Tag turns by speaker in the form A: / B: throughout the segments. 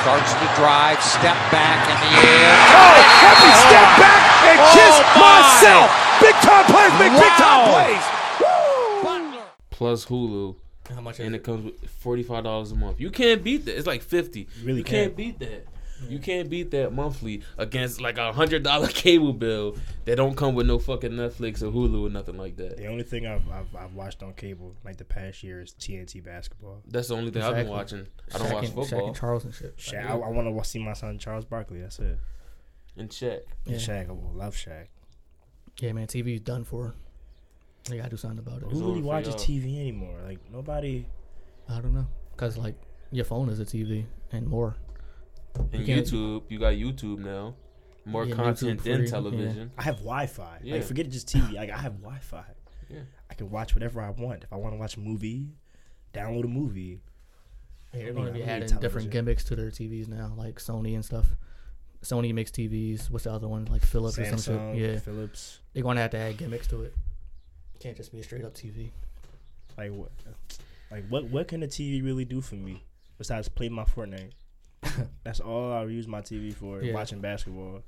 A: Starts to drive, step back in the air.
B: Oh, help me step back and
A: Oh,
B: kiss
A: my.
B: myself. Big time plays make big time
A: Wow.
B: plays.
C: plus Hulu,
D: How much is
C: and
D: it?
C: it comes with forty five dollars a month. You can't beat that. It's like fifty.
D: really
C: you can't beat that. You can't beat that monthly against like a hundred dollar cable bill that don't come with no fucking Netflix or Hulu or nothing like that.
D: The only thing I've, I've I've watched on cable like the past year is TNT basketball.
C: That's the only thing I've been
E: Exactly.
C: watching. I don't
E: Shaq
C: watch
E: and- Shaq
C: football.
E: and Charles and shit.
D: Shaq, I, want to see my son Charles Barkley. That's it.
C: And check.
D: And
E: Yeah.
D: Shaq, I will love Shaq.
E: Yeah, man, TV's done for. They gotta do something about it.
C: It's
D: Who
C: over
D: really
C: for
D: watches
C: y'all.
D: TV anymore? Like nobody.
E: I don't know, cause like your phone is a TV and more.
C: And
E: can't-
C: YouTube, you got YouTube now. More
E: Yeah, YouTube
C: content
E: free,
C: than
E: yeah.
C: television.
D: I have Wi-Fi.
C: Yeah.
D: Like forget just TV. Like I have Wi-Fi.
C: Yeah.
D: I can watch whatever I want. If I want to watch a movie, download a movie.
E: They're
D: mean,
E: going to
D: I
E: be
D: don't need
E: adding
D: television.
E: different gimmicks to their TVs now, like Sony and stuff. Sony makes TVs. What's the other one? Like Philips or some
D: Samsung,
E: shit. Yeah,
D: Philips.
E: they're going to have to add gimmicks to it. Can't just be a straight up TV.
D: Like what? Like what? What can the TV really do for me besides play my Fortnite? That's all I use my TV for.
E: Yeah.
D: Watching basketball,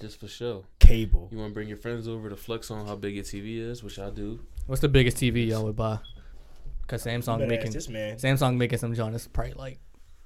C: Just for show.
D: cable.
C: You want to bring your friends over to flex on how big your TV is, which I do.
E: What's the biggest TV y'all would buy? Cause Samsung
D: Better ask
E: making
D: this man.
E: Samsung making some John is probably like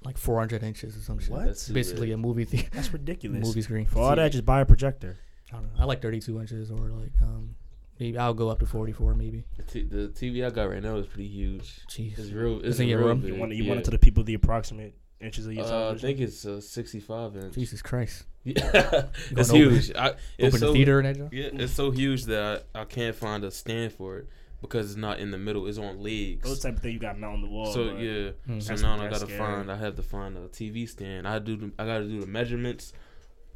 E: like 400 inches or some shit.
D: What?
C: That's
E: It's
C: too
E: basically
C: big.
E: a movie theater,
D: That's ridiculous.
E: movie screen.
D: For all that, just buy a projector.
E: I don't know. I like 32 inches or like um maybe I'll go up to 44 maybe.
C: The, t- the TV I got right now is pretty huge.
E: Jeez.
C: It's real. It's,
E: It's in your
C: real
E: room?
C: big,
D: You want, you
C: yeah.
D: want it to the people the approximate inches of your
C: Uh, I
D: television.
C: think it's uh, 65 inch.
E: Jesus Christ.
C: Yeah, it's
E: Going over-
C: huge. I, it's
E: Open
C: so,
E: the theater in that joint?
C: Yeah, it's so huge that I, I can't find a stand for it because it's not in the middle. It's on legs.
D: Those type of things you got mount on the wall.
C: so
D: but
C: yeah,
E: Hmm.
C: so
D: That's-
C: now I
D: that's
C: gotta
D: scary.
C: find. I have to find a TV stand. I do. The, I gotta do the measurements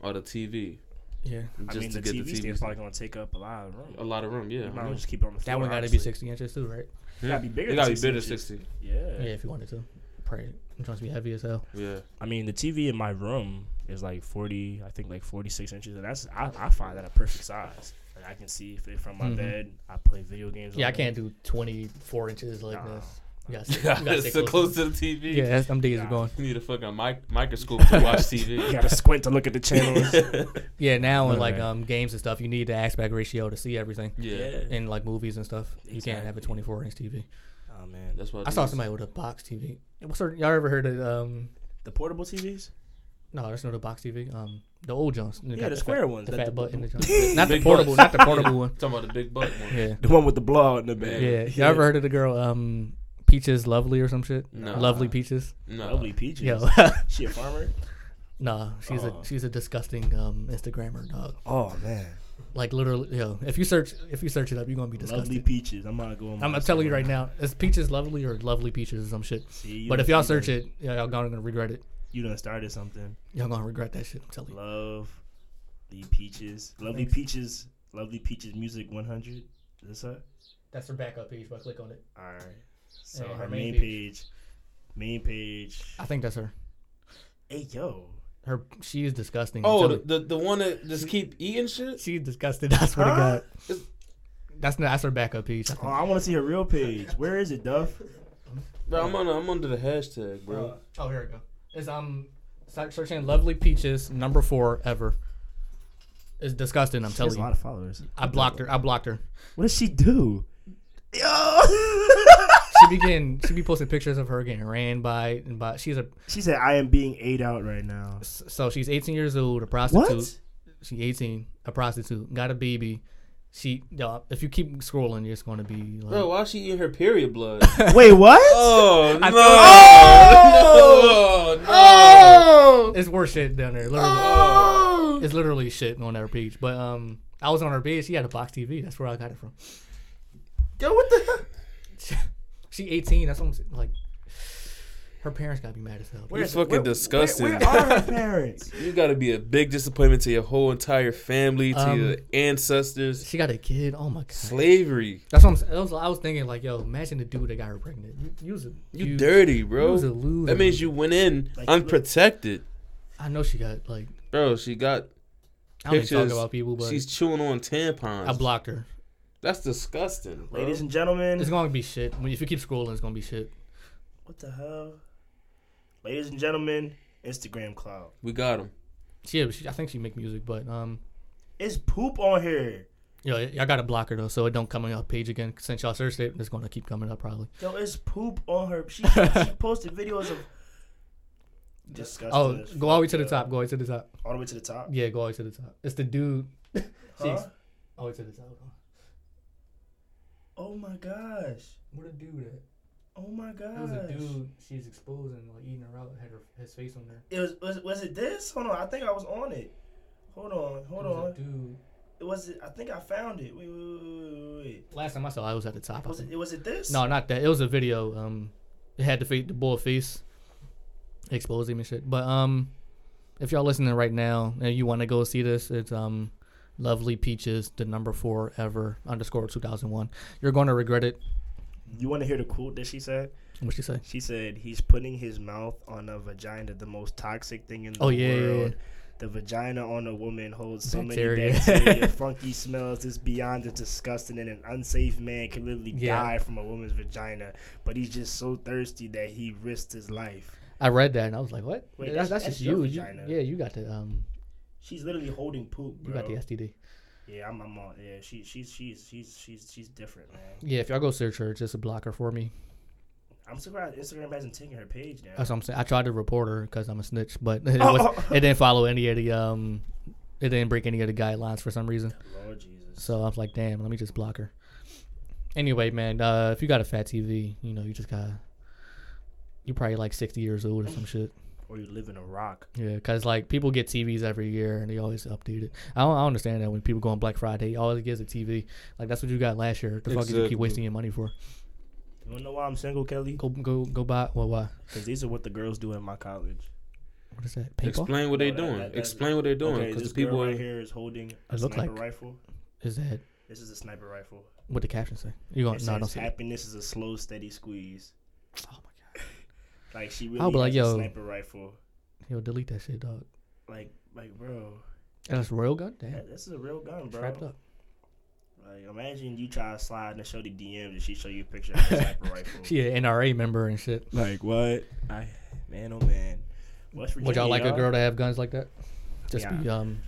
C: or the TV
E: Yeah.
C: just
D: I mean,
C: to
D: the
C: get
D: TV,
C: the TV.
D: stand's probably gonna take up a lot of room.
C: a lot of room. Yeah,
D: You might as well just keep it on the floor.
E: That one got to be
D: honestly.
E: 60 inches too, right?
C: Yeah.
D: gotta be bigger
C: It
D: than
C: gotta be
D: 60
C: bigger than
D: inches.
C: sixty.
D: Yeah.
E: Yeah, Oh, if you wanted to. Probably I'm trying to be heavy as hell.
C: Yeah,
D: I mean, the TV in my room is like 40, I think like 46 inches, and that's I, I find that a perfect size. Like I can see if it from my
E: Mhm.
D: bed. I play video games.
E: Yeah, I
D: on
E: can't do 24 inches like
D: Nah.
E: this. You gotta stay, you gotta
C: it's
E: stay
C: so
E: close.
C: close to the TV.
E: Yeah, that's, I'm days are
D: Nah.
E: going.
C: You need a fucking mic- microscope to watch
D: it.
C: TV.
D: You gotta squint to look at the channels.
E: Yeah, now in
D: No,
E: like
D: man.
E: um games and stuff, you need the aspect ratio to see everything.
C: yeah,
E: In like movies and stuff, you can't have a
D: Exactly.
E: 24 inch TV.
D: Oh man,
C: that's what
E: I saw somebody with a box TV. What's her, y'all ever heard of um?
D: the portable TVs.
E: No, that's not a box TV. Um, the old Jones.
D: Yeah, the square ones,
E: The
D: that
E: fat
D: the-
E: butt in the Jones. not the
C: Big
E: portable,
C: butts.
E: not the portable one.
C: Talking about the big butt one.
E: Yeah.
D: The one with the blowout in the
E: Yeah.
D: bed.
E: Y'all ever heard of the girl um Peaches Lovely or some shit?
C: No.
E: Lovely Peaches.
C: No.
D: Lovely peaches.
E: Yo.
D: She a farmer?
E: nah, she's
D: Oh.
E: a she's a disgusting um Instagrammer dog.
D: Oh man,
E: Like literally, yo. If you search if you search it up, you're gonna be
D: lovely
E: disgusted.
D: peaches. I'm not going.
E: I'm, I'm telling you right now, it's Peaches Lovely or Lovely Peaches or some shit. But if y'all search it, yeah, y'all gonna regret it.
D: you done started something.
E: Y'all gonna regret that shit. I'm telling you.
D: Love the peaches. Lovely peaches. Lovely peaches. Music 100. Is this her?
E: That's her backup page. But click on it.
D: All right. So
E: Yeah,
D: her main page. Main page.
E: I think that's her.
D: Hey yo.
E: Her she is disgusting. I'm
C: Oh,
E: telling
C: the,
E: you.
C: the the one that just keep eating shit.
E: She's disgusted. I swear
D: Huh?
E: to God. That's not. That's her backup piece. I
D: Oh,
E: think.
D: I want to see her real page. Where is it, Duff?
C: Bro, I'm on I'm under the hashtag,
D: Uh.
C: bro.
E: Oh, here we go. It's um, start searching "lovely peaches" number four ever. It's disgusting. I'm
D: She has
E: telling
D: a lot
E: you.
D: of followers.
E: I blocked her. I blocked her.
D: What does she do? Yo.
E: She be getting. She be posting pictures of her getting ran by and by. She's a.
D: she said, "I am being ate out right now."
E: So she's 18 years old. A prostitute.
D: What?
E: She 18. A prostitute. Got a baby. She. Yo, if you keep scrolling, you're just gonna be like.
C: Bro, why she eating her period blood?
D: Wait, what?
C: oh no!
E: I feel
C: Oh no!
D: Oh!
E: It's worse shit down there. Literally.
C: Oh!
E: It's literally shit on her page. But um, I was on her page. She had a box TV. That's where I got it from.
C: Yo, what the hell?
E: She 18. That's what I'm saying. Like, her parents gotta be mad as hell.
C: You're fucking disgusting.
D: Where are her parents?
C: You gotta be a big disappointment to your whole entire family, to
E: Um,
C: your ancestors.
E: She got a kid. Oh my god.
C: Slavery.
E: That's what I'm. saying. I was, I was thinking like, yo, imagine the dude that got her pregnant. You, you was a
C: You, dirty,
E: you
C: bro.
E: was a loser.
C: That means you went in
D: Like,
C: unprotected,
E: I know she got like.
C: bro. She got
E: I don't even
C: pictures.
E: talk about people, but
C: she's chewing on tampons.
E: I blocked her.
C: That's disgusting, bro.
D: Ladies and gentlemen,
E: It's gonna be shit. I mean, if you keep scrolling, it's gonna be shit.
D: What the hell? Ladies and gentlemen, Instagram cloud.
C: We got him.
E: She, she, I think she make music, but um,
D: It's poop on here.
E: yo, y'all got to block her though, so it don't come on y'all page again. Since y'all searched it, it's gonna keep coming up probably.
D: Yo, it's poop on her. She, she posted videos of disgusting.
E: Oh,
D: as
E: go all the way
D: fuck,
E: to the
D: yo.
E: top. Go all the way to the top.
D: All the way to the top.
E: Yeah, go all the way to the top. It's the dude.
D: Huh?
E: Jeez. All the way to the top.
D: Oh my gosh.
E: What a dude at?
D: Oh my gosh.
E: It was a dude she's exposing, like eating her out, had her his face on there.
D: It was, was was it this? Hold on, I think I was on it. Hold on, hold
E: It was
D: on.
E: a dude.
D: It was it. I think I found it. Wait, wait, wait, wait, wait, wait.
E: Last time I saw, it, I was at the top. I
D: Was it?
E: think.
D: It was it this?
E: No, not that. It was a video. Um, it had the face, the boy face, exposing and shit. But um, if y'all listening right now and you want to go see this, it's um, Lovely Peaches, the number four ever underscore two thousand one. You're gonna regret it.
D: You want to hear the quote that she said?
E: What she say?
D: She said he's putting his mouth on a vagina, the most toxic thing in the
E: Oh, yeah, yeah,
D: world.
E: yeah.
D: The vagina on a woman holds so
E: Bacteria.
D: many bacteria, funky smells. It's beyond the disgusting, and an unsafe man can literally
E: Yeah.
D: die from a woman's vagina. But he's just so thirsty that he risked his life.
E: I read that and I was like, what?
D: Wait,
E: that's,
D: that's-
E: that's, just
D: that's your
E: you. you.
D: vagina.
E: Yeah, you got the um,
D: She's literally holding poop,
E: you
D: bro.
E: got the STD.
D: yeah, I'm, I'm on. Yeah, she, she's, she's, she's, she's, she's different, man.
E: Yeah, if y'all go search her, just a blocker for me.
D: I'm surprised Instagram hasn't taken her page down.
E: That's what I'm saying. I tried to report her because I'm a snitch, but it,
D: Oh,
E: was, it didn't follow any of the um, it didn't break any of the guidelines for some reason.
D: Lord Jesus.
E: So I was like, damn, let me just block her. Anyway, man, uh, if you got a fat TV, you know, you just gotta, you probably like 60 years old or some shit.
D: Or you live in a rock.
E: Yeah, because like people get TVs every year and they always update it. I don't, I don't understand that when people go on Black Friday, always gives a TV. Like that's what you got last year. The fuck you
C: Exactly.
E: keep wasting your money for?
D: You wanna know why I'm single, Kelly?
E: Go go go buy. Well, why?
D: Because these are what the girls do in my college.
E: What is that? Paintball?
C: Explain what they
D: No, that-
C: doing.
D: that- that-
C: Explain what they're doing.
D: Okay,
C: Because
D: this
C: the people
D: girl
C: are
D: right here is holding a
E: It look
D: sniper
E: like-
D: rifle.
E: Is that
D: This is a sniper rifle.
E: what the caption say? You going?
D: It
E: Oh, No, I don't
D: says
E: see. it.
D: happiness is a slow, steady squeeze.
E: Oh my god.
D: Like she really
E: I'll be like,
D: has
E: yo.
D: a sniper rifle.
E: Yo, delete that shit, dog.
D: Like, like, bro,
E: And that's Royal Gun. Damn.
D: that, this is a real gun, bro.
E: Strapped up.
D: Like, imagine you try to slide and show the DM and she show you a picture of a sniper rifle.
E: She an NRA member and shit.
D: Like what? I man, oh man. West Virginia,
E: Would y'all like a
D: y'all?
E: girl to have guns like that? Just be um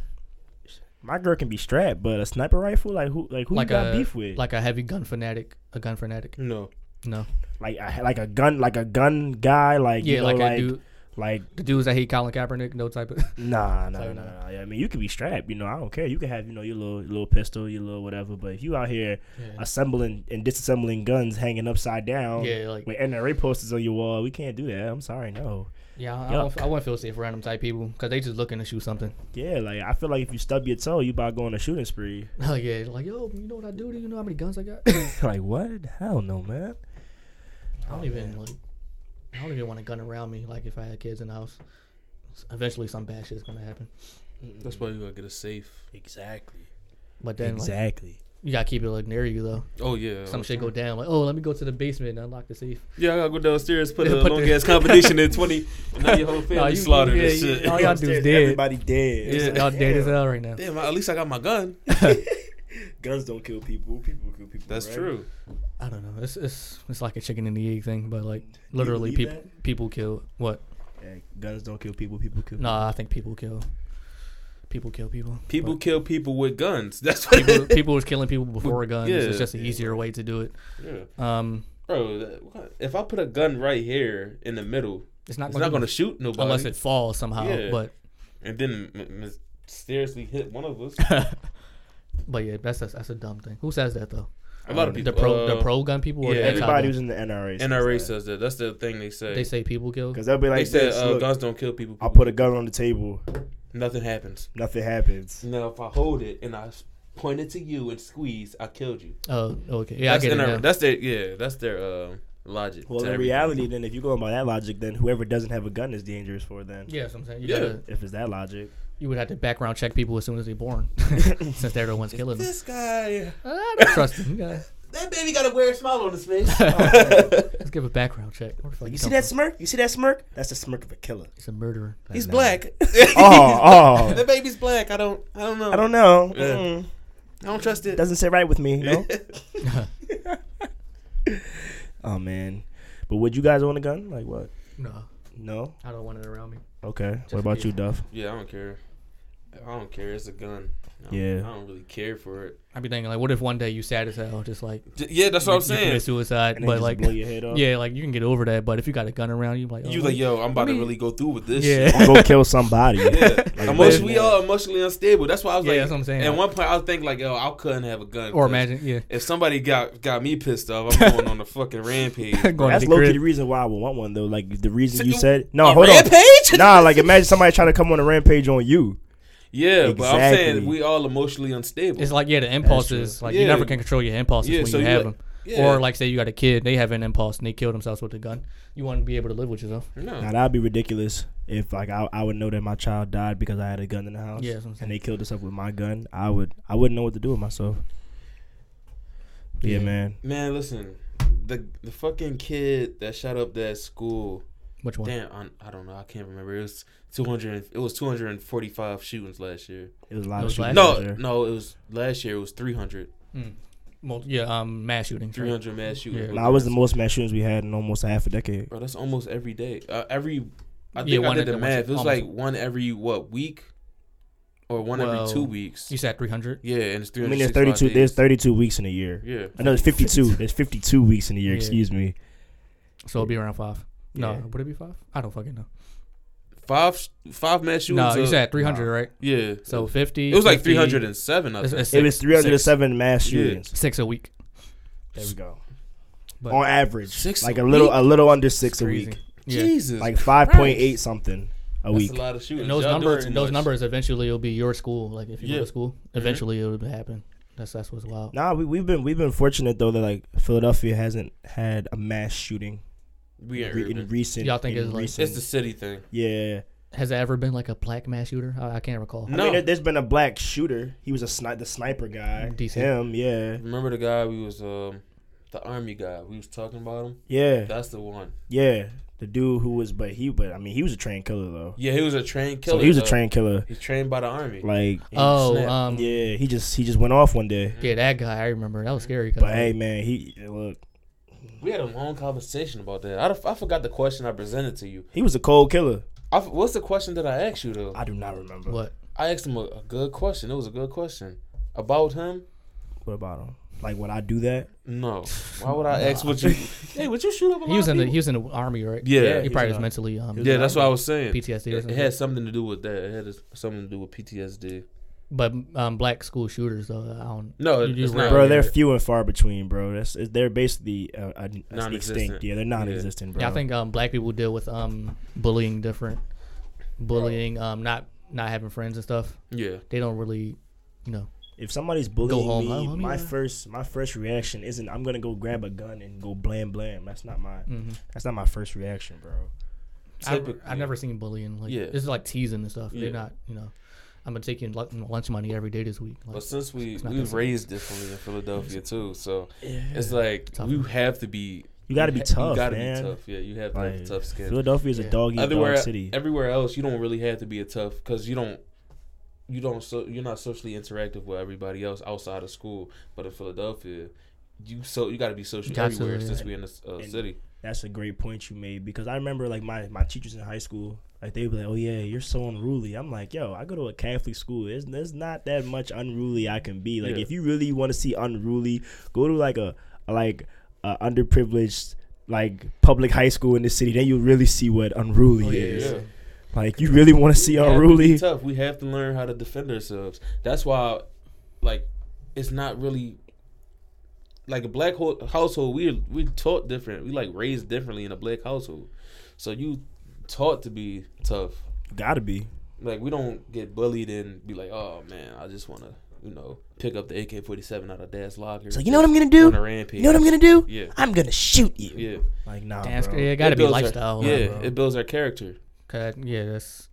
D: My girl can be strapped, but a sniper rifle, like who, like who
E: like
D: you got
E: a
D: beef with?
E: like a heavy gun fanatic, a gun fanatic.
C: no.
E: No,
D: like a, like a gun like a gun guy like
E: yeah,
D: you know,
E: like,
D: like
E: I do.
D: like
E: The dudes that hate Colin Kaepernick, no type of.
D: nah nah, nah
E: Sorry,
D: nah Yeah, I mean you could be strapped you know I don't care you can have you know your little little pistol your little whatever but if you out here
E: Yeah,
D: assembling and disassembling guns hanging upside down
E: Yeah, like
D: with NRA posters on your wall we can't do that I'm sorry no
E: yeah, I, I don't-
D: Yuck.
E: I wouldn't feel safe around them type people because they just looking to shoot something.
D: yeah like I feel like if you stub your toe you about going to shooting spree
E: Oh yeah, like yo, you know what I do? Do you know how many guns I got?
D: like what hell no man
E: I don't even like. I don't even want a gun around me. Like if I had kids in the house, S- eventually some bad shit's gonna happen.
D: Mm.
C: That's why you gotta get a safe.
D: exactly
E: But then like,
D: exactly
E: you gotta keep it like near you though.
C: Oh yeah.
E: Some shit go down. Like oh, let me go to the basement and unlock the safe.
C: Yeah, I gotta go downstairs, put a
E: Put
C: long
E: the-
C: ass combination in twenty, and now your whole family
E: you-
C: slaughtered
E: yeah,
C: and
E: you-
C: shit.
E: all y'all dudes
D: Upstairs,
E: dead.
D: everybody dead
C: Yeah.
E: Y'all dead as hell right now.
C: Damn, at least I got my gun.
D: guns don't kill people people kill people
C: That's
D: right?
C: true.
E: I don't know. It's it's it's like a chicken and the egg thing, but like literally
D: believe
E: people people kill what?
D: Yeah, guns don't kill people people kill
E: No, I think people kill people kill people.
C: People
E: But
C: kill people with guns. That's what.
E: people, people was killing people before guns.
C: yeah.
E: it's just an easier way to do it.
C: Yeah.
E: Um,
C: Bro, that- what- if I put a gun right here in the middle,
E: it's not
C: it's
E: gonna,
C: not gonna shoot nobody
E: unless it falls somehow.
C: Yeah.
E: But
C: and then m- mysteriously hit one of us.
E: but yeah, that's, that's that's a dumb thing. Who says that though?
C: A lot of people.
E: The pro the
C: uh,
E: pro gun people. Or
C: yeah,
E: the anti-gun?
D: Everybody who's in the NRA.
C: NRA says that. That's the thing they say.
E: They say people kill.
D: because they'll be
C: They
D: like,
C: said
D: this,
C: uh,
D: look,
C: guns don't kill people.
D: I'll put a gun on the table.
C: Nothing happens.
D: Nothing happens.
C: Now, if I hold it and I s- point it to you and squeeze, I killed you.
E: Oh, okay. Yeah,
C: that's
E: I get it.
C: NRA
E: now.
C: That's their yeah. That's their uh, logic.
D: Well,
C: to
D: in
C: everything.
D: reality, then if you're going by that logic, then whoever doesn't have a gun is dangerous for them.
E: yeah, that's what I'm saying. You,
C: Yeah.
E: gotta,
D: If it's that logic,
E: you would have to background check people as soon as they're born, since they're the ones killing them.
C: this guy,
E: I don't trust them. You guys,
C: that baby got a weird smile on his face. Oh,
E: let's give a background check. Where the fuck
D: like
E: you
D: you see
E: come
D: that smirk? You see that smirk? That's the smirk of a killer.
E: He's a murderer.
C: He's black.
D: Oh,
C: That
D: oh,
C: baby's black. I don't. I don't know.
D: I don't know.
C: Yeah.
D: Mm-mm.
C: I don't trust it.
D: Doesn't sit right with me. You know? oh man, but would you guys own a gun? Like what?
E: No.
D: No.
E: I don't want it around me.
D: Okay.
E: Just
D: What about
E: be-
D: you, Duff?
C: Yeah, I don't care. I don't care. It's a gun. I don't-
D: Yeah.
C: I don't really care for it.
E: I be thinking like, what if one day you sad as hell, just like
C: J- yeah, that's what I'm
E: you commit
C: saying.
E: suicide,
D: And then
E: but
D: just
E: like
D: blow your head off.
E: yeah, like you can get over that. But if you got a gun around you, like oh,
C: You like, yo, I'm about to
E: me-
C: really go through with this.
E: yeah.
C: shit.
D: Go kill somebody.
C: Yeah.
D: Like,
C: Emotion-
D: man.
C: we all emotionally unstable. That's why I was
E: Yeah,
C: like,
E: that's what I'm saying.
C: At
E: Like-
C: one point, I was thinking like, yo, I couldn't have a gun.
E: or
C: 'cause
E: imagine, yeah,
C: if somebody got got me pissed off, I'm going on a fucking rampage.
E: going
D: That's
E: to the
D: low key the
E: crib.
D: reason why I would want one though. Like the reason
C: So
D: you
C: you-
D: said no.
C: a
D: hold
C: rampage?
D: on. Nah, like imagine somebody trying to come on a rampage on you.
C: Yeah, but I'm saying
D: Exactly.
C: we all emotionally unstable.
E: It's like yeah, the impulses. Like
C: Yeah.
E: you never can control your impulses
C: Yeah,
E: when
C: so
E: you
C: you
E: have
C: like-
E: them.
C: yeah.
E: Or like say you got a kid, they have an impulse and they kill themselves with a gun. You want to be able to live with yourself.
C: no.
D: Now that'd be ridiculous if like I, I would know that my child died because I had a gun in the house.
E: Yeah, that's what I'm
D: and
E: saying.
D: they killed us up with my gun. I would I wouldn't know what to do with myself. But yeah,
E: Yeah.
D: man.
C: Man, listen, the the fucking kid that shot up that school.
E: Which one?
C: Damn, I, I don't know. I can't remember. It was two hundred. It was two hundred and forty five shootings last year.
D: It was a lot
E: It
D: of
E: was
D: shooting.
E: last
C: No,
D: there.
C: no, it was last year. It was 300.
E: Mul- yeah, um, mass shootings. right?
C: 300 mass shootings.
E: Yeah.
C: was
D: Nah, it was the most mass shootings we had in almost a half a decade.
C: Bro, that's almost every day. Uh, every, I
E: Yeah,
C: think I
E: one
C: did the
E: every-
C: math. It was
E: almost.
C: like one every what week, or one
E: Well,
C: every two weeks.
E: You said 300.
C: Yeah, and it's
D: I
C: 300.
D: mean, there's 32. There's 32 weeks in a year.
C: Yeah.
D: I know there's 52. There's 52 weeks in a year.
E: Yeah.
D: Excuse me.
E: So it'll be around five. No,
D: Yeah.
E: would it be five? I don't fucking know.
C: Five five mass shootings.
E: No, you
C: uh,
E: said 300, right?
C: yeah.
E: So
C: So
E: 50.
C: it was like
E: 50,
C: 307. I
E: it's-
C: think.
E: it's
D: It was
E: six-
D: 307 mass
C: Yeah.
D: shootings.
E: Six, six a week.
D: There we go.
E: But
D: On average,
C: Six
D: like
C: a
D: a little,
C: week?
D: a little under six a
E: crazy.
D: week,
E: Yeah.
C: Jesus,
D: like 5.8 something a
C: that's
D: week.
C: a lot of shootings.
E: And those
C: Y'all doing
E: numbers,
C: too
E: those
C: much.
E: numbers, eventually it'll be your school. Like if you
C: Yeah. Mm-hmm.
E: go to school, eventually it'll happen. That's that's what's wild.
D: Nah, we, we've been we've been fortunate though that like Philadelphia hasn't had a mass shooting
C: We ain't
D: re-
C: urban.
D: in recent.
E: Y'all think
D: in
E: it's, like-
D: recent-
C: It's the city thing.
D: yeah.
E: Has there ever been like a black mass shooter? I, I can't recall.
D: I
C: No.
D: mean, there- there's been a black shooter. He was a sni- the sniper guy.
E: DC.
D: Him, yeah,
C: Remember the guy we was um the army guy we was talking about him.
D: yeah,
C: That's the one.
D: yeah. The dude who was, but he, but I mean, he was a trained killer though.
C: Yeah, he was a trained killer.
D: so he was a
C: though.
D: trained killer.
C: He's trained by the army.
D: Like,
E: Oh,
C: Snap.
E: um, yeah.
D: yeah, he just he just went off one day.
E: that guy. I remember that was scary. 'cause-
D: But hey, man, he look,
C: We had a long conversation about that. I, don't- I forgot the question I presented to you.
D: he was a cold killer.
C: I f what's the question that I asked you though?
D: I do not remember.
E: what?
C: I asked him a, a good question. It was a good question about him.
D: What about him? Like, would I do that?
C: No, why would I ask what you? hey, would you shoot up? A
E: He was in the he was in the army, right?
C: Yeah.
E: he
C: He's
E: probably
D: in
E: was
D: the-
E: mentally um.
C: yeah, that's what I was saying.
E: PTSD or
C: It, it
E: something.
C: had something to do with that. It had s- something to do with PTSD.
E: But um, black school shooters though, I don't.
C: No,
E: You do
C: it's
E: rare.
C: not.
D: Bro,
E: yeah.
D: they're few and far between, bro. That's they're basically uh, uh,
C: Non-existent.
D: extinct. Yeah, they're non-existent, bro.
E: Yeah, I think um black people deal with um bullying different, bullying um not not having friends and stuff.
C: Yeah,
E: They don't really, you know.
D: if somebody's bullying
E: home,
D: me,
E: huh, homie?
D: my
E: Yeah.
D: first my first reaction isn't I'm gonna go grab a gun and go blam blam. That's not my
E: Mhm.
D: that's not my first reaction, bro.
E: I,
C: Typic-
E: I've never seen bullying. Like
C: Yeah.
E: it's like teasing and stuff.
C: Yeah.
E: They're not, you know. I'm gonna take you lu- lunch money every day this week. Like,
C: But since we
E: not
C: we
E: that simple.
C: raised differently in Philadelphia too, so it's like
E: Tough.
C: you have to be.
D: You gotta be
C: ha-
D: tough,
C: You gotta
D: man.
C: be tough. Yeah, you have to have
D: Like,
C: a tough skin.
D: Philadelphia is a
E: Yeah.
D: dog eat
C: Otherwhere,
D: dog city.
C: everywhere else, you don't really have to be a tough because you don't, you don't, so you're not socially interactive with everybody else outside of school. But in Philadelphia, you so you got to be social
E: Got to,
C: everywhere
E: yeah.
C: since we in this uh,
D: And-
C: city.
D: That's a great point you made because I remember like my my teachers in high school. Like they be like, "Oh yeah, you're so unruly." I'm like, "Yo, I go to a Catholic school. There's, there's not that much unruly I can be. Like,
C: Yeah.
D: if you really want to see unruly, go to like a like a underprivileged like public high school in the city. Then you'll really see what unruly
E: Oh, yeah,
D: is.
C: Yeah.
D: Like, you really want to see
C: We have to be
D: unruly?
C: tough. We have to learn how to defend ourselves. That's why, like, it's not really like a black ho- household. We're we taught different. We like raised differently in a black household. So you taught to be tough.
D: Gotta be.
C: Like we don't get bullied and be like, oh man, I just want to you know pick up the AK forty seven out of dad's locker.
D: So you know what I'm gonna do?
C: On a rampage.
D: You know what I'm gonna do?
C: Yeah.
D: I'm gonna shoot you.
C: Yeah,
D: Like, nah,
E: Damn,
D: bro.
E: yeah, it gotta be
C: builds our-
E: lifestyle. like,
C: yeah,
E: bro.
C: it builds our character.
E: Cause yeah, that's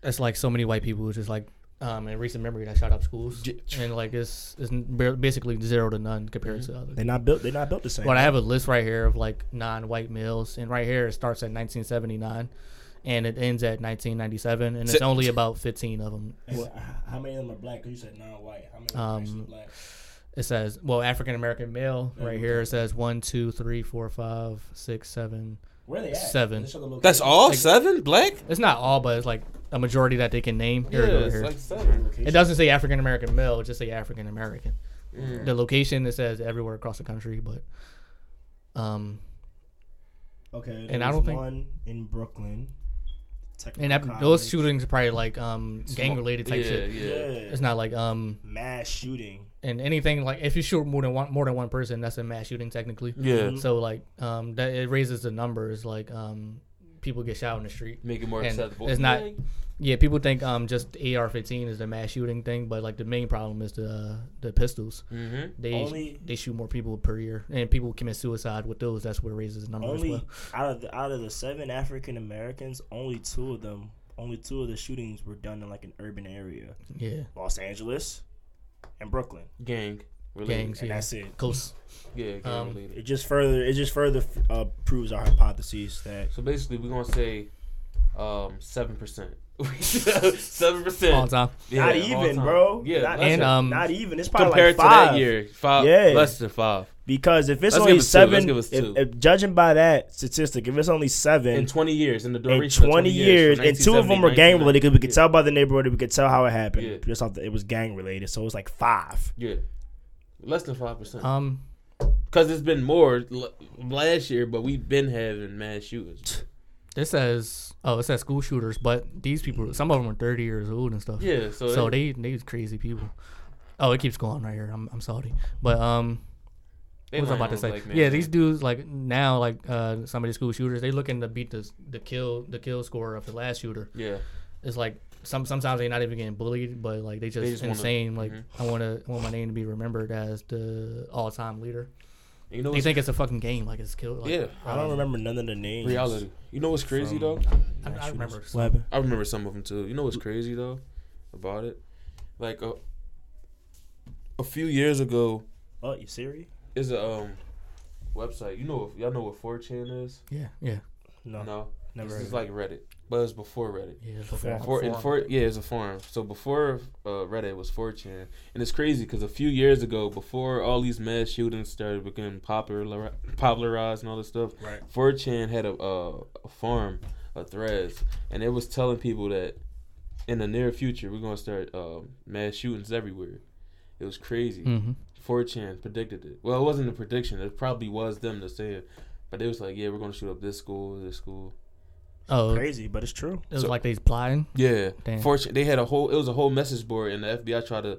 E: that's like so many white people who just like um in recent memory that shot up schools
C: J-
E: and like it's it's n- bar- basically zero to none compared
C: Mm-hmm.
E: to others.
D: They're not built. They're not built the same.
E: But I have a list right here of like non-white males, and right here it starts at 1979, and it ends at 1997, and it's
C: So-
E: only about 15 of them.
D: How many of them are black? You said non-white. How many
E: are actually Um, It says, well, African American male right here. It says one, two, three, four, five, six, seven,
D: Where are they at?
E: Seven.
D: Just show the location.
C: That's all seven black.
E: It's not all, but it's like a majority that they can name. Here,
C: Yeah,
E: here,
C: it's
E: here.
C: like seven.
E: It doesn't say African American male, it just say African American.
C: Mm.
E: The location it says everywhere across the country, but um
D: Okay.
E: And I
D: there's
E: don't think-
D: one in Brooklyn.
E: and
D: Technical
E: that, those
D: college.
E: shootings are probably like um gang related type
C: yeah,
E: shit.
C: yeah.
D: Yeah.
E: It's not like um
D: Mass shooting.
E: and anything like if you shoot more than one more than one person, that's a mass shooting technically.
C: Yeah.
E: So like um that it raises the numbers like um people get shot in the street.
C: Make it more
E: And
C: acceptable.
E: it's not- Yeah, people think um just AR-15 is the mass shooting thing, but like the main problem is the uh, the pistols.
C: Mm-hmm.
E: They
D: Only-
E: they shoot more people per year, and people commit suicide with those. That's what raises the numbers.
D: Only
E: well.
D: out of the, out of the seven African Americans, only two of them, only two of the shootings were done in like an urban area,
E: Yeah,
D: Los Angeles, and Brooklyn.
C: Gang. Related.
E: gangs.
D: And
E: Yeah,
D: that's it.
E: coast.
C: Yeah, gang
E: Um,
D: It
C: related.
D: just further it just further uh, proves our hypothesis that
C: So basically, we're gonna say um seven percent. Seven percent.
E: All the time.
D: not even, bro.
C: Yeah.
D: not,
C: less
E: And,
D: even,
C: than-
E: um,
D: not even. It's probably
C: compared
D: like five.
C: to that year, five.
D: Yeah.
C: Less than five.
D: Because if it's
C: Let's
D: only
C: give us two. Let's
D: seven,
C: give us
D: if,
C: two.
D: if judging by that statistic, if it's only
C: In
D: seven,
C: twenty years, in the
D: in
C: duration.
D: 20,
C: of 20
D: years,
C: from
D: and two of them were
C: 1970,
D: gang related because we
C: 1990.
D: could tell by the neighborhood, we could tell how it happened.
C: Yeah.
D: Just off the, it was gang related, so it was like five.
C: Yeah. Less than five percent.
E: Um,
C: Because it's been more l- last year, but we've been having mass shootings.
E: this says oh, it says school shooters, but these people, some of them are thirty years old and stuff.
C: Yeah, so,
E: So
C: it-
E: they they was crazy people. Oh, it keeps going right here. I'm I'm salty, but um.
C: they
E: what was I
C: lying
E: about to
C: on
E: say?
C: Black Man
E: yeah,
C: Down.
E: these dudes like now like uh some of these school shooters, they looking to beat the the kill the kill score of the last shooter.
C: Yeah,
E: It's like some sometimes they're not even getting bullied, but like they just,
C: They just wanna- mm-hmm.
E: insane. like I want to want my name to be remembered as the all time leader.
C: you know
E: They
C: what's,
E: think it's a fucking game, like it's kill. Like,
C: yeah
D: I don't remember none of the names.
C: reality. You know what's crazy though?
D: From-
E: I, I remember.
D: What happened?
C: I remember some of them too. You know what's crazy though about it? Like a a few years ago,
D: Oh, you Siri?
C: is a um website. You know y'all know what 4chan is?
E: Yeah, yeah,
D: No,
C: No,
D: never.
C: this
D: heard
C: is
D: of it.
C: like Reddit, but it's before Reddit.
E: yeah. it's
D: Forum.
E: before-
C: For, and for, yeah, it's a forum. So before uh, Reddit was 4chan, and it's crazy because a few years ago, before all these mass shootings started becoming popular, popularized and all this stuff,
D: Right.
C: 4chan had a, a, a forum, a threads, and it was telling people that in the near future we're gonna start um, mass shootings everywhere. It was crazy.
E: Mhm.
C: 4chan predicted it. Well, it wasn't a prediction. It probably was them to say it, but it was like, yeah, we're gonna shoot up this school, this school.
E: Oh, it
D: crazy, but it's true.
E: was
C: So-
E: like they's plotting.
C: Yeah,
E: Damn.
C: fortune. They had a whole. It was a whole message board, and the FBI tried to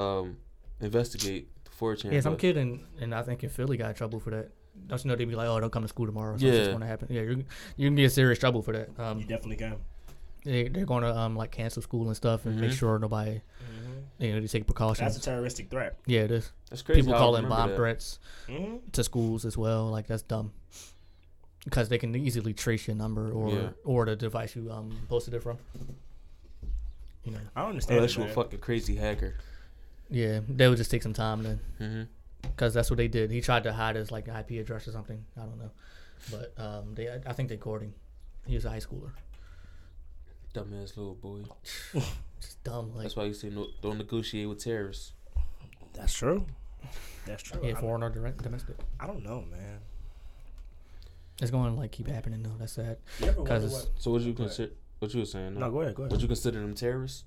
C: um, investigate fortune.
E: Yeah, some kid in, and I think in Philly got in trouble for that. Don't you know they'd be like, oh, don't come to school tomorrow. Something's
C: Yeah.
E: going to happen. Yeah, you're, you're gonna be in serious trouble for that. Um,
D: You definitely can.
E: they, they're going to um like cancel school and stuff and
C: Mm-hmm.
E: make sure nobody you know they take
D: That's
E: precautions.
D: a terroristic threat.
E: yeah, it is.
C: That's Mm-hmm. crazy.
E: People
C: how I
E: calling
C: remember
E: bomb
C: that.
E: threats
D: Mm-hmm.
E: to schools as well. Like that's dumb because they can easily trace your number or
C: Yeah.
E: or the device you um posted it from. You know,
D: I don't understand.
C: Unless
D: it,
C: you're a
D: man.
C: fucking crazy hacker.
E: yeah, they would just take some time then
C: Mm-hmm.
E: because that's what they did. He tried to hide his like IP address or something. I don't know, but um they I, I think they caught him. He was a high schooler.
C: Dumbass little boy.
E: Just dumb like
C: That's why you say no, don't negotiate with terrorists.
D: That's true. That's true.
E: yeah,
D: I-
E: foreign or direct, domestic.
D: I don't know, man.
E: It's going to like keep happening though. That's sad.
D: You ever wonder
E: 'Cause it's-
D: what?
C: So what you
D: Go ahead.
C: consider? What you were saying?
D: No, go ahead. Go ahead.
C: Would you consider them terrorists?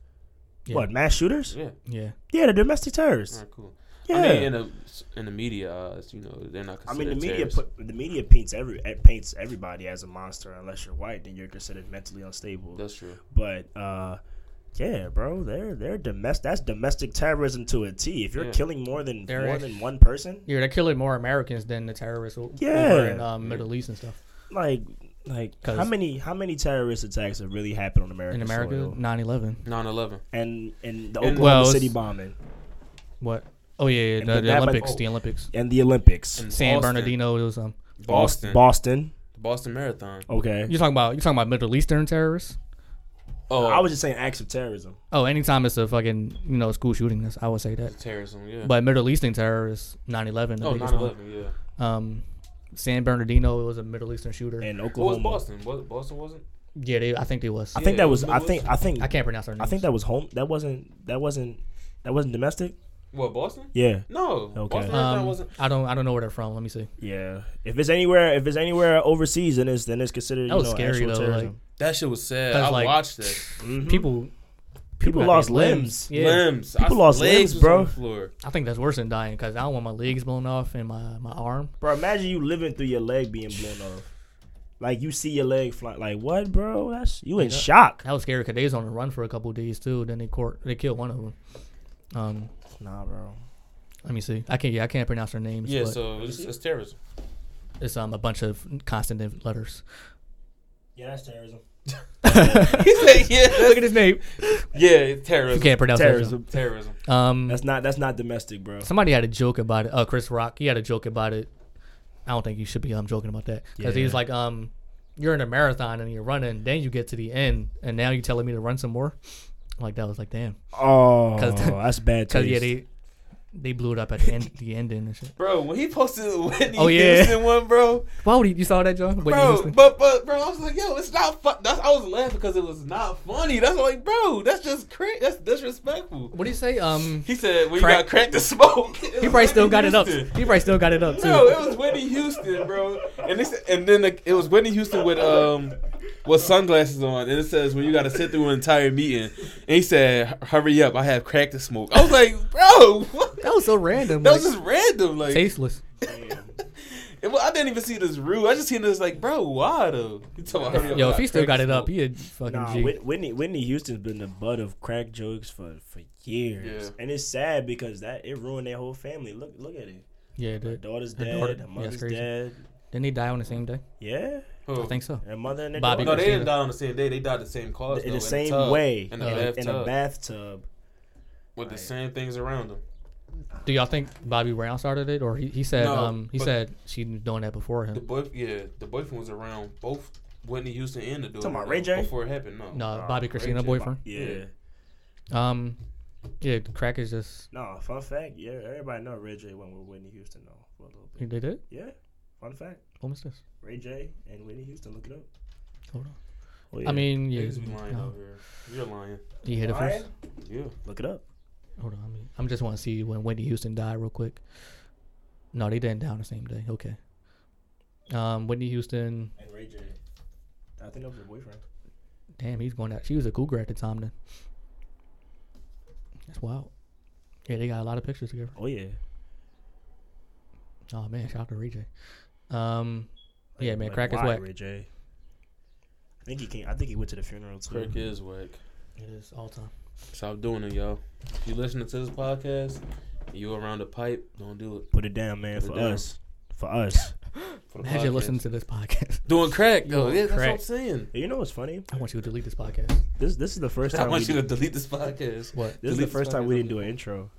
E: Yeah.
D: What mass shooters?
C: Yeah.
E: Yeah.
D: Yeah, the domestic
C: All
D: terrorists.
C: right, cool.
D: Yeah.
C: I mean, in the in the media eyes, you know, they're not
D: I
C: considered
D: mean, the media
C: terrorists.
D: put, the media paints every eh, paints everybody as a monster unless you're white, then you're considered mentally unstable.
C: That's true.
D: but uh, yeah, bro, they're they're domestic. That's domestic terrorism to a T. If you're
C: Yeah.
D: killing more than
E: They're
D: more
E: act-
D: than one person,
E: Yeah, they're killing more Americans than the terrorists o- over
D: Yeah.
E: in um, Middle East and stuff.
D: like like
E: 'Cause-
D: how many how many terrorist attacks have really happened on American
E: In America,
D: soil?
E: 9-11.
C: 9-11
D: and and the
C: And-
D: Oklahoma
E: Well,
D: City
E: it's-
D: bombing
E: What? Oh yeah, yeah
D: And
E: the,
D: the
E: the
D: Napa-
E: Olympics.
C: oh.
E: The Olympics.
D: and the Olympics,
C: In
E: San
C: Boston.
E: Bernardino. It was um.
C: Boston, Boston,
D: Boston.
C: Marathon.
D: Okay,
E: You talking about you talking about Middle Eastern terrorists?
C: Oh,
D: I was just saying acts of terrorism.
E: Oh, anytime it's a fucking you know school shooting, that's, I would say that.
C: terrorism. Yeah.
E: But Middle Eastern terrorists, 9-11. The
C: oh,
E: biggest one.
C: 9-11, Yeah.
E: Um, San Bernardino. It was a Middle Eastern shooter.
D: And
C: What was
D: Oklahoma.
C: Boston? Was Boston wasn't?
E: yeah, they, I think they was.
D: I
E: I,
D: think
C: Yeah,
D: that
C: it
D: was.
C: was
D: I think. I think.
E: can't pronounce their names.
D: I think that was home. That wasn't. That wasn't. That wasn't domestic.
C: What Boston?
D: Yeah,
C: No,
D: Okay.
C: Boston Red Sox
E: Um,
C: wasn't.
E: I don't I don't know where they're from. Let me see.
D: yeah. If it's anywhere, if it's anywhere overseas, then it's then it's considered.
E: That
D: you
E: was
D: know,
E: scary
D: actual
E: though. Like
D: terrorism. Mm-hmm.
C: That shit was sad.
E: 'Cause,
C: I
E: like,
C: watched that.
E: people,
D: people
E: got
D: lost
E: their
D: limbs.
E: Yeah,
C: Limbs.
D: People
C: I,
D: lost limbs,
C: legs was
D: bro.
C: On the floor.
E: I think that's worse than dying because I don't want my legs blown off and my my arm.
D: Bro, imagine you living through your leg being blown off. Like you see your leg fly. Like what, bro? That's you in
E: Yeah.
D: shock.
E: That was scary because they was on the run for a couple of days too. Then they court they killed one of them. Um,
D: Nah, bro.
E: let me see. I can't yeah I can't pronounce their names.
C: Yeah,
E: but
C: so it's, it's terrorism.
E: it's um a bunch of consonant letters.
D: Yeah, that's terrorism.
C: He said, yeah,
E: Look at his name.
C: yeah, it's
E: You
C: terrorism.
E: can't pronounce terrorism.
D: Terrorism.
C: Terrorism.
E: Um,
D: That's not that's not domestic, bro.
E: Somebody had a joke about it. Uh, Chris Rock. He had a joke about it. I don't think you should be um joking about that because
D: Yeah.
E: he's like um, you're in a marathon and you're running, then you get to the end, and now you're telling me to run some more. Like that was like damn,
D: Oh,
E: 'Cause-
D: that's bad
E: because
D: taste.
E: yeah they they blew it up at the end the ending and shit.
C: Bro, when he posted the Whitney
E: Oh, yeah.
C: Houston one, bro,
E: Why would he, you saw that John?
C: bro, but but bro, I was like, yo, it's not fun. That's I was laughing because it was not funny. That's like, bro, that's just cra- that's disrespectful.
E: what do you say? Um,
C: He said when
E: Crack-
C: you got cracked the smoke, he
E: he probably still got it up. He probably still got it up too.
C: No, it was Whitney Houston, bro. And this, and then the, it was Whitney Houston with um with sunglasses on, and it says when you got to sit through an entire meeting. And he said, "Hurry up, I have crack to smoke." I was like, "Bro, what?
E: that was so random.
C: that
E: Like,
C: was just random." Like,
E: tasteless.
C: it, wa- I didn't even see this rude. I just seen this like, "Bro, why though?" You talking about hurry up,
E: Yo,
C: I
E: if he still
C: crack
E: got
C: to
E: it up,
C: smoke.
E: he a fucking
D: Nah,
E: G.
D: Whit- Whitney Whitney Houston's been the butt of crack jokes for for years,
C: Yeah.
D: and it's sad because that it ruined their whole family. Look look at it.
E: yeah,
D: Her
E: dude.
D: daughter's
E: Her
D: dead.
E: daughter-
D: her
E: yeah, it's
D: mother's
E: crazy.
D: dead.
E: Didn't he die on the same day?
D: Yeah,
C: Who?
E: I think so.
D: her mother and her
E: Bobby
C: No,
D: daughter
C: they didn't die on the same day. They died the same cause
D: in
C: though,
D: the same
C: tub,
D: way
C: in a
E: Yeah.
C: bathtub
D: in a bathtub.
C: with the
D: Right.
C: same things around them.
E: Do y'all think Bobby Brown started it, or he, he said
C: No,
E: um he
C: but-
E: said she was doing that before
C: The
E: him?
C: boy, yeah, the boyfriend was around both Whitney Houston and the dude.
D: Talking about
C: uh,
D: Ray J?
C: before it happened. No,
E: No,
D: Uh,
E: Bobby
D: Ray
E: Christina
D: J.
E: boyfriend.
D: Yeah.
E: Um, yeah, the crack is just
D: No, fun fact. Yeah, everybody know Ray J went with Whitney Houston though for a little
E: they
D: bit.
E: did it.
D: Yeah, fun fact.
E: What was this?
D: Ray J and Whitney Houston. Look it up.
E: Hold on.
D: Oh, yeah.
E: I mean, yeah,
C: Niggas be lying
E: no.
C: out here. You're lying.
E: you hit it
D: Lying?
E: first.
C: Yeah.
D: look it up.
E: Hold on, I mean, I'm just want to see when Wendy Houston died real quick. No, they didn't die on the same day. Okay. Um, Whitney Houston.
D: And Ray J. I think that was her boyfriend.
E: Damn, he's going out. She was a cougar at the time then. That's wild. Yeah, they got a lot of pictures together.
D: Oh yeah.
E: Oh man, shout out to Ray J. Um, yeah, man,
D: Like,
E: crack is
D: why
E: whack.
D: Ray J. I think he came. I think he went to the funeral too.
C: Kirk is whack.
E: It is all time.
C: Stop doing it, y'all. If you listening to this podcast, and you around the pipe, don't do it.
D: Put it down, man.
C: Put it
D: for
C: down.
D: us. For us.
C: For the
E: Imagine
C: podcast.
E: listening to this podcast.
C: Doing crack, though. Yeah, that's what I'm
E: crack.
C: saying.
D: Hey, you know what's funny?
E: I want you to delete this podcast.
D: This this is the first
C: I
D: time. We,
C: want you to
D: did-
C: delete this podcast.
E: What?
D: this is
C: delete
D: the
C: this
D: first time
C: podcast
D: we
C: on
D: didn't
C: the-
D: do an intro.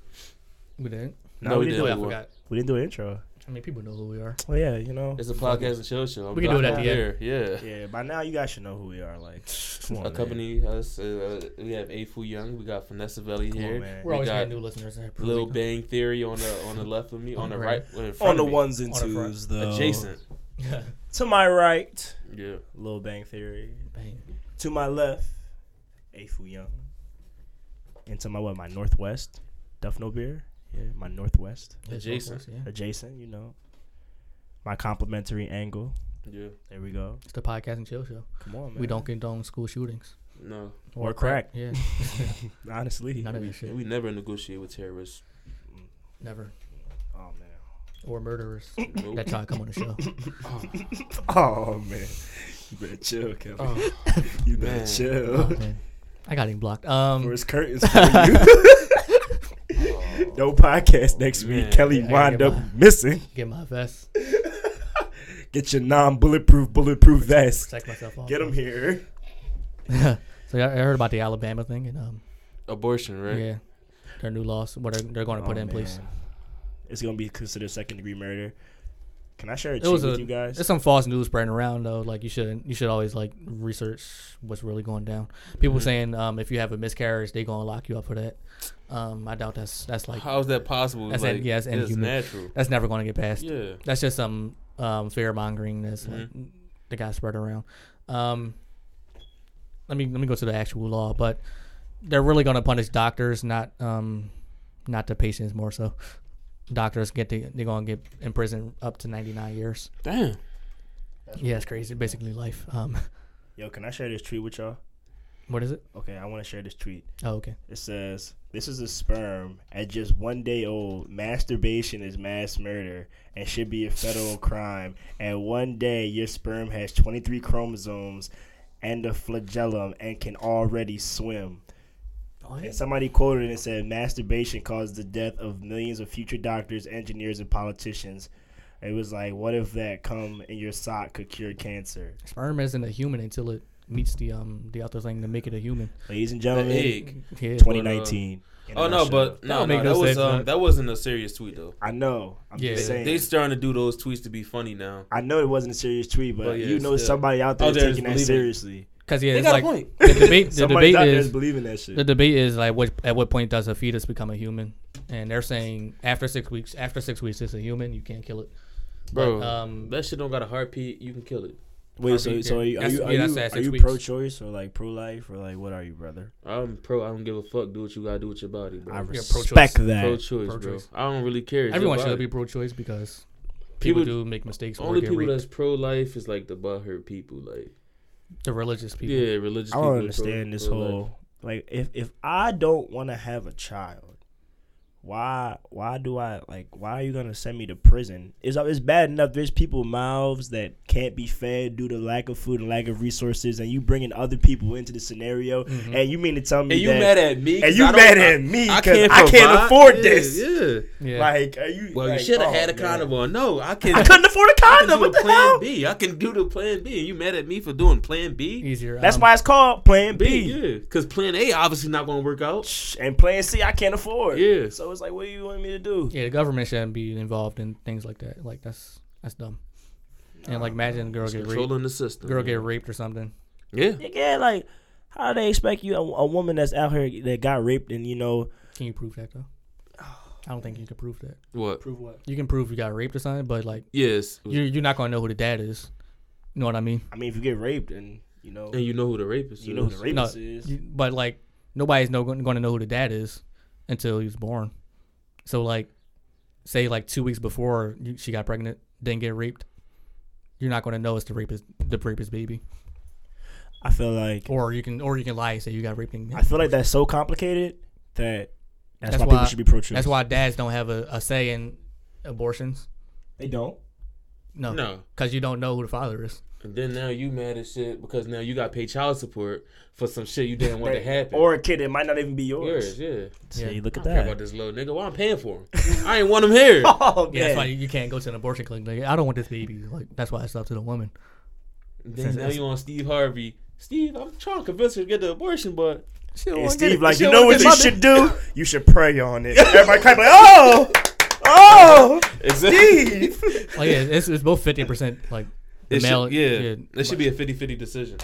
E: We didn't?
D: No,
C: No,
D: we,
C: we
D: didn't.
E: Oh,
D: Do
E: yeah, I
C: we
E: forgot.
D: it. we didn't do an intro.
E: I mean, people know who we are.
D: Oh yeah, you know.
C: It's a podcast and show show. I'm
E: We can do it
C: glad
E: at
C: I'm
E: the end.
C: here. Yeah.
D: Yeah, by now you guys should know who we are. Like, come on, man.
C: Accompany us. Uh, we have A Fu Young. We got Vanessa Velli
D: Come on,
C: here.
D: man.
E: We're
C: We
E: always
C: got
E: getting new listeners. I approve.
C: Lil Bang Theory on the on the left of me, on the
E: Right.
C: right, well, in front
D: on the
C: of me.
D: ones and
E: On the Oh. front.
D: twos, though.
C: adjacent.
D: To my right,
C: Yeah.
D: Lil Bang Theory.
E: Bang.
D: To my left, Afu Young. And to my what? My northwest, Duff No Beer. Yeah, my northwest,
E: That's
C: Adjacent.
E: what it was, yeah.
D: adjacent. You know, my complimentary angle.
C: Yeah.
D: There we go.
E: It's the podcast and chill show.
D: Come on, man.
E: We don't condone school shootings
C: No.
D: Or crack.
E: Yeah,
D: honestly.
E: none of that
C: Yeah,
E: shit.
C: we never negotiate with terrorists.
E: Never.
D: Oh man.
E: Or murderers
C: Nope.
E: that try to come on the show.
D: Oh man. You better chill, Kevin. you better
C: man.
D: chill.
E: Oh. Man, Oh. I got him blocked. Um,
D: Or it's curtains for you. no podcast next
C: man.
D: week. Kelly
E: Yeah, I
D: wind
E: get
D: up
E: mine.
D: missing.
E: get my vest.
D: Get your non bulletproof bulletproof vest.
E: Protect myself off.
D: Get him here.
E: So yeah, I heard about the Alabama thing and um,
C: Abortion, right?
E: yeah, their new laws. What are they're going to put
D: Oh,
E: in place?
D: man. It's gonna be considered second degree murder. Can I share a
E: It
D: cheat
E: was
D: with
E: a.
D: you guys?
E: There's some false news spreading around though. Like you shouldn't. You should always like research what's really going down.
D: Mm-hmm.
E: People saying um, if you have a miscarriage, they gonna lock you up for that. Um, I doubt that's that's like
C: How is that possible?
E: That's
C: like,
E: in- yeah, it's
C: it's
E: inhuman.
C: natural.
E: that's never gonna get past.
C: Yeah.
E: That's just some um, fear mongering that's like,
D: Mm-hmm.
E: that got spread around. Um, let me let me go to the actual law, but they're really gonna punish doctors, not um, not the patients more so. Doctors get the, they're gonna get in prison up to ninety nine years.
C: Damn.
E: Yeah, it's crazy. Basically life. Um,
D: Yo, can I share this tweet with y'all?
E: what is it?
D: Okay, I want to share this tweet.
E: Oh, okay.
D: It says, "This is a sperm at just one day old. Masturbation is mass murder and should be a federal crime. At one day, your sperm has 23 chromosomes and a flagellum and can already swim." And somebody quoted it and said, "Masturbation caused the death of millions of future doctors, engineers, and politicians." It was like, "What if that cum in your sock could cure cancer?"
E: Sperm isn't a human until it meets the um the other thing to make it a human.
D: Ladies and
C: The
D: gentlemen,
C: egg.
E: Yeah.
D: 2019. in a
C: Oh no,
D: nutshell.
C: but
E: That
C: no,
E: would
C: no,
E: make
C: that
E: no
C: was
E: sense,
C: um,
E: man.
C: that wasn't a serious tweet though.
D: I know. I'm
E: Yeah.
D: just saying.
C: They starting to do those tweets to be funny now.
D: I know it wasn't a serious tweet, but
C: Well, yeah,
D: you know
C: still.
D: somebody out there
C: Out
D: is
C: there is
D: taking that
C: believing.
D: seriously.
E: Because yeah,
C: They
E: it's
C: got
E: like
C: a point.
E: the debate. The
D: Somebody
E: debate
D: out there is
E: is
D: believing that shit.
E: the debate is like what at what point does a fetus become a human? And they're saying after six weeks, after six weeks, it's a human. You can't kill it.
C: Bro,
E: But, um,
C: that shit don't got a heartbeat. You can kill it.
D: Wait, so, so are you are
E: That's-
D: you,
E: yeah,
D: are
E: that's
D: you,
E: at
D: are
E: six
D: you
E: weeks.
D: pro-choice or like pro-life or like what are you, brother?
C: I'm pro. I don't give a fuck. Do what you gotta do with your body, bro.
D: I
E: pro-choice.
D: respect that.
C: pro choice, bro.
E: pro-choice.
C: I don't really care. It's your
E: Everyone should
C: body.
E: be pro-choice because people,
C: People-
E: do make mistakes. Or
C: Only
E: get
C: people
E: raped.
C: that's pro life is like the butthurt people, like
E: the religious people.
C: yeah, religious.
D: Mm-hmm. I
C: people
D: don't
C: are
D: understand
C: pro-
D: this
C: pro-life.
D: whole like if if I don't want to have a child, why why do I like why are you gonna send me to prison? It's it's bad enough. There's people mouths that can't be fed due to lack of food and lack of resources, and you bringing other people into the scenario, Mm-hmm. and you mean to tell me
C: And you
D: that-
C: mad at me? 'cause
D: and you
C: I don't-
D: mad at me because I can't,
C: provide?
D: afford
C: Yeah,
D: this.
C: Yeah.
E: Yeah.
D: Like, are you?
C: Well,
D: like,
C: you should have
D: oh,
C: had a
D: man.
C: carnivore. No, I can.
D: I couldn't afford a
C: I can
D: condom.
C: do
D: What
C: the
D: the
C: plan
D: hell?
C: B. I can do the plan B. You mad at me for doing plan B?
E: easier.
D: That's
E: um,
D: why it's called Plan
C: B,
D: B.
C: yeah. Because plan A obviously not going to work out.
D: And Plan C, I can't afford.
C: Yeah.
D: So it's like, what do you want me to do?
E: Yeah, the government shouldn't be involved in things like that. Like that's that's dumb. and like imagine a girl get raped,
C: Controlling the system.
E: girl get
C: man.
E: raped or something.
C: Yeah.
D: Again, like, how do they expect you, a, a woman that's out here that got raped and you know,
E: Can you prove that though? I don't think you can prove that.
C: What?
D: prove what?
E: You can prove you got raped or something, but like
C: Yes.
E: you you're not gonna know who the dad is. You know what I mean?
D: I mean, if you get raped and you know,
C: And you know who the rapist is.
D: you know who the
E: No,
D: rapist is.
E: you- but like nobody's no going to know who the dad is until he was born. So like, say like two weeks before you, she got pregnant, didn't get raped. You're not going to know it's the rapist, the rapist baby,
D: I feel like
E: or you can, or you can lie and say you got raped. And,
D: I feel like that's so complicated that that's,
E: That's
D: why,
E: why-
D: people should be pro-choice.
E: that's why dads don't have a, a say in abortions.
D: they don't.
E: No,
C: No.
E: because you don't know who the father is.
C: And then now you mad as shit because now you got to pay child support for some shit you didn't want to happen.
D: Or a kid, it might not even be
C: Yours,
D: yours.
C: yeah.
D: See,
E: Yeah.
D: look at
C: I care
D: that.
C: about this little nigga. Why I'm paying for him? I ain't want him here.
D: Oh
E: Yeah,
D: man,
E: that's why you, you can't go to an abortion clinic. Like, I don't want this baby. Like that's why it's up to the woman.
C: then now you on Steve Harvey. Steve, I'm trying to convince her to get the abortion, but she don't
D: And
C: wanna get
D: Steve,
C: it.
D: like,
C: She
D: you
C: don't
D: know
C: wanna
D: what
C: get
D: you
C: it.
D: should do? You should pray on it. Everybody clap like, oh, oh,
C: Exactly.
D: Steve.
E: Like Oh, yeah, it's, it's both fifty percent like the
C: It should-
E: male.
C: yeah, it should be a 50-50 decision,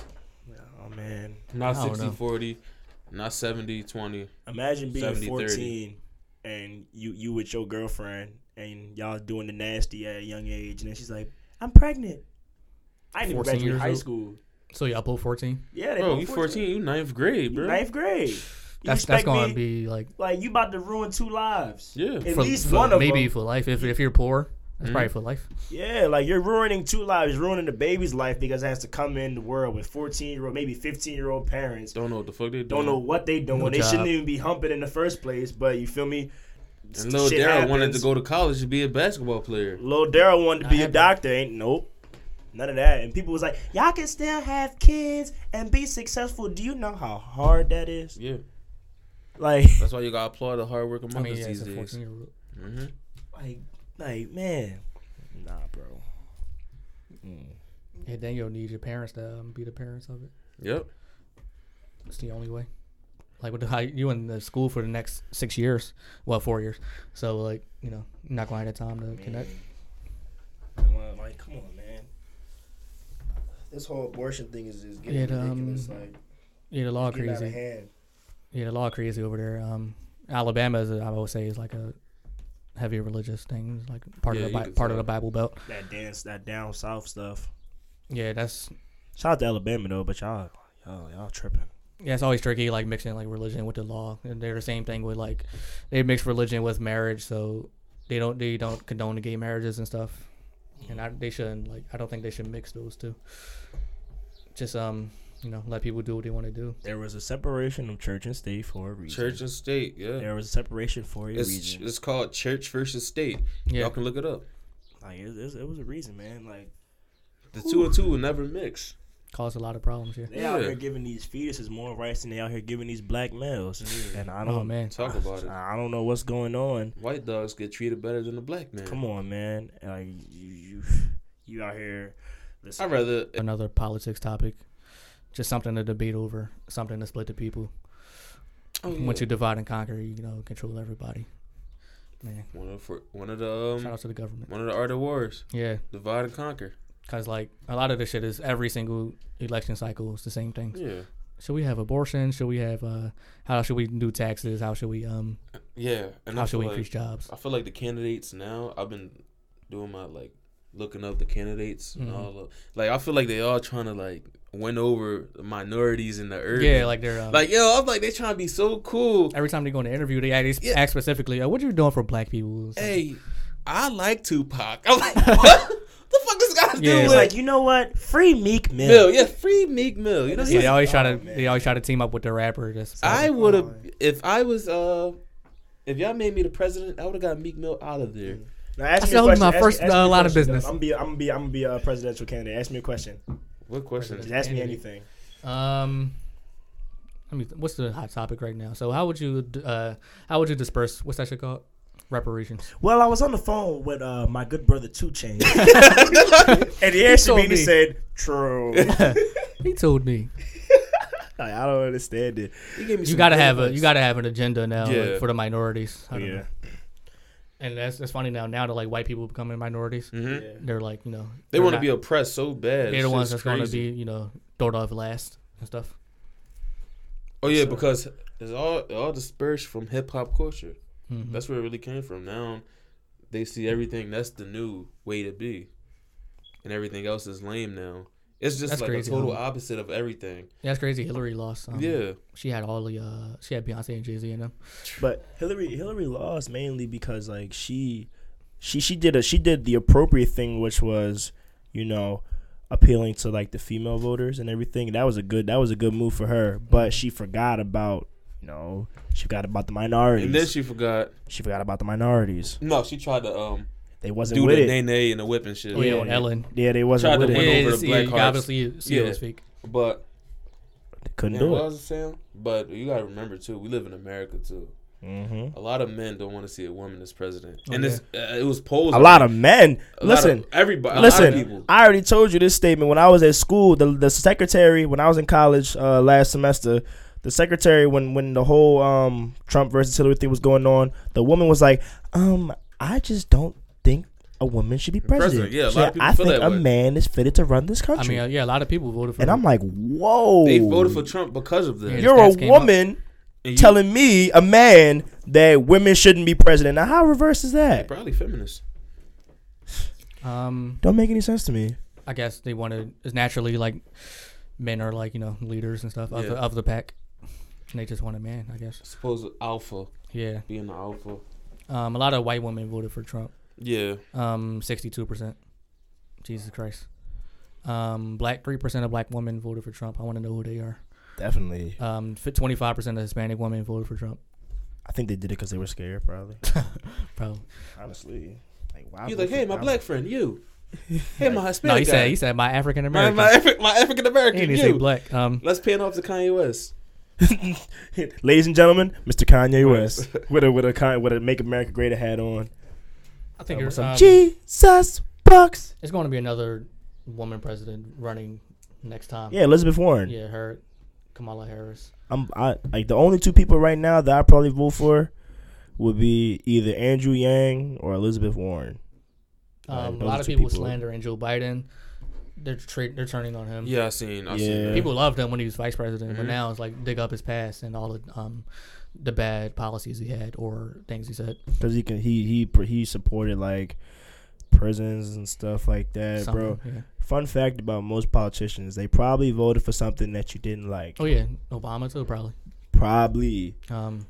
D: Oh man,
C: not
E: I don't know.
C: 60-40, not 70-20.
D: imagine being
C: 70, 30.
D: 14 and you you with your girlfriend and y'all doing the nasty at a young age, and then she's like, I'm pregnant. I didn't even
E: 14
D: graduate
E: years
D: high
E: old?
D: school.
E: So you upload fourteen.
D: Yeah, they
C: Bro,
D: both
C: you 14, you ninth grade, bro.
D: ninth grade. You
E: That's that's
D: expect
E: going
D: me-
E: to be like
D: like you about to ruin two lives.
C: Yeah.
D: at
E: for,
D: least
E: for-
D: one of
E: maybe
D: them.
E: for life. If if you're poor, that's probably
C: Mm-hmm.
E: for life.
D: Yeah, like you're ruining two lives, ruining the baby's life because it has to come in the world with 14 year old, maybe 15 year old parents.
C: Don't know what the fuck they
D: Don't know what they doing.
E: No
D: they
E: job.
D: shouldn't even be humping in the first place. But you feel me?
C: And Lil
D: Shit
C: Daryl wanted to
D: happens.
C: go to college to be a basketball player.
D: Lil Daryl wanted to be a
E: happening.
D: doctor. Ain't nope. None of that. And people was like, y'all can still have kids and be successful. Do you know how hard that is?
C: Yeah,
D: Like,
C: that's why you gotta applaud the hard working
E: I
C: mothers
E: mean, yeah, it's
C: these
E: a
C: days.
E: fourteen year old.
C: hmm
D: like, like, man. Nah, bro. Mm.
E: And then you'll need your parents to um, be the parents of it.
C: Yep.
E: It's the only way. Like with the high, you in the school for the next six years, well, four years. So like you know, you're not going to have the time to connect.
D: Come on, like, come on, man. This whole abortion thing is just getting
E: It, um,
D: ridiculous. Like,
E: Yeah, the law
D: getting out of
E: crazy.
D: hand.
E: Yeah, the law crazy over there. Um, Alabama is, a, I would say, is like a heavy religious thing, It's like part
C: Yeah,
E: of
C: you
E: the Bi-
C: can
E: part of
C: tell.
E: the Bible Belt.
D: That dance, that down south stuff.
E: Yeah, that's
D: Shout out to Alabama though, but y'all, y'all, y'all tripping.
E: Yeah, it's always tricky, like mixing like religion with the law, and they're the same thing with like they mix religion with marriage, so they don't they don't condone the gay marriages and stuff, and I, they shouldn't like I don't think they should mix those two. Just um, you know, let people do what they want to do.
D: There was a separation of church and state for a reason.
C: Church and state, yeah.
D: There was a separation for a
C: It's,
D: reason.
C: it's called church versus state.
E: Yeah.
C: Y'all can look it up.
D: Like it, it, it was a reason, man. Like
C: The two and two will never mix.
E: Cause a lot of problems here.
D: they out
C: Yeah.
D: here giving these fetuses more rights than they out here giving these black males. And I don't,
E: Oh man,
C: Talk about it.
D: I don't know what's going on.
C: White dogs get treated better than the black man.
D: Come on, man. Like you, you, you out here. Listen,
C: I'd rather
E: another politics topic, just something to debate over, something to split the people.
C: oh, yeah.
E: Once you divide and conquer, you know, control everybody. Man,
C: one of for, one of the
E: shout
C: um,
E: out to the government.
C: one of the art of wars,
E: Yeah,
C: divide and conquer.
E: cause like a lot of this shit is every single election cycle is the same thing.
C: Yeah,
E: Should we have abortion? Should we have uh how should we do taxes? How should we um
C: yeah. And
E: how
C: I
E: should
C: feel
E: we
C: like,
E: increase jobs?
C: I feel like the candidates now. I've been doing my like looking up the candidates and
E: Mhm.
C: all of like I feel like they all trying to like win over the minorities in the urban.
E: Yeah, like they're um,
C: like yo, I'm like they trying to be so cool.
E: every time they go on an interview, they ask,
C: Yeah.
E: ask specifically, oh, "What you doing for Black people?" It's like,
C: Hey, I like Tupac. I'm like, what the fuck this guy
E: Yeah,
C: doing?
E: it's
D: it's like you know what? Free Meek Mill.
C: Mill, yeah, free Meek Mill. You know,
E: yeah,
C: he's
E: they always try to
D: oh, man.
E: they always try to team up with the rapper. That's
C: I would have if I was uh if y'all made me the president, I would have got Meek Mill out of there.
D: Now, ask
E: I
D: me a
E: said,
D: question.
E: my
D: Ask-
E: first,
D: ask me
E: uh,
D: a
E: line of
D: question,
E: business.
D: though. I'm be, I'm gonna be, I'm gonna be a presidential candidate. Ask me a question.
C: What question?
D: Just ask me
E: Candidate.
D: anything.
E: Um, I mean, what's the hot topic right now? So how would you uh how would you disperse? What's that shit called? Reparations.
D: Well, I was on the phone with uh, my good brother Two Chains, and he answered
E: told
D: me and he
E: me.
D: said, "True." like,
E: He told me
D: I don't understand it.
C: He gave me
E: you
C: some
E: gotta
C: good
E: have a
C: advice.
E: you gotta have an agenda now like,
C: Yeah.
E: for the minorities. I don't
D: Yeah.
E: know. And that's that's funny now. Now that like white people becoming minorities,
C: Mhm.
D: Yeah.
E: they're like you know
C: They
E: they're
C: want to
E: not-
C: be oppressed so bad.
E: they're the ones
C: Shit's
E: that's gonna be
C: crazy.
E: you know thrown off last and stuff.
C: Oh yeah, because it's all it all dispersed from hip hop culture.
E: Mhm.
C: That's where it really came from. Now they see everything. That's the new way to be, and everything else is lame now. It's just
E: That's
C: like
E: crazy,
C: a total
E: huh?
C: opposite of everything.
E: Yeah, that's crazy. Hillary lost. Um,
C: yeah,
E: she had all the uh she had Beyonce and Jay Z in them.
D: But Hillary, Hillary lost mainly because like she, she, she did a she did the appropriate thing, which was, you know, appealing to like the female voters and everything. That was a good that was a good move for her. But she forgot about. You know, she forgot about the minorities.
C: and then she forgot.
D: She forgot about the minorities.
C: No, she tried to um
D: They wasn't
C: do
D: with
C: the
D: it.
C: nay nay and the whipping shit.
E: Oh yeah, on Ellen.
D: Yeah, they wasn't
C: Tried to
D: with
E: Yeah,
C: win
D: it.
E: yeah,
C: over the
E: see,
C: black
E: you can
C: hearts.
E: obviously see
C: Yeah.
E: those fake.
C: But
D: They couldn't
C: Yeah,
D: do
C: what I
D: it.
C: was saying, but you gotta remember too, we live in America too.
D: hmm
C: A lot of men don't want to see a woman as president,
E: Mm-hmm. Oh,
C: and it's uh, it was polls.
D: A lot of men. listen,
C: everybody, a lot of
D: listen.
C: people.
D: I already told you this statement when I was at school. The the secretary when I was in college uh, last semester. The secretary when when the whole um, Trump versus Hillary thing was going on, the woman was like, um, I just don't think. A woman should be
C: president,
D: president.
C: yeah, a
D: She
C: lot of
D: said,
C: people
D: I
C: feel
D: think
C: that
D: a
C: way."
D: man is fitted to run this
E: I
D: country.
E: mean, uh, yeah, a lot of people voted for.
D: and
E: her.
D: I'm like, whoa.
C: They voted for Trump because of that.
E: Yeah.
D: You're a
E: Stats came up.
D: woman
C: And you-
D: telling me, a man, that women shouldn't be president. Now, how reverse is that?
C: probably feminist.
E: um,
D: Don't make any sense to me.
E: I guess they wanted it's naturally like men are like you know leaders and stuff of the
C: Yeah.
E: of the pack, and they just want a man. I guess.
C: Suppose alpha
E: Yeah.
C: being the alpha.
E: Um, a lot of white women voted for Trump.
C: Yeah,
E: Um, sixty-two percent. Jesus Christ. Um, black three percent of black women voted for Trump. I want to know who they are.
D: Definitely.
E: Um, twenty-five percent of Hispanic women voted for Trump.
D: I think they did it because they were scared, probably.
E: Probably.
D: Honestly. Like, why?
C: he's
D: would
C: like, hey,
D: you-
C: my
D: I'm-
C: black friend, you. Hey, my Hispanic
E: No, he
C: guy.
E: said he said my African
C: my
E: American.
C: my, Afri- my African
E: He
C: American,
E: didn't say
C: you.
E: black. Um,
C: Let's pan off to Kanye West.
D: Ladies and gentlemen, Mr. Kanye West with a with a con- with a Make America Greater hat on.
E: I think
D: Uh, with
E: there's
D: some
E: um,
D: Jesus bucks.
E: it's going to be another woman president running next time.
D: Yeah, Elizabeth Warren.
E: Yeah, her, Kamala Harris.
D: I'm I like the only two people right now that I probably vote for would be either Andrew Yang or Elizabeth Warren. Like,
E: Um, a
D: those
E: lot of
D: two
E: people,
D: people.
E: slandering Joe Biden. They're tra- they're turning on him.
C: Yeah, I seen. I
D: Yeah. Mm-hmm.
C: seen. that.
E: People loved him when he was vice president, but
C: Mhm.
E: now it's like dig up his past and all the um the bad policies he had or things he said.
D: because he can he he pr- he supported like prisons and stuff like that, bro.
E: Something, yeah.
D: Fun fact about most politicians: they probably voted for something that you didn't like.
E: Oh yeah, Obama too probably.
D: Probably,
E: Um,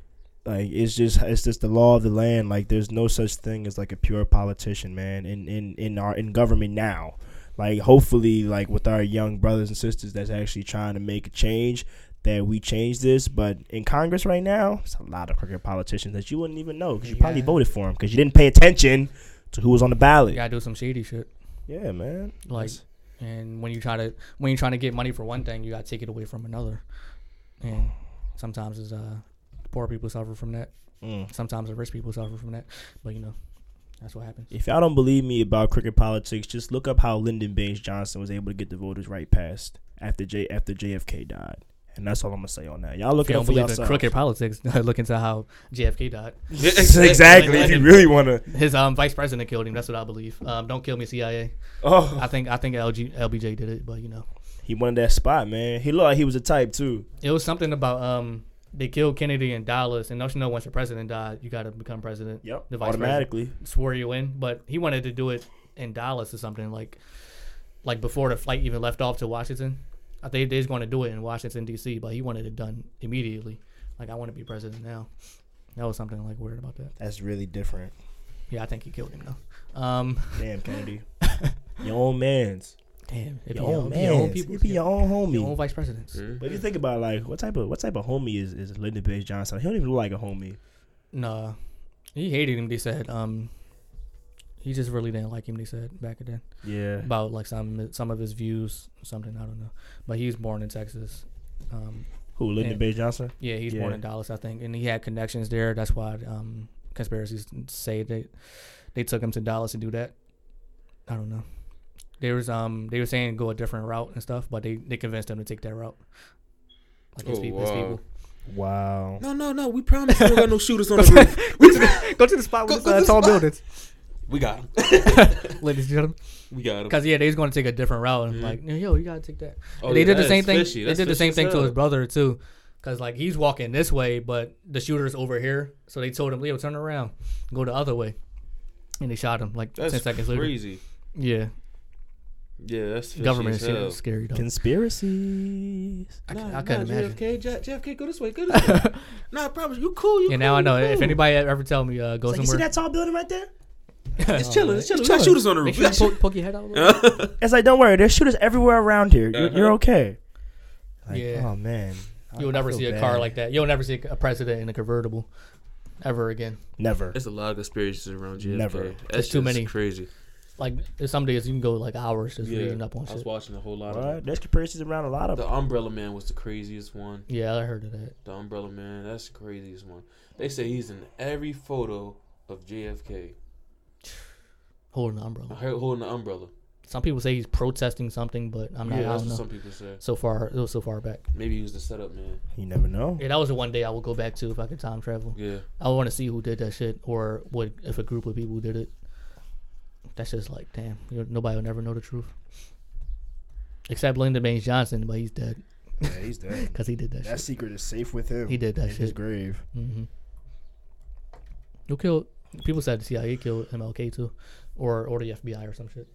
D: like it's just it's just the law of the land. Like there's no such thing as like a pure politician, man. In in in our in government now, like hopefully, like with our young brothers and sisters that's actually trying to make a change, that we change this. But in Congress right now, it's a lot of crooked politicians that you wouldn't even know because you probably
E: Yeah.
D: voted for them because you didn't pay attention to who was on the ballot.
E: you gotta do some shady shit.
D: Yeah, man.
E: Like,
D: That's-
E: and when you try to when you're trying to get money for one thing, you gotta take it away from another. And sometimes it's uh, poor people suffer from that.
D: Mm.
E: Sometimes the rich people suffer from that. But you know, that's what happens.
D: If y'all don't believe me about cricket politics, just look up how Lyndon Baines Johnson was able to get the voters right past after J after JFK died, and that's all I'm gonna say on that. Y'all look
E: If you
D: it up
E: don't
D: for
E: believe in
D: yourselves.
E: crooked politics, look into how JFK died.
D: exactly. If you really wanna,
E: His um, vice president killed him. That's what I believe. Um, don't kill me, CIA.
D: oh,
E: I think I think LG, LBJ did it, but you know,
D: he wanted that spot, man. He looked like he was a type too.
E: it was something about um, they killed Kennedy in Dallas, and don't you know once the president died, you got to become president. the vice president
D: automatically.
E: swore you in, but he wanted to do it in Dallas or something like, like before the flight even left off to Washington. I think they was going to do it in Washington D.C., but he wanted it done immediately. Like I want to be president now. That was something like weird about that.
D: That's really different.
E: Yeah, I think he killed him though. Um,
D: Damn, Kennedy, your own man's,
E: damn, it be
D: your own
E: it be your own
D: man's,
E: people,
D: you be your own homie.
E: your own vice presidents.
C: Hmm?
D: but if you think about it, like what type of what type of homie is is Lyndon Baines Johnson? He don't even look like a homie.
E: Nah, he hated him. They said um, he just really didn't like him. They said back then
D: Yeah,
E: about like some some of his views, or something I don't know. But he was born in Texas. Um,
D: who Lyndon
E: Yeah.
D: Baines Johnson?
E: yeah, he's born
D: Yeah.
E: in Dallas, I think, and he had connections there. That's why um, conspiracies say they they took him to Dallas to do that. I don't know. They was um they were saying go a different route and stuff, but they, they convinced him to take that route. Like his
C: Oh,
E: people, his
C: wow.
E: people.
D: Wow.
C: No, no, no. We promise we don't got no shooters on the roof.
E: Go to the spot
C: with Go- the, go to uh, the tall spot. buildings. We got him.
E: ladies and gentlemen.
C: We got him.
E: Because yeah, they was going to take a different route. And like, yo, you gotta take that.
C: Mm-hmm. Oh,
E: And they
C: yeah,
E: did the
C: that
E: same
C: is
E: thing.
C: fishy.
E: They
C: That's
E: did the
C: fishy
E: same
C: as
E: thing to
C: hell.
E: his brother too, because like he's walking this way, but the shooter's over here. So they told him, Leo, turn around, go the other way, and they shot him like
C: That's
E: ten seconds later.
C: crazy.
E: Yeah,
C: Yeah, that's fishy government
E: government is
C: as hell.
E: shit is scary though.
D: Conspiracies.
E: I,
C: Nah,
E: I couldn't
C: nah,
E: imagine.
C: JFK, J- JFK, go this way, go this way. nah, I promise you cool. You
E: And now I
C: cool,
E: know
C: you
E: if
C: cool.
E: anybody ever tell me uh, go
D: Like, you see
E: somewhere,
D: that tall building right there?
C: it's chilling, it's chilling.
D: It's
C: We got
D: chilling.
C: shooters on the
E: Oh, make
C: roof.
E: sure you poke, poke your head out. A little bit.
D: It's like, don't worry, there's shooters everywhere around here. You're, you're
C: Uh-huh.
D: okay. Like,
E: Yeah.
D: Oh man. I-
E: You'll
D: I
E: never
D: feel
E: see a
D: bad.
E: car like that. You'll never see a president in a convertible, ever again.
D: Never.
C: There's a lot of conspiracies around JFK.
D: Never.
C: That's
E: There's too
C: just
E: many.
C: Crazy.
E: Like there's some days you can go like hours just
C: Yeah,
E: reading up on
C: I was
E: shit.
C: watching a whole lot of.
D: What? There's conspiracies around a lot of.
C: The Umbrella Man was the craziest one.
E: Yeah, I heard of that.
C: The Umbrella Man, that's the craziest one. They say he's in every photo of JFK.
E: Holding the
C: I
E: umbrella.
C: heard holding the umbrella.
E: Some people say he's protesting something, but I'm not.
C: Yeah,
E: I
C: that's what
E: don't know.
C: some people say.
E: So far, it was so far back.
C: Maybe he was the setup man.
D: You never know.
E: Yeah, that was the one day I would go back to if I could time travel.
C: Yeah.
E: I want to see who did that shit or what if a group of people did it. That's just like, damn, you know, nobody will never know the truth. Except Lyndon Baines Johnson, but he's dead
D: Yeah, he's dead.
E: because he did that
D: That
E: shit.
D: secret is safe with him.
E: He did that
D: in his
E: shit.
D: grave.
E: Mm-hmm. Who killed? People said the CIA killed MLK too, or or the FBI or some shit.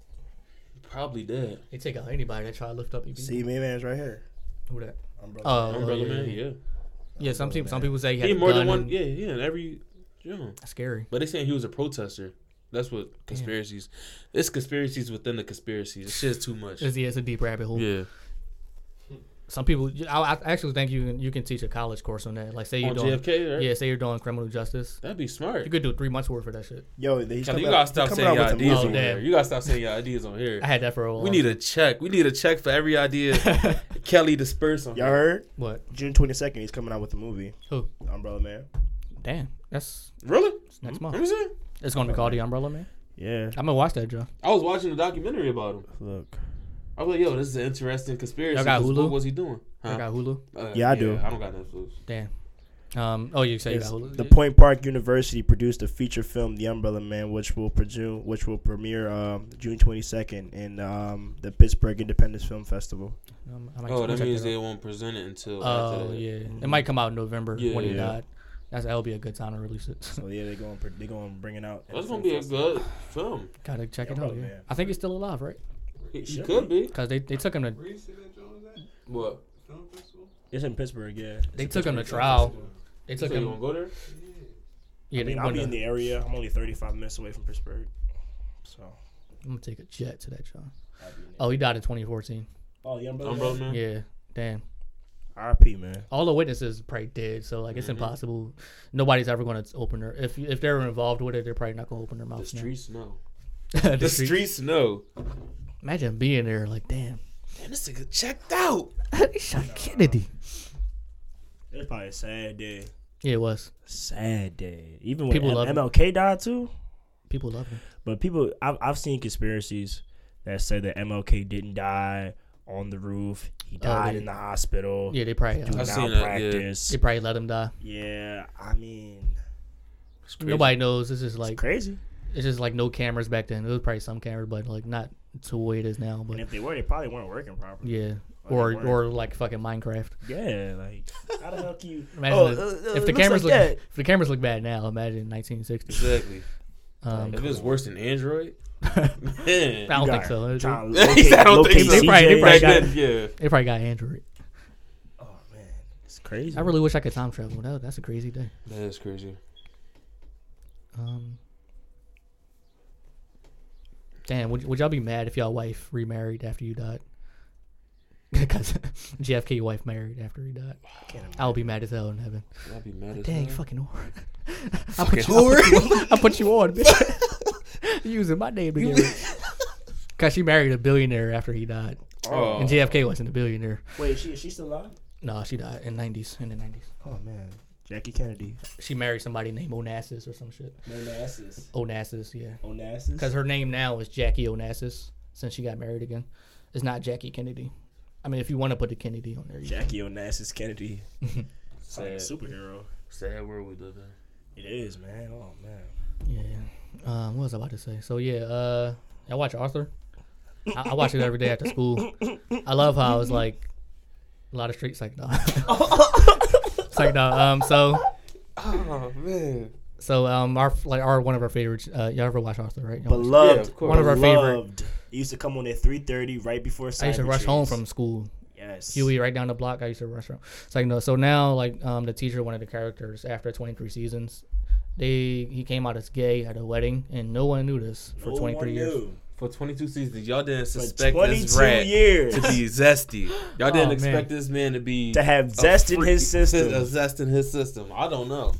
C: Probably dead.
E: They take out anybody that try to lift up. EB.
D: See, my man's right here.
E: who that?
D: Umbrella.
E: Oh, oh,
C: Umbrella
E: yeah,
C: Man,
E: yeah.
C: yeah.
E: Yeah, some people, some people say he
C: He
E: had
C: more
E: more
C: than one yeah, yeah, in every yeah.
E: Scary.
C: But they saying he was a protester. That's what conspiracies. It's conspiracies within the conspiracies. It's just too much.
E: It's, yeah, it's a deep rabbit hole.
C: yeah.
E: Some people, I, I actually think you can, you can teach a college course on that. Like, say you're
C: On
E: doing,
C: JFK, right?
E: yeah, say you're doing criminal justice,
C: That'd be smart.
E: you could do three months worth of that shit.
D: Yo,
C: Kelly,
D: he's coming
C: you
D: out-
C: gotta
D: he's
C: stop
D: coming
C: saying
D: out
C: your
D: with a
C: ideas
E: Oh,
C: on
D: movie.
E: damn.
C: here. You gotta stop saying your ideas on here.
E: I had that for a while.
C: We need a check. We need a check for every idea Kelly dispersed on.
D: Y'all
C: here.
D: heard?
E: what?
D: June 22nd, he's coming out with a movie.
E: Who?
D: The Umbrella Man.
E: Damn, that's
C: Really?
E: next
C: Let
E: month.
C: me see.
E: It's gonna be called The Umbrella Man.
D: Yeah.
E: I'm gonna watch that, Joe.
C: I was watching a documentary about him.
D: Look.
C: I was like, yo, this is an interesting conspiracy.
E: Y'all got
C: 'cause
E: Hulu?
C: What was he doing?
E: I got Hulu.
C: Uh,
D: Yeah, I do.
C: I don't got Netflix.
E: Damn. Um. Oh, you say you
D: It's-
E: got Hulu?
D: the Point Park University produced a feature film, The Umbrella Man, which will presume, which will premiere um, June 22nd in um, the Pittsburgh Independence Film Festival.
E: Um, I might
C: Oh,
E: check
C: that means
E: out.
C: they won't present it until.
E: Oh
C: after that.
E: yeah, it might come out in November
C: Mm-hmm. Yeah,
E: when he
C: yeah.
E: died. That's that'll be a good time to release it.
D: So yeah, they going they going bringing out.
C: That's gonna be a good film.
E: Gotta check
D: Yeah,
E: it out.
D: probably,
E: Yeah.
D: man.
E: I think he's still alive, right?
C: He, he
D: Should
C: could be.
E: Because they, they took him to
F: Where you see that Jones at?
C: What?
F: Film festival?
D: It's in Pittsburgh, yeah.
E: they
D: It's
E: took
D: in
E: him to
D: Pittsburgh.
E: trial. They
C: So
E: took
C: you wanna
E: him.
C: go there?
E: Yeah,
D: I mean,
E: they
D: I'll
E: went
D: be in
E: to,
D: the area. I'm only 35 minutes away from Pittsburgh, so.
E: I'm gonna take a jet to that John.
D: I'll be in there.
E: Oh, he died in 2014.
D: Oh, young brother.
C: Umbrella man.
E: Yeah, damn.
D: R.P. Man.
E: All the witnesses probably dead, so like
D: Mm-hmm.
E: it's impossible. Nobody's ever gonna open their if if they were involved with it, they're probably not gonna open their mouth.
C: The
E: now.
C: streets know.
E: the
C: The
E: street.
C: streets know.
E: Imagine being there, like damn,
C: Man, this nigga checked out.
E: they shot Kennedy.
D: It was probably a sad day.
E: Yeah, it was.
D: Sad day. Even when
E: People
D: M-
E: love it.
D: MLK died too.
E: People love him.
D: But people, I've, I've seen conspiracies that say that MLK didn't die on the roof. He died
E: they-
D: in the hospital.
E: Yeah, they probably uh,
D: Through
C: I've seen that, yeah.
D: malpractice.
E: they probably let him die.
D: Yeah, I mean,
E: Nobody knows. It's just like
D: it's crazy.
E: it's just like no cameras back then. There was probably some cameras, but like not to the way it is now.
D: And
E: But
D: if they were, they probably weren't working properly.
E: yeah,
D: Oh, they
E: or
D: weren't.
E: or like fucking Minecraft.
D: Yeah, like how the hell can you?
E: Imagine
D: Oh,
E: if-
D: uh, uh,
E: if
D: it
E: the
D: looks
E: cameras
D: like
E: look
D: that.
E: if the cameras look bad now. Imagine 1960.
C: Exactly.
E: Um,
C: If it's worse than Android, man.
E: I don't
D: You
E: think
D: got
E: so. They,
D: trying to
C: He
D: locate-
C: said, I don't think
D: locate
C: so.
E: They probably- they
D: CJ.
E: probably
C: Back
E: got-
C: then, yeah.
E: they probably got Android.
D: Oh man, it's crazy.
E: I really wish I could time travel. That, that's a crazy day.
C: That is crazy.
E: Um, damn, would, would y'all be mad if y'all wife remarried after you died? Because JFK wife married after he died. I'll be mad as hell in heaven.
C: I'd be mad as
E: Dang,
C: hell.
E: fucking whore. I put you, I put you on, bitch. You Using my name to get rich. Because she married a billionaire after he died.
C: Oh,
E: And JFK wasn't a billionaire.
D: Wait, she she still alive?
E: No, she died in 90s, in the 90s.
D: Oh man, Jackie Kennedy.
E: She married somebody named Onassis or some shit.
D: Onassis.
E: Onassis, yeah.
D: Onassis.
E: Because her name now is Jackie Onassis since she got married again. It's not Jackie Kennedy. I mean, if you want to put the Kennedy on there, you can.
D: Jackie Onassis Kennedy. It's like a
C: sad,
D: superhero.
C: sad world we live in.
D: It is, man. Oh man.
E: Yeah. Um, what was I about to say? So yeah, uh, I watch Arthur. I, I watch it every day after school. I love how it's like a lot of street psych dog. psych dog. Um, so
C: Oh man,
E: so um, our like our one of our favorites. Uh, y'all ever watch Arthur, right? Y'all watch-
C: Yeah,
D: Beloved.
C: of course.
E: One of our favorite-
D: Beloved. It used to come on at three thirty, right before.
E: I used to
D: Cyber
E: rush home
D: Chase.
E: from school.
D: Yes.
E: Huey right down the block. I used to rush around. It's like no. So now like um the teacher, one of the characters, after 23 seasons, they he came out as gay at a wedding, and no one knew this for
D: No one
E: 23 years.
D: knew.
C: for 22 seasons, y'all didn't
D: For
C: suspect this
D: 22
C: rat
D: years.
C: to be zesty. Y'all didn't
E: man.
C: expect this man to be
D: To have zest in his system.
C: A zest in his system. I don't know.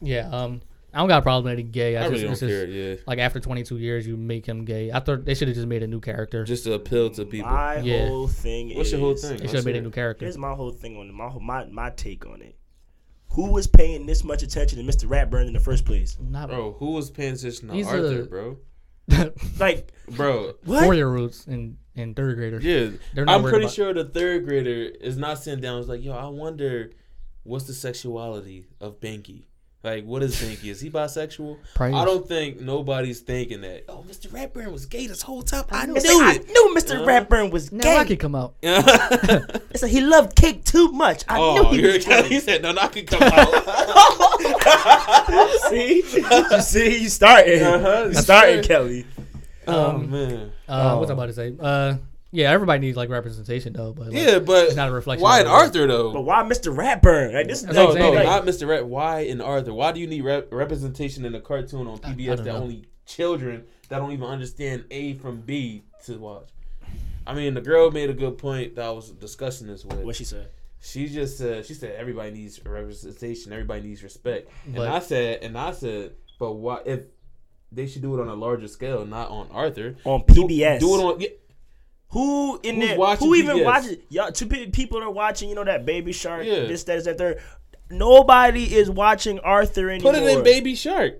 E: Yeah. Um, I don't got a problem with it gay. I,
C: I
E: just,
C: really
E: it's
C: don't
E: just-
C: care. Yeah,
E: Like after 22 years, you make him gay. I thought they should have just made a new character.
C: just to appeal to people.
D: My
E: Yeah.
D: whole thing.
C: What's
D: is,
C: your whole thing?
E: they should have made a new character.
D: Here's my whole thing on it. My whole- my my take on it. Who was paying this much attention to Mr. Ratburn in the first place?
E: Not
C: Bro, who was paying attention to
E: He's
C: Arthur,
E: a-
C: bro?
D: Like
C: Bro,
D: what?
E: four year roots and and third graders.
C: yeah.
E: They're not
C: I'm
E: worried
C: pretty
E: about-
C: sure the third grader is not sitting down. It's like, yo, I wonder what's the sexuality of Binky? Like, what is Binky? Is he bisexual?
E: Probably
C: I
E: is.
C: don't think nobody's thinking that. Oh, Mr. Ratburn was gay this whole time. I knew
D: It's like,
C: it.
D: I knew Mr. Ratburn was
E: Now
D: gay.
E: I could come out.
D: It's like he loved cake too much. I
C: Oh,
D: knew he
C: you're
D: was gay.
C: he said, no, no, I could come out.
D: See, you see, you starting,
C: Uh-huh.
D: you starting, Kelly.
C: oh, man.
E: Uh,
D: Oh.
E: What's I about to say? Uh, yeah, everybody needs like representation though. But like,
C: Yeah, but
E: it's not a reflection
C: why
E: of
C: in
E: the world.
C: Arthur, though?
D: But why Mr. Ratburn? Like this is
E: That's
C: No,
E: what I'm
C: no,
E: saying, like-
C: not Mr. Rat. Why in Arthur? Why do you need rep- representation in a cartoon on PBS
E: don't
C: that
E: know.
C: only children that don't even understand A from B to watch? I mean, the girl made a good point that I was discussing this
D: what
C: with.
D: she said.
C: She just said she said everybody needs representation, everybody needs respect,
E: But-
C: and I said and I said, but why if they should do it on a larger scale, not on Arthur
D: On
C: Do-
D: PBS.
C: Do, it on yeah,
D: Who in
C: Who's
D: there?
C: watching
D: Who even
C: PBS?
D: watches? Y'all, two pe- people are watching. You know that Baby Shark.
C: Yeah.
D: This, that, is that, third. Nobody is watching Arthur anymore.
C: put it in Baby Shark.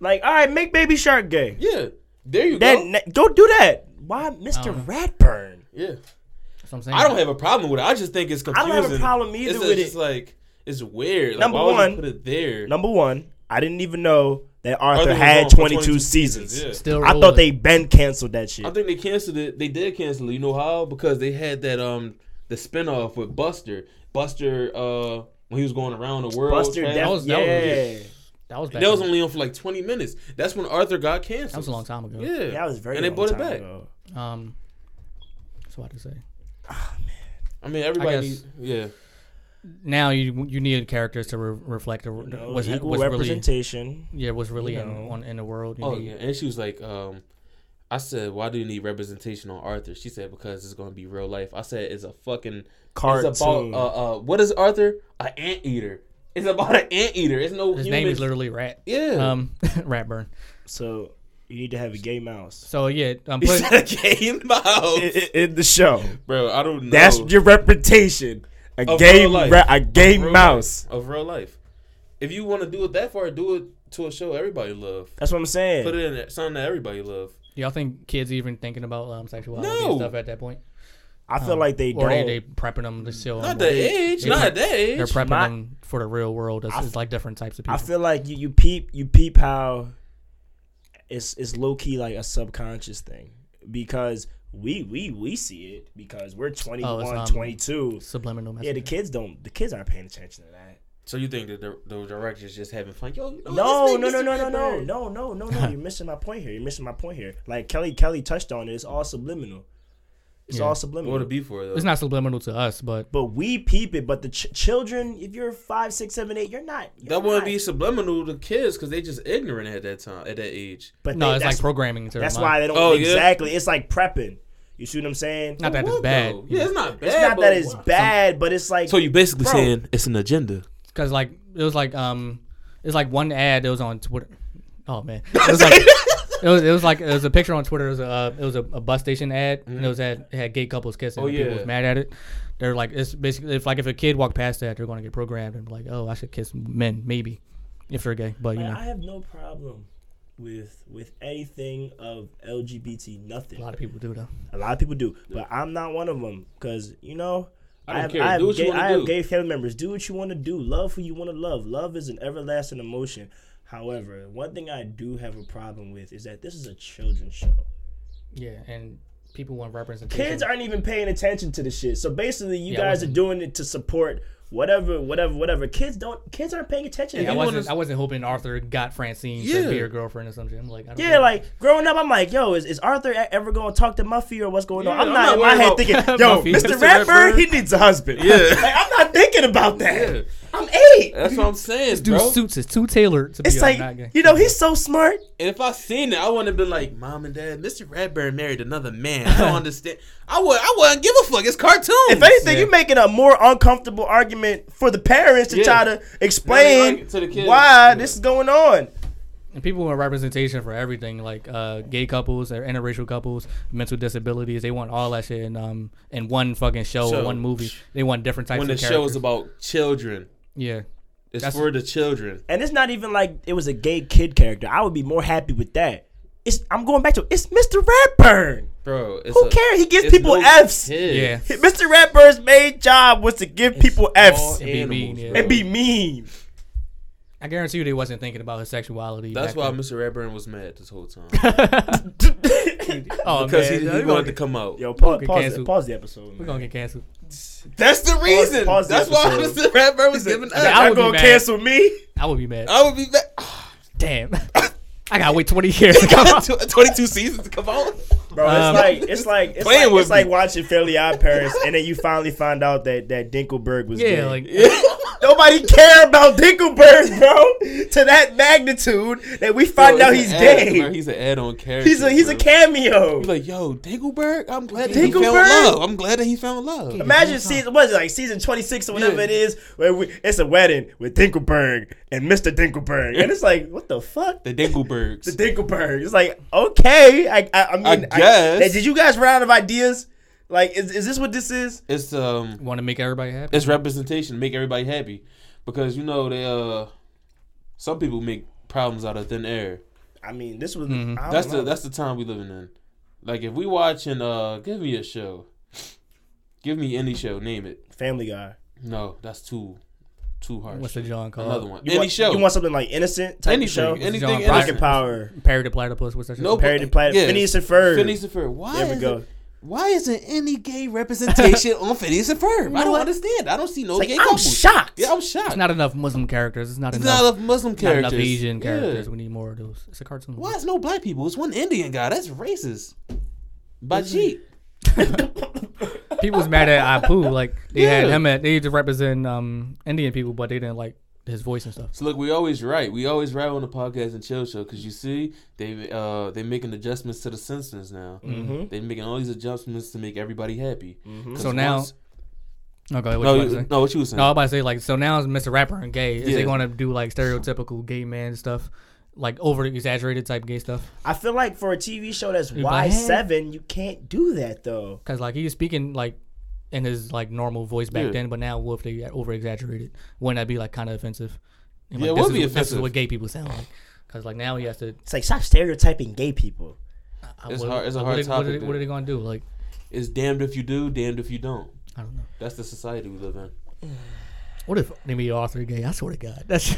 D: Like, all right, make Baby Shark gay.
C: Yeah, there you
D: That
C: go.
D: ne- don't do that. Why, Mr. Ratburn?
C: yeah.
E: That's what I'm saying.
C: I don't have a problem with it. I just think it's
D: don't
C: confusing.
D: have a problem either
C: it's,
D: with
C: it's
D: it.
C: like it's weird. Like,
D: Number
C: why would you
D: one-
C: put it there.
D: Number one, I didn't even know that Arthur,
C: Arthur was on
D: had
C: for
D: 22, seasons.
C: Yeah.
E: Still
D: I
E: rolling.
D: thought they ben canceled that shit.
C: I think they canceled it. They did cancel it. You know how? Because they had that um the spinoff with Buster. Buster uh when he was going around the world.
D: Buster
C: traveling.
E: That
D: Death.
E: was-
D: yeah.
E: that was- That was back.
C: That was
E: in-
C: only on for like 20 minutes. That's when Arthur got canceled.
E: that was a long time ago.
C: Yeah.
D: That was very.
C: And they
D: long
C: brought it
D: time
C: back.
D: ago.
E: Um, that's what I say.
C: I mean, everybody
E: guess.
C: needs. Yeah.
E: Now you you needed characters to re- reflect the,
D: No,
E: what's,
D: equal
E: what's really
D: representation.
E: yeah what's really
D: you
E: in
D: know.
E: on, in the world. You
C: Oh,
E: need-
C: yeah. And she was like, um, I said, why do you need representation on Arthur? She said, because it's going to be real life. I said, it's a fucking.
D: Cartoon.
C: It's about. Uh, uh, what is Arthur? An anteater. It's about an anteater. It's no.
E: His
C: human.
E: name is literally Rat.
C: Yeah.
E: Um, Ratburn.
D: so you need to have a gay mouse
E: So yeah, um,
C: He
E: put,
C: said it came out.
D: in, in the show.
C: Bro, I don't know.
D: That's your representation. A
C: Of
D: gay,
C: real life.
D: ra- a gay
C: Real
D: mouse.
C: life. of real life. If you want to do it that far, do it to a show everybody love.
D: That's what I'm saying.
C: Put it in something that everybody love.
E: y'all think kids even thinking about um, sexuality
C: No.
E: and stuff at that point?
D: I feel like they
E: or
D: don't.
E: they, they prepping them to show
C: Not that
E: them,
C: age.
E: they-
C: Not at that age.
E: they're prepping
D: My-
E: them for the real world. It's,
D: I-
E: it's like different types of people.
D: I feel like you, you peep you peep how it's it's low key like a subconscious thing because we we we see it because we're 21,
E: um,
D: 22.
E: Subliminal
D: Yeah,
E: message.
D: the kids don't. The kids aren't paying attention to that.
C: So you think that the, the director's just having fun? Yo,
D: No, no, no, no, no, no, no, no, no, no. You're missing my point here. You're missing my point here. Like Kelly, Kelly touched on it. It's all subliminal. It's
E: Yeah.
D: all
C: What would it
D: subliminal.
C: be for though?
E: it's not subliminal to us, but
D: But we peep it. But the ch- children, if you're five, six, seven, eight, you're not. You're
C: that wouldn't
D: not.
C: be subliminal to kids because they just ignorant at that time, at that age.
D: But
E: no,
D: they-
E: it's
D: that's-
E: like programming. To
D: That's
E: their
D: why
E: mind.
D: they don't
C: Oh, yeah.
D: exactly. It's like prepping. You see what I'm saying?
E: Not that
C: What
E: it's bad.
C: though? Yeah, it's not bad.
D: it's not
C: but
D: that it's
C: what?
D: bad, but it's like
C: So you basically
D: Bro.
C: saying it's an agenda.
E: because like it was like um it's like one ad that was on Twitter. Oh man, it was like it was, it was like it was a picture on Twitter. It was a uh, it was a, a bus station ad and it was had it had gay couples kissing.
C: Oh,
E: and people
C: yeah.
E: was mad at it. They're like it's basically if like if a kid walked past that, they're going to get programmed and be like oh I should kiss men maybe if they're gay, but you
D: Man,
E: know.
D: I have no problem with with anything of LGBT. Nothing.
E: a lot of people do though.
D: A lot of people do, but I'm not one of them because you know.
C: I don't
D: have,
C: care.
D: I have
C: Do what you
D: gay,
C: wanna
D: I have
C: do.
D: gay family members. Do what you want to do. Love who you want to love. Love is an everlasting emotion. However, one thing I do have a problem with is that this is a children's show.
E: Yeah, and people want representation.
D: kids aren't even paying attention to the shit. So basically, you
E: Yeah, I
D: guys are
E: wasn't-
D: doing it to support whatever, whatever, whatever. Kids don't. Kids aren't paying attention.
E: Yeah, I
D: Yeah,
E: wasn't.
C: wanna-
E: I wasn't hoping Arthur got Francine
C: Yeah.
E: to be her girlfriend or something. I'm like, I don't
D: yeah,
E: know.
D: like growing up, I'm like, yo, is, is Arthur e- ever gonna talk to Muffy or what's going on?
C: Yeah,
D: I'm
C: I'm
D: not,
C: not
D: in my
C: worried
D: head
C: about-
D: thinking, yo,
E: Muffy.
D: Mr.
C: Mr.
D: Ratbird,
C: Ratbird.
D: he needs a husband.
C: Yeah.
D: like, I'm not thinking about that.
C: Yeah.
D: I'm eight.
C: That's what I'm saying,
E: dude,
C: bro.
E: suits is too tailored to be
D: It's
E: a not gay.
D: like, you know, he's so smart.
C: And if I seen it, I wouldn't have been like, "Mom and Dad, Mr. Radburn married another man." I don't understand. I would. I wouldn't give a fuck. It's cartoon.
D: If anything,
E: Yeah.
D: you're making a more uncomfortable argument for the parents to
C: Yeah.
D: try to explain
C: argue to the kids.
D: why
C: Yeah.
D: this is going on.
E: And people want representation for everything, like uh, gay couples or interracial couples, mental disabilities. They want all that shit in um in one fucking show or
C: So,
E: one movie. They want different types
C: when the
E: of
C: show
E: characters.
C: is about children,
E: yeah,
C: it's
E: That's-
C: for the children.
D: and it's not even like it was a gay kid character. I would be more happy with that. It's I'm going back to it's Mr. Ratburn.
C: Bro, it's
D: Who
C: a-
D: cares? He gives
C: it's
D: people
C: no
D: Fs.
C: kid.
E: yeah.
D: Mr. Ratburn's main job was to give people
C: All
D: Fs
E: be
C: animals,
E: mean, yeah.
C: bro.
D: and be mean.
E: I guarantee you they wasn't thinking about his sexuality.
C: That's
E: back
C: why
E: then.
C: Mr. Redburn was mad this whole time
E: oh
C: because
E: man,
C: he,
E: we're
C: he
E: gonna
C: wanted to
E: get-
C: come out.
D: Yo, pause,
E: get
D: pause, it,
E: canceled.
D: pause the episode.
E: we're
D: Man.
E: gonna get canceled.
C: That's the reason.
D: pause the
C: That's why
D: episode.
C: Mr. Redburn was giving up.
E: I
D: Y'all
E: would be
D: gonna
E: mad.
D: cancel me?
E: I would be mad.
C: I would be back.
E: Damn, I gotta wait twenty years to come out.
C: Tw- 22 seasons to come out.
D: Bro, it's
E: Um,
D: like it's like it's,
C: Playing
D: like,
C: with
D: it's like
C: me.
D: watching Fairly Odd Parents, and then you finally find out that that Dinkelberg was gay.
E: Yeah, like
D: Nobody care about Dinkelberg, bro, to that magnitude that we find
C: Bro,
D: out
C: he's
D: he's
C: an
D: gay.
C: add- bro, he's an add-on character.
D: he's a he's a
C: bro.
D: cameo.
C: He's like, yo, Dingleberg. I'm glad that he found
D: Dingleberg?
C: love. I'm glad that he found love.
D: Imagine season what is it, like season twenty six or whatever
C: Yeah.
D: it is, where we, it's a wedding with Dinkelberg and Mr. Dinkelberg, and it's like what the fuck.
C: The Dinglebergs.
D: The Dinkelberg. It's like okay, I I, I mean,
C: I guess.
D: Hey, did you guys run out of ideas? Like, is, is this what this is?
C: it's um,
E: want to make everybody happy.
C: it's representation. Make everybody happy, because you know they uh, some people make problems out of thin air.
D: I mean, this was
E: Mm-hmm.
D: I don't
C: That's
D: know.
C: the that's the time we living in. Like if we watching uh, give me a show, give me any show, name it.
D: Family Guy.
C: No, that's too too harsh.
E: What's the John called?
C: Another one.
D: You
C: any
D: want,
C: show.
D: You want something like innocent type
C: anything?
D: of show?
E: any-
C: Anything?
E: John
D: Rocket
C: innocent.
D: Power.
E: Parry the platypus. What's that? shit?
C: No,
D: Parody
C: but-
D: Planet. Phineas and Ferb.
C: Phineas and Ferb. Why?
D: There we
C: is
D: go.
C: it- Why isn't any gay representation on Phineas and Ferb? I
E: know
C: don't
E: what?
C: understand. I don't see no
E: It's like,
C: gay
E: I'm
C: couples.
E: shocked.
C: Yeah, I'm shocked.
E: It's not enough Muslim characters. It's not
C: It's
E: enough.
C: not enough Muslim
E: not
C: characters.
E: enough Asian
C: Yeah.
E: characters. We need more of those. It's a cartoon.
C: Why it's no black people? It's one Indian guy. That's racist. Bajit.
E: People was mad at Apu. Like they had
C: Yeah.
E: him at. They used to represent um, Indian people, but they didn't like his voice and stuff.
C: So look, we always right. We always right on the podcast and chill show because you see they uh they making adjustments to the Simpsons now. Mm-hmm. They making all these adjustments to make everybody happy.
E: So now- Oh, go ahead. What
C: no,
E: you about to
C: you-
E: say?
C: no, what you was saying?
E: No, I was about to say like so now it's Mr. Rapper and gay. Is they
C: Yeah.
E: gonna do like stereotypical gay man stuff, like over exaggerated type gay stuff?
D: I feel like for a TV show that's
E: but hey.
D: Y seven, you can't do that though.
E: Cause like he was speaking like in his like normal voice back
C: Yeah.
E: then, but now what if they over exaggerated? Wouldn't that be like kind of offensive? And,
C: Yeah,
E: like,
C: it
E: this
C: would
E: is-
C: be
E: This is
C: offensive.
E: what gay people sound like. Cause like now he has to.
D: It's like stop stereotyping gay people.
E: I-
C: It's
E: what-
C: hard- it's a hard
E: like, what are they- What are,
C: topic,
E: they,
C: dude.
E: what are they gonna do? Like
C: It's damned if you do, damned if you don't.
E: I don't know.
C: That's the society we live in.
E: What if they made Arthur gay? I swear to God, that's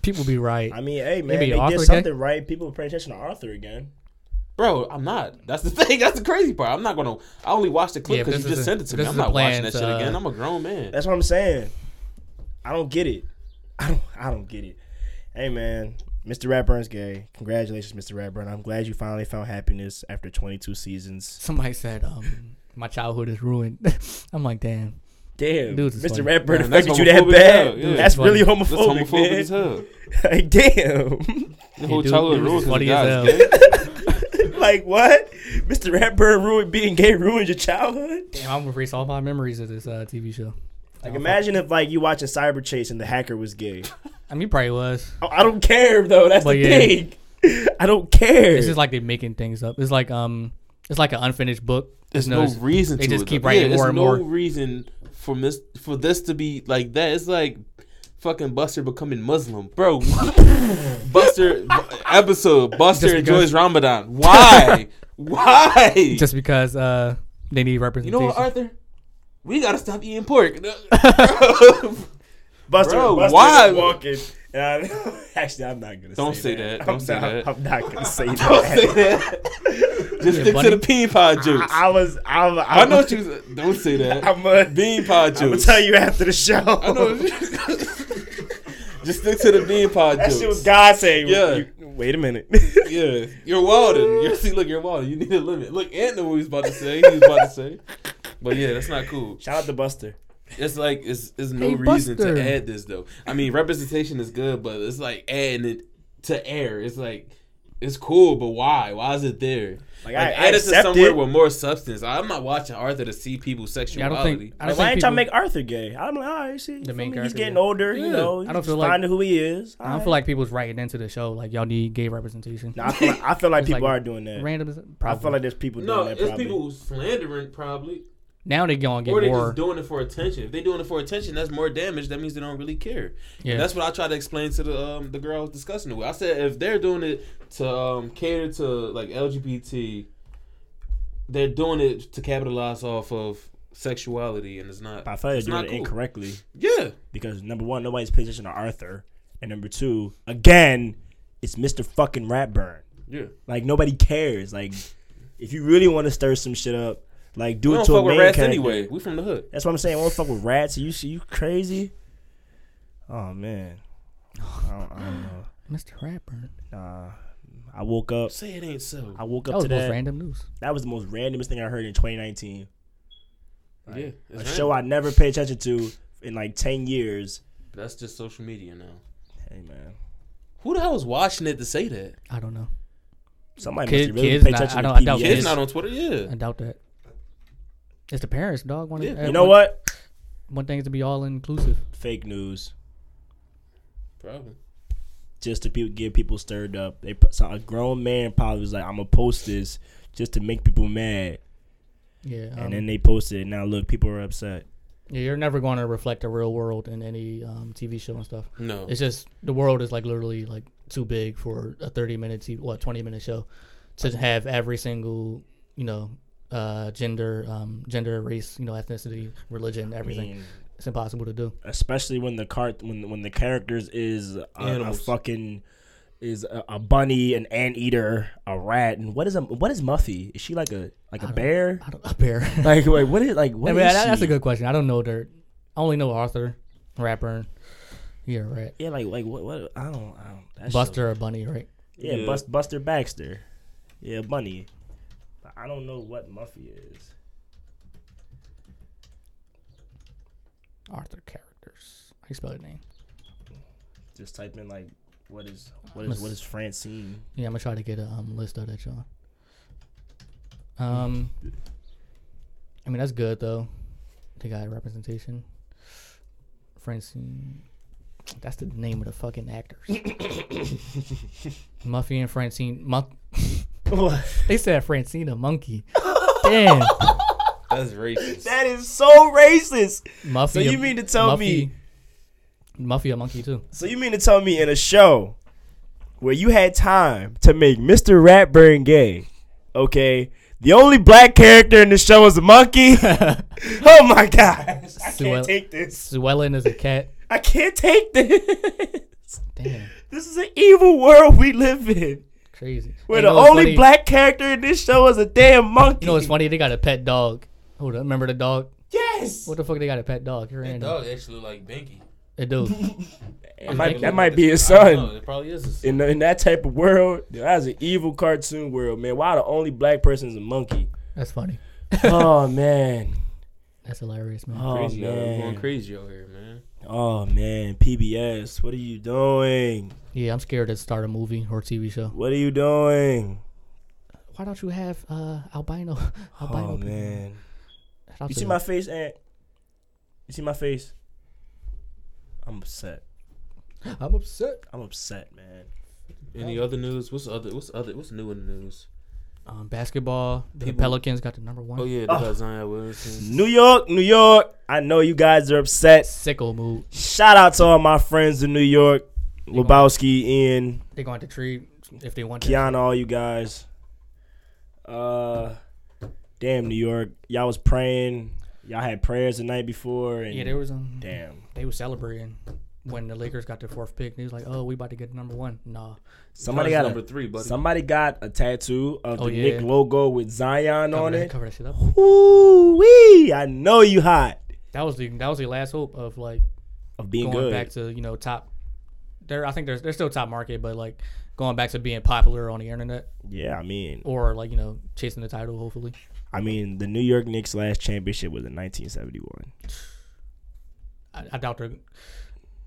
E: people be right.
D: I mean, hey man,
E: Maybe
D: they
E: Arthur
D: did
E: gay?
D: something right. People pay attention to Arthur again.
C: Bro, I'm not. That's the thing. That's the crazy part. I'm not gonna. I only watched the
E: Yeah,
C: clip
E: but
C: because you
E: this
C: just
E: is a-
C: sent it to
E: this
C: me.
E: is
C: I'm
E: a
C: not watching
E: planned,
C: that shit
E: uh,
C: again. I'm a grown man.
D: That's what I'm saying. I don't get it. I don't. I don't get it. Hey man, Mr. Ratburn's gay. Congratulations, Mr. Ratburn. I'm glad you finally found happiness after 22 seasons.
E: Somebody said um my childhood is ruined. I'm like damn.
D: Damn,
E: Dudes is
D: Mr.
E: funny.
D: Ratburn
C: Man, that's
D: affected you that
C: homophobic
D: bad.
C: as hell, yeah.
D: That's really
C: That's
D: homophobic,
C: homophobic as
D: man.
C: hell.
D: like damn.
C: The whole
E: dude,
C: childhood
E: dude is
C: ruined 'cause
E: funny
C: the
E: as
C: guy's
E: hell.
C: gay.
D: like what? Mr. Ratburn ruined being gay ruined your childhood.
E: Damn, I'm gonna erase all my memories of this uh, TV show.
D: Like imagine if like you watching Cyber Chase and the hacker was gay.
E: I mean, probably was.
C: Oh.
D: I- I don't care though. That's
E: But
D: the
E: yeah.
D: thing. I don't care.
E: It's just like they're making things up. It's like um, it's like an unfinished book.
C: There's
E: You know,
C: no,
E: it's-
C: reason.
E: They
C: to
E: just
C: it,
E: keep
C: though.
E: writing
C: Yeah,
E: more and
C: there's
E: more.
C: no reason for this for this to be like that. It's like fucking Buster becoming Muslim, bro. Buster episode. Buster
E: because-
C: enjoys Ramadan. Why? Why?
E: just because uh, they need
C: you
E: representation.
C: know what, Arthur? We gotta stop eating pork.
D: Buster,
C: Bro,
D: Buster
C: why-
D: walking. And I- actually, I'm not gonna.
C: Don't
D: say,
C: say that. Don't
D: I'm
C: say
D: not,
C: that.
D: I'm not gonna say
C: Don't
D: that.
C: say that. Just stick
E: bunny.
C: to the bean pie
D: I,
C: jokes. I,
D: I was. I, was- I,
C: know what
D: was-
C: you. was- Don't say that.
D: I'm a,
C: bean pie
D: I'm gonna
C: jokes.
D: tell you after the show.
C: I know. what you- Just stick to the bean pie
D: that
C: jokes.
D: shit was God saying.
C: Yeah.
D: you- wait a minute.
C: Yeah, you're wilding. You're see, look, you're wilding. You need a limit. Look, Ant knew what he was about to say. He was about to say, but yeah, that's not cool.
D: Shout out to Buster.
C: It's like it's, it's no
E: Hey,
C: reason
E: Buster.
C: to add this though. I mean, representation is good, but it's like adding it to air. It's like it's cool, but why? Why is it there?
D: Like,
C: Like,
D: I- I
C: add it to
D: accept
C: somewhere
D: it.
C: with more substance. I'm not watching Arthur to see people's
E: Yeah, I
C: sexuality.
E: don't think. I
D: Like, why
E: don't think
D: ain't
E: people,
D: y'all make Arthur gay? I'm like, all right, see,
E: The
D: for
E: main
D: me, he's
E: character,
D: getting
E: yeah.
D: older. You
C: Yeah.
D: know, I don't feel like finding who he is.
E: I don't feel like people's writing into the show. Like y'all need gay representation.
D: No, I feel like, I feel like
E: It's
D: people
E: like-
D: are doing that.
E: Random. is-
D: I
E: Probably.
D: feel like there's people
C: no,
D: doing that.
C: it's
D: Probably.
C: people who's slandering probably,
E: now they're gonna get
C: or they're
E: more.
C: just doing it for attention. If they're doing it for attention, that's more damage. That means they don't really care.
E: Yeah.
C: That's what I try to explain to the um, the girl I was discussing it with. I said if they're doing it to um, cater to like LGBT, they're doing it to capitalize off of sexuality, and it's not.
D: I feel like
C: it's
D: they're doing
C: not
D: it
C: cool.
D: incorrectly.
C: Yeah,
D: because number one, nobody's paying attention to Arthur, and number two, again, it's Mr. Fucking Ratburn.
C: yeah.
D: Like nobody cares. Like if you really want to stir some shit up, like do
C: We
D: it
C: don't
D: to a
C: fuck
D: main
C: with rats
D: character.
C: anyway. We from the hood.
D: That's what I'm saying. Won't fuck with rats. You see, you crazy? Oh man, I don't, I don't know.
E: Mr. Rapper.
D: Nah, I woke up.
C: Say it ain't so.
D: I woke
E: That
D: up
E: was
D: to
E: the most
D: that.
E: random news.
D: that was the most randomest thing I heard in 2019.
C: Yeah,
D: Like,
C: it's
D: a
C: random.
D: show I never paid attention to in like 10 years.
C: That's just social media now.
D: Hey man,
C: Who the hell is watching it to say that?
E: I don't know.
D: somebody
E: Kid-
D: must have really
E: kids
D: paid
E: not-
D: attention
E: I
D: to
E: don't- I doubt
C: Kids
E: Yes.
D: PBS.
C: not on Twitter. Yeah,
E: I doubt that. It's the parents, dog. One,
C: Yeah.
D: You know what?
E: One thing is to be all inclusive.
D: fake news
C: probably.
D: just to pe- get people stirred up. They put, so a grown man probably was like, "I'm gonna post this just to make people mad,"
E: Yeah. um,
D: and then they posted it. Now look, people are upset.
E: Yeah, you're never going to reflect the real world in any um, TV show and stuff.
C: No,
E: It's just the world is like literally like too big for a 30 minute, TV, what 20 minute show to have every single you know uh, gender, um, gender, race, you know ethnicity, religion,
D: I
E: everything.
D: mean,
E: it's impossible to do.
D: especially when the cart when when the characters is a, a
C: Animals.
D: fucking is a, a bunny, an anteater, a rat, and what is a what is Muffy? Is she like a like a bear?
E: I don't, a bear.
D: Like wait, what is like what
E: I
D: is
E: mean, that- that's
D: she?
E: a good question. I don't know their. I only know Arthur, rapper. Yeah, right.
D: yeah, like like what what I don't I don't that's
E: Buster or Bunny, right?
D: just- yeah,
C: Yeah.
D: Bus, Buster Baxter, yeah, bunny. But I don't know what Muffy is.
E: Arthur characters. How you spell his name?
D: Just type in like what is what is what is Francine?
E: Yeah, I'm gonna try to get a um, list of that, y'all. Um, I mean that's good though. They got representation. Francine, that's the name of the fucking actors. Muffy and Francine. Mon- they said Francine a monkey. Damn,
C: That's racist.
D: That is so racist.
E: Muffy.
D: So you mean to tell me-
E: Muffy a monkey too?
D: So you mean to tell me in a show where you had time to make Mr. Ratburn gay, okay? The only black character in the show is a monkey. oh my god! I
E: Suella-
D: can't take this.
E: Suellen is a cat.
D: I can't take this.
E: Damn,
D: This is an evil world we live in,
E: crazy.
D: where
E: You know
D: the
E: what's
D: only
E: funny?
D: black character in this show is a damn monkey.
E: You know what's funny? They got a pet dog. Hold on, remember the dog?
D: Yes.
E: What the fuck? They got a pet dog? You're random.
C: dog actually look like Binky.
E: It do.
D: That might,
E: Mickey.
D: that might be his
C: I don't know,
D: son.
C: It probably is. his-
D: In, the, in that type of world, that's an evil cartoon world, man. Why the only black person is a monkey?
E: That's funny.
D: oh man.
E: That's hilarious, man.
D: Oh
C: Crazy, out here. We're going
D: man.
C: crazy over here, man.
D: Oh man, PBS, what are you doing?
E: Yeah, I'm scared to start a movie or TV show.
D: What are you doing?
E: Why don't you have uh albino? albino
D: Oh
E: people?
D: man.
E: Shout out
D: You
E: to
D: see
E: the-
D: my face, Aunt? You see my face? I'm upset.
E: I'm upset.
D: I'm upset, man.
C: Any other news? What's other? What's other? What's new in the news?
E: Um, basketball. The
C: People-
E: Pelicans got the number one.
C: Oh yeah, they got Zion Williamson.
D: New York, New York. I know you guys are upset.
E: Sicko mood.
D: Shout out to all my friends in New York. Lebowski, Ian,
E: They're going to treat if they want to.
D: Kiana, all you guys. Uh damn New York. Y'all was praying. Y'all had prayers the night before and
E: Yeah, there was um.
D: damn.
E: They were celebrating when the Lakers got their fourth pick. They was like, "Oh, we about to get number one." Nah,
D: Somebody
C: That's
D: got
C: number
D: a,
C: three, buddy.
D: somebody got a tattoo of
E: Oh,
D: the
E: yeah.
D: Nick logo with Zion
E: cover
D: on
E: that,
D: it.
E: cover that shit up.
D: Ooh wee! I know you hot
E: That was the that was the last hope of like
D: of being
E: going
D: good.
E: back to you know top. They're I think they're they're still top market, but like going back to being popular on the internet
D: yeah, I mean,
E: or like you know chasing the title. Hopefully,
D: I mean, the New York Knicks last championship was in 1971.
E: I, I doubt they're.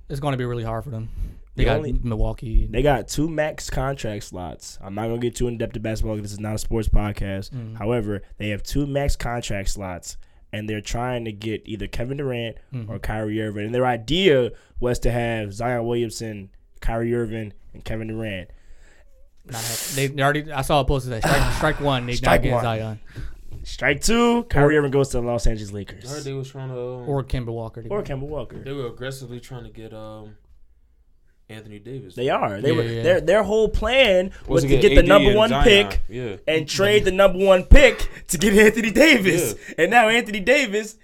E: It's going to be really hard for them. They
D: The
E: got
D: only-
E: Milwaukee.
D: They got two max contract slots. I'm not gonna get too in depth to basketball. 'cause This is not a sports podcast.
E: Mm-hmm.
D: However, they have two max contract slots, and they're trying to get either Kevin Durant
E: Mm-hmm.
D: or Kyrie Irving. And their idea was to have Zion Williamson, Kyrie Irving, and Kevin Durant.
E: not have- they, they already. I saw a post that said strike, strike one. They
D: Strike
E: not getting
D: one.
E: Zion
D: Strike two. Kyrie Irving goes to the Los Angeles
C: I heard
D: Lakers.
C: they was trying to. um,
E: or Kimber Walker. They
D: Or
E: want.
D: Kemba Walker.
C: They were aggressively trying to get um Anthony Davis.
D: They are. They
E: Yeah,
D: were.
E: yeah.
D: Their their whole plan was,
C: Wasn't
D: to
C: getting
D: get the
C: AD
D: number
C: and
D: one
C: Zion.
D: pick
C: Yeah.
D: and trade the number one pick to get Anthony Davis. And now Anthony Davis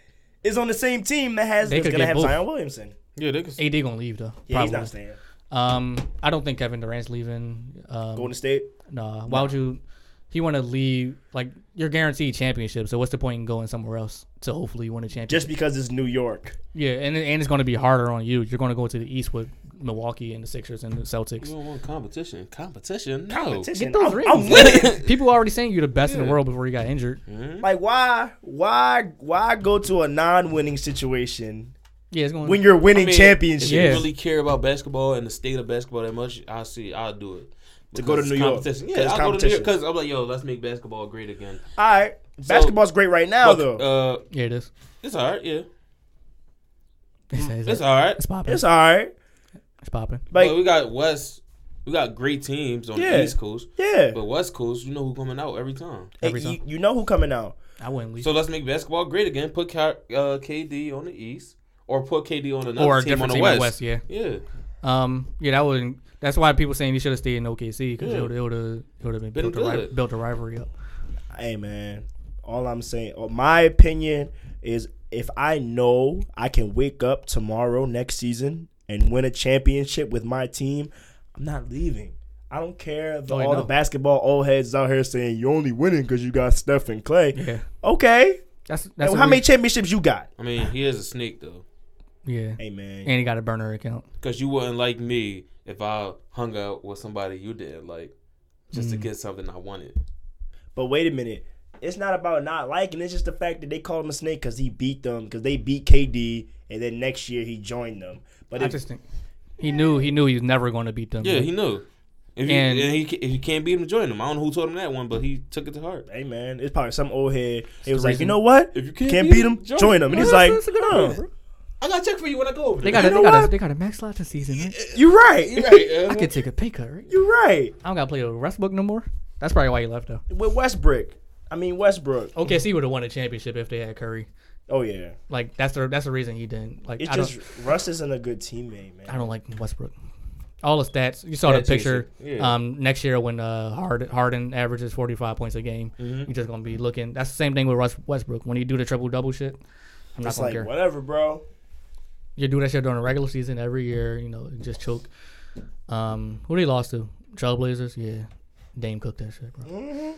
D: is on the same team that has
E: They
D: that's
E: could
D: gonna
E: get
D: have
E: both.
D: Zion Williamson.
C: Yeah, they could.
E: AD gonna leave though.
D: Yeah, he's
E: probably.
D: not staying.
E: Um, I don't think Kevin Durant's leaving. Um,
D: Golden State.
E: Nah, why would you? He want to leave. Like you're guaranteed championship, so what's the point in going somewhere else to hopefully win a championship?
D: Just because it's New York.
E: yeah, and and it's going to be harder on you. You're going to go to the East with Milwaukee and the Sixers and the
C: You
E: Celtics.
C: don't want competition. Competition? No.
D: Competition.
E: those
D: I'm,
E: rings.
D: I'm winning.
E: People already saying you're the best in the world before you got injured.
D: like why why why go to a non winning situation
E: Yeah, it's going.
D: when you're winning
C: mean, If
D: championships?
E: Yeah.
C: you really care about basketball and the state of basketball that much, I see. I'll do it.
D: To go to
C: Because
D: New
C: it's
D: York.
C: competition.
D: Because
C: Yeah,
D: it's
C: I'll go to New York
D: competition.
C: because I'm like, yo, let's make basketball great again.
D: All right. Basketball's great right now though.
C: Look, uh,
E: yeah, it is.
C: it's all right. Yeah,
E: It's, it's,
C: it's all right.
E: it's
D: Mm-hmm.
E: popping.
D: it's
E: It's,
D: all right.
E: popping.
D: Like-
C: But we got West. We got great teams on
D: Yeah.
C: the East Coast.
D: Yeah.
C: But West Coast, you know who coming out every time.
D: Hey,
E: every
D: you,
E: time.
D: you know who coming out.
E: I wouldn't leave.
C: So let's make basketball great again. Put Ky- uh, KD on the East, or put KD on another
E: or a
C: team
E: different
C: on the
E: team
C: West.
E: in the West. Yeah.
C: Yeah,
E: Um. Yeah, that wouldn't. That's why people saying you should have stayed in OKC because it would it would have it would have been,
C: Been
E: built, a, ri-
C: good.
E: built a rivalry up.
D: Hey man, all I'm saying, or my opinion is, if I know I can wake up tomorrow next season and win a championship with my team, I'm not leaving. I don't care if
E: Oh, I
D: all the
E: know.
D: basketball old heads out here saying you only winning because you got Steph and Clay.
E: Yeah.
D: Okay,
E: That's that's
D: And
E: a
D: how many
E: weird-
D: championships you got?
C: I mean, he is a snake though,
E: yeah.
D: Hey man,
E: And he got a burner account.
C: because you wouldn't like me if I hung out with somebody you didn't like, just
E: Mm.
C: to get something I wanted.
D: But wait a minute. It's not about not liking. It's just the fact that they called him a snake because he beat them, because they beat KD, and then next year he joined them. But
E: I
D: if,
E: just think he knew he knew he was never going to beat them.
C: Yeah, he knew. If you,
E: Mm. And-
C: and, he, ca- if you can't beat him, join him. I don't know who told him that one, but he took it to heart.
D: hey man, it's probably some old head. It was
E: the
D: like, you
E: reason-
D: know what?
C: If you
D: can't, beat him, join him. And he's like,
E: that's a good
D: huh,
E: idea.
C: I gotta check for you when I go over
E: they
C: there.
E: got
D: You know
E: a, they got a,
D: what?
E: they got a max lot this season. Man.
D: you're right.
C: You're right, uh,
E: I could take a pay cut, right?
D: You're right.
E: I don't gotta play with Westbrook no more. That's probably why he left though.
D: With Westbrook, I mean Westbrook.
E: OKC would have won a championship if they had Curry.
D: Oh yeah,
E: Like that's the that's the reason he didn't. Like
D: it's
E: I
D: just
E: don't
D: Russ isn't a good teammate, man.
E: I don't like Westbrook. All the stats you saw
C: Yeah,
E: the
C: it's easy.
E: picture.
C: Yeah.
E: Um, next year when uh Harden, Harden averages forty five points a game, you're just gonna be looking. That's the same thing with Russ Westbrook. When you do the triple double shit, I'm not
D: It's
E: gonna
D: like
E: care.
D: whatever, bro.
E: You do that shit during the regular season every year. You know, and just choke. Um, who they lost to? Trailblazers. Yeah, Dame cooked that shit, bro.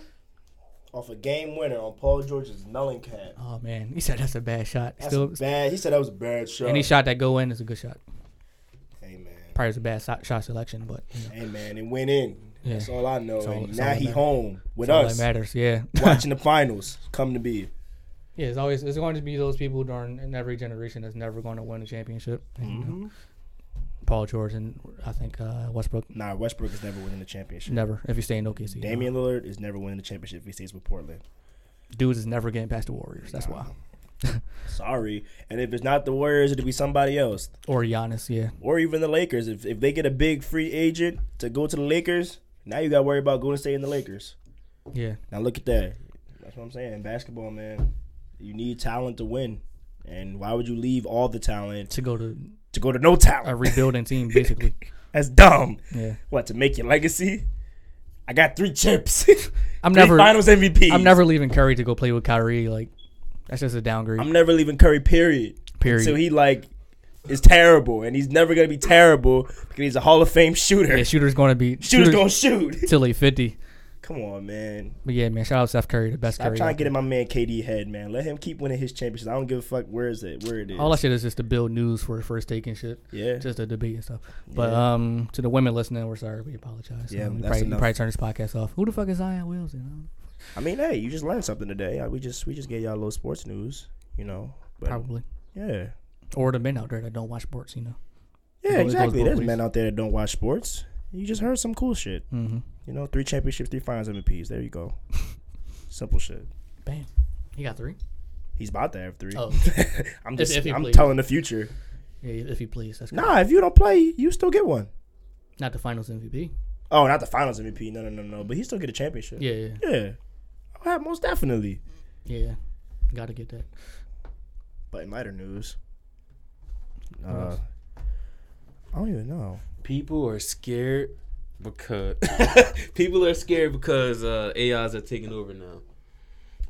D: Off a game winner on Paul George's mellencamp.
E: Oh man, he said that's a bad shot.
D: That's
E: Still,
D: bad. He said that was a bad shot.
E: any shot that go in is a good shot.
D: hey man.
E: Probably was a bad shot, shot selection, but you know,
D: Hey man, it went in.
E: Yeah.
D: That's all I know.
E: all-
D: and
E: it's
D: now
E: all
D: he
E: that-
D: home with
E: all that
D: us,
E: matters. Yeah,
D: watching the finals come to be.
E: yeah. It's always it's going to be those people during in every generation that's never going to win a championship. And, you know,
D: Mm-hmm.
E: Paul George and I think uh, Westbrook
D: Nah, Westbrook is never winning the championship.
E: never. If you stay in OKC,
D: Damian Lillard is never winning the championship if he stays with Portland.
E: dudes is never getting past the Warriors. That's why.
D: Sorry. And if it's not the Warriors, it'll be somebody else.
E: Or Giannis, yeah.
D: Or even the Lakers. If, if they get a big free agent to go to the Lakers, now you got to worry about going to stay in the Lakers.
E: Yeah.
D: Now look at that. That's what I'm saying. In basketball, man, you need talent to win. And why would you leave all the talent
E: To go to
D: to go to no talent?
E: a rebuilding team, basically.
D: That's dumb.
E: Yeah.
D: What to make your legacy? I got three chips.
E: I'm
D: Three
E: never
D: Finals MVP.
E: I'm never leaving Curry to go play with Kyrie. Like that's just a downgrade.
D: I'm never leaving Curry. Period.
E: Period.
D: So he like is terrible, and he's never gonna be terrible because he's a Hall of Fame shooter.
E: yeah, shooter's going to be
D: Shooter's gonna shoot.
E: till he fifty.
D: Come on, man.
E: But yeah, man, shout out Steph Curry, the best
D: Stop
E: Curry.
D: trying
E: out
D: to get in my man KD head, man. Let him keep winning his championships. I don't give a fuck where is it, where it is.
E: there. All that shit is just to build news for first take and shit.
D: yeah.
E: Just a debate and stuff. But
D: Yeah.
E: um, to the women listening, we're sorry. We apologize.
D: Yeah,
E: um, you
D: that's
E: probably, you
D: enough.
E: probably turn this podcast off. Who the fuck is Zion Um, Wilson? I don't know.
D: I mean, hey, you just learned something today. Uh, We just we just gave y'all a little sports news, you know. But,
E: Probably.
D: Yeah.
E: Or the men out there that don't watch sports, you know.
D: Yeah,
E: It goes
D: exactly.
E: both
D: There's
E: ways.
D: men out there that don't watch sports. You just heard some cool shit.
E: Mm-hmm.
D: You know, three championships, three finals MVPs. There you go. Simple shit.
E: Bam. He got three.
D: He's about to have three.
E: Oh.
D: I'm just
E: if he
D: I'm
E: plays.
D: telling the future.
E: Yeah, if you please. That's
D: Nah, if you don't play, you still get one.
E: Not the finals MVP.
D: Oh, not the finals MVP. No, no, no, no. But he still get a championship.
E: Yeah, yeah,
D: Yeah. Oh, yeah, most definitely.
E: yeah. Got to get that.
D: But in lighter news,
E: What
D: uh,
E: else?
D: I don't even know.
C: People are scared because people are scared because uh, AIs are taking over now.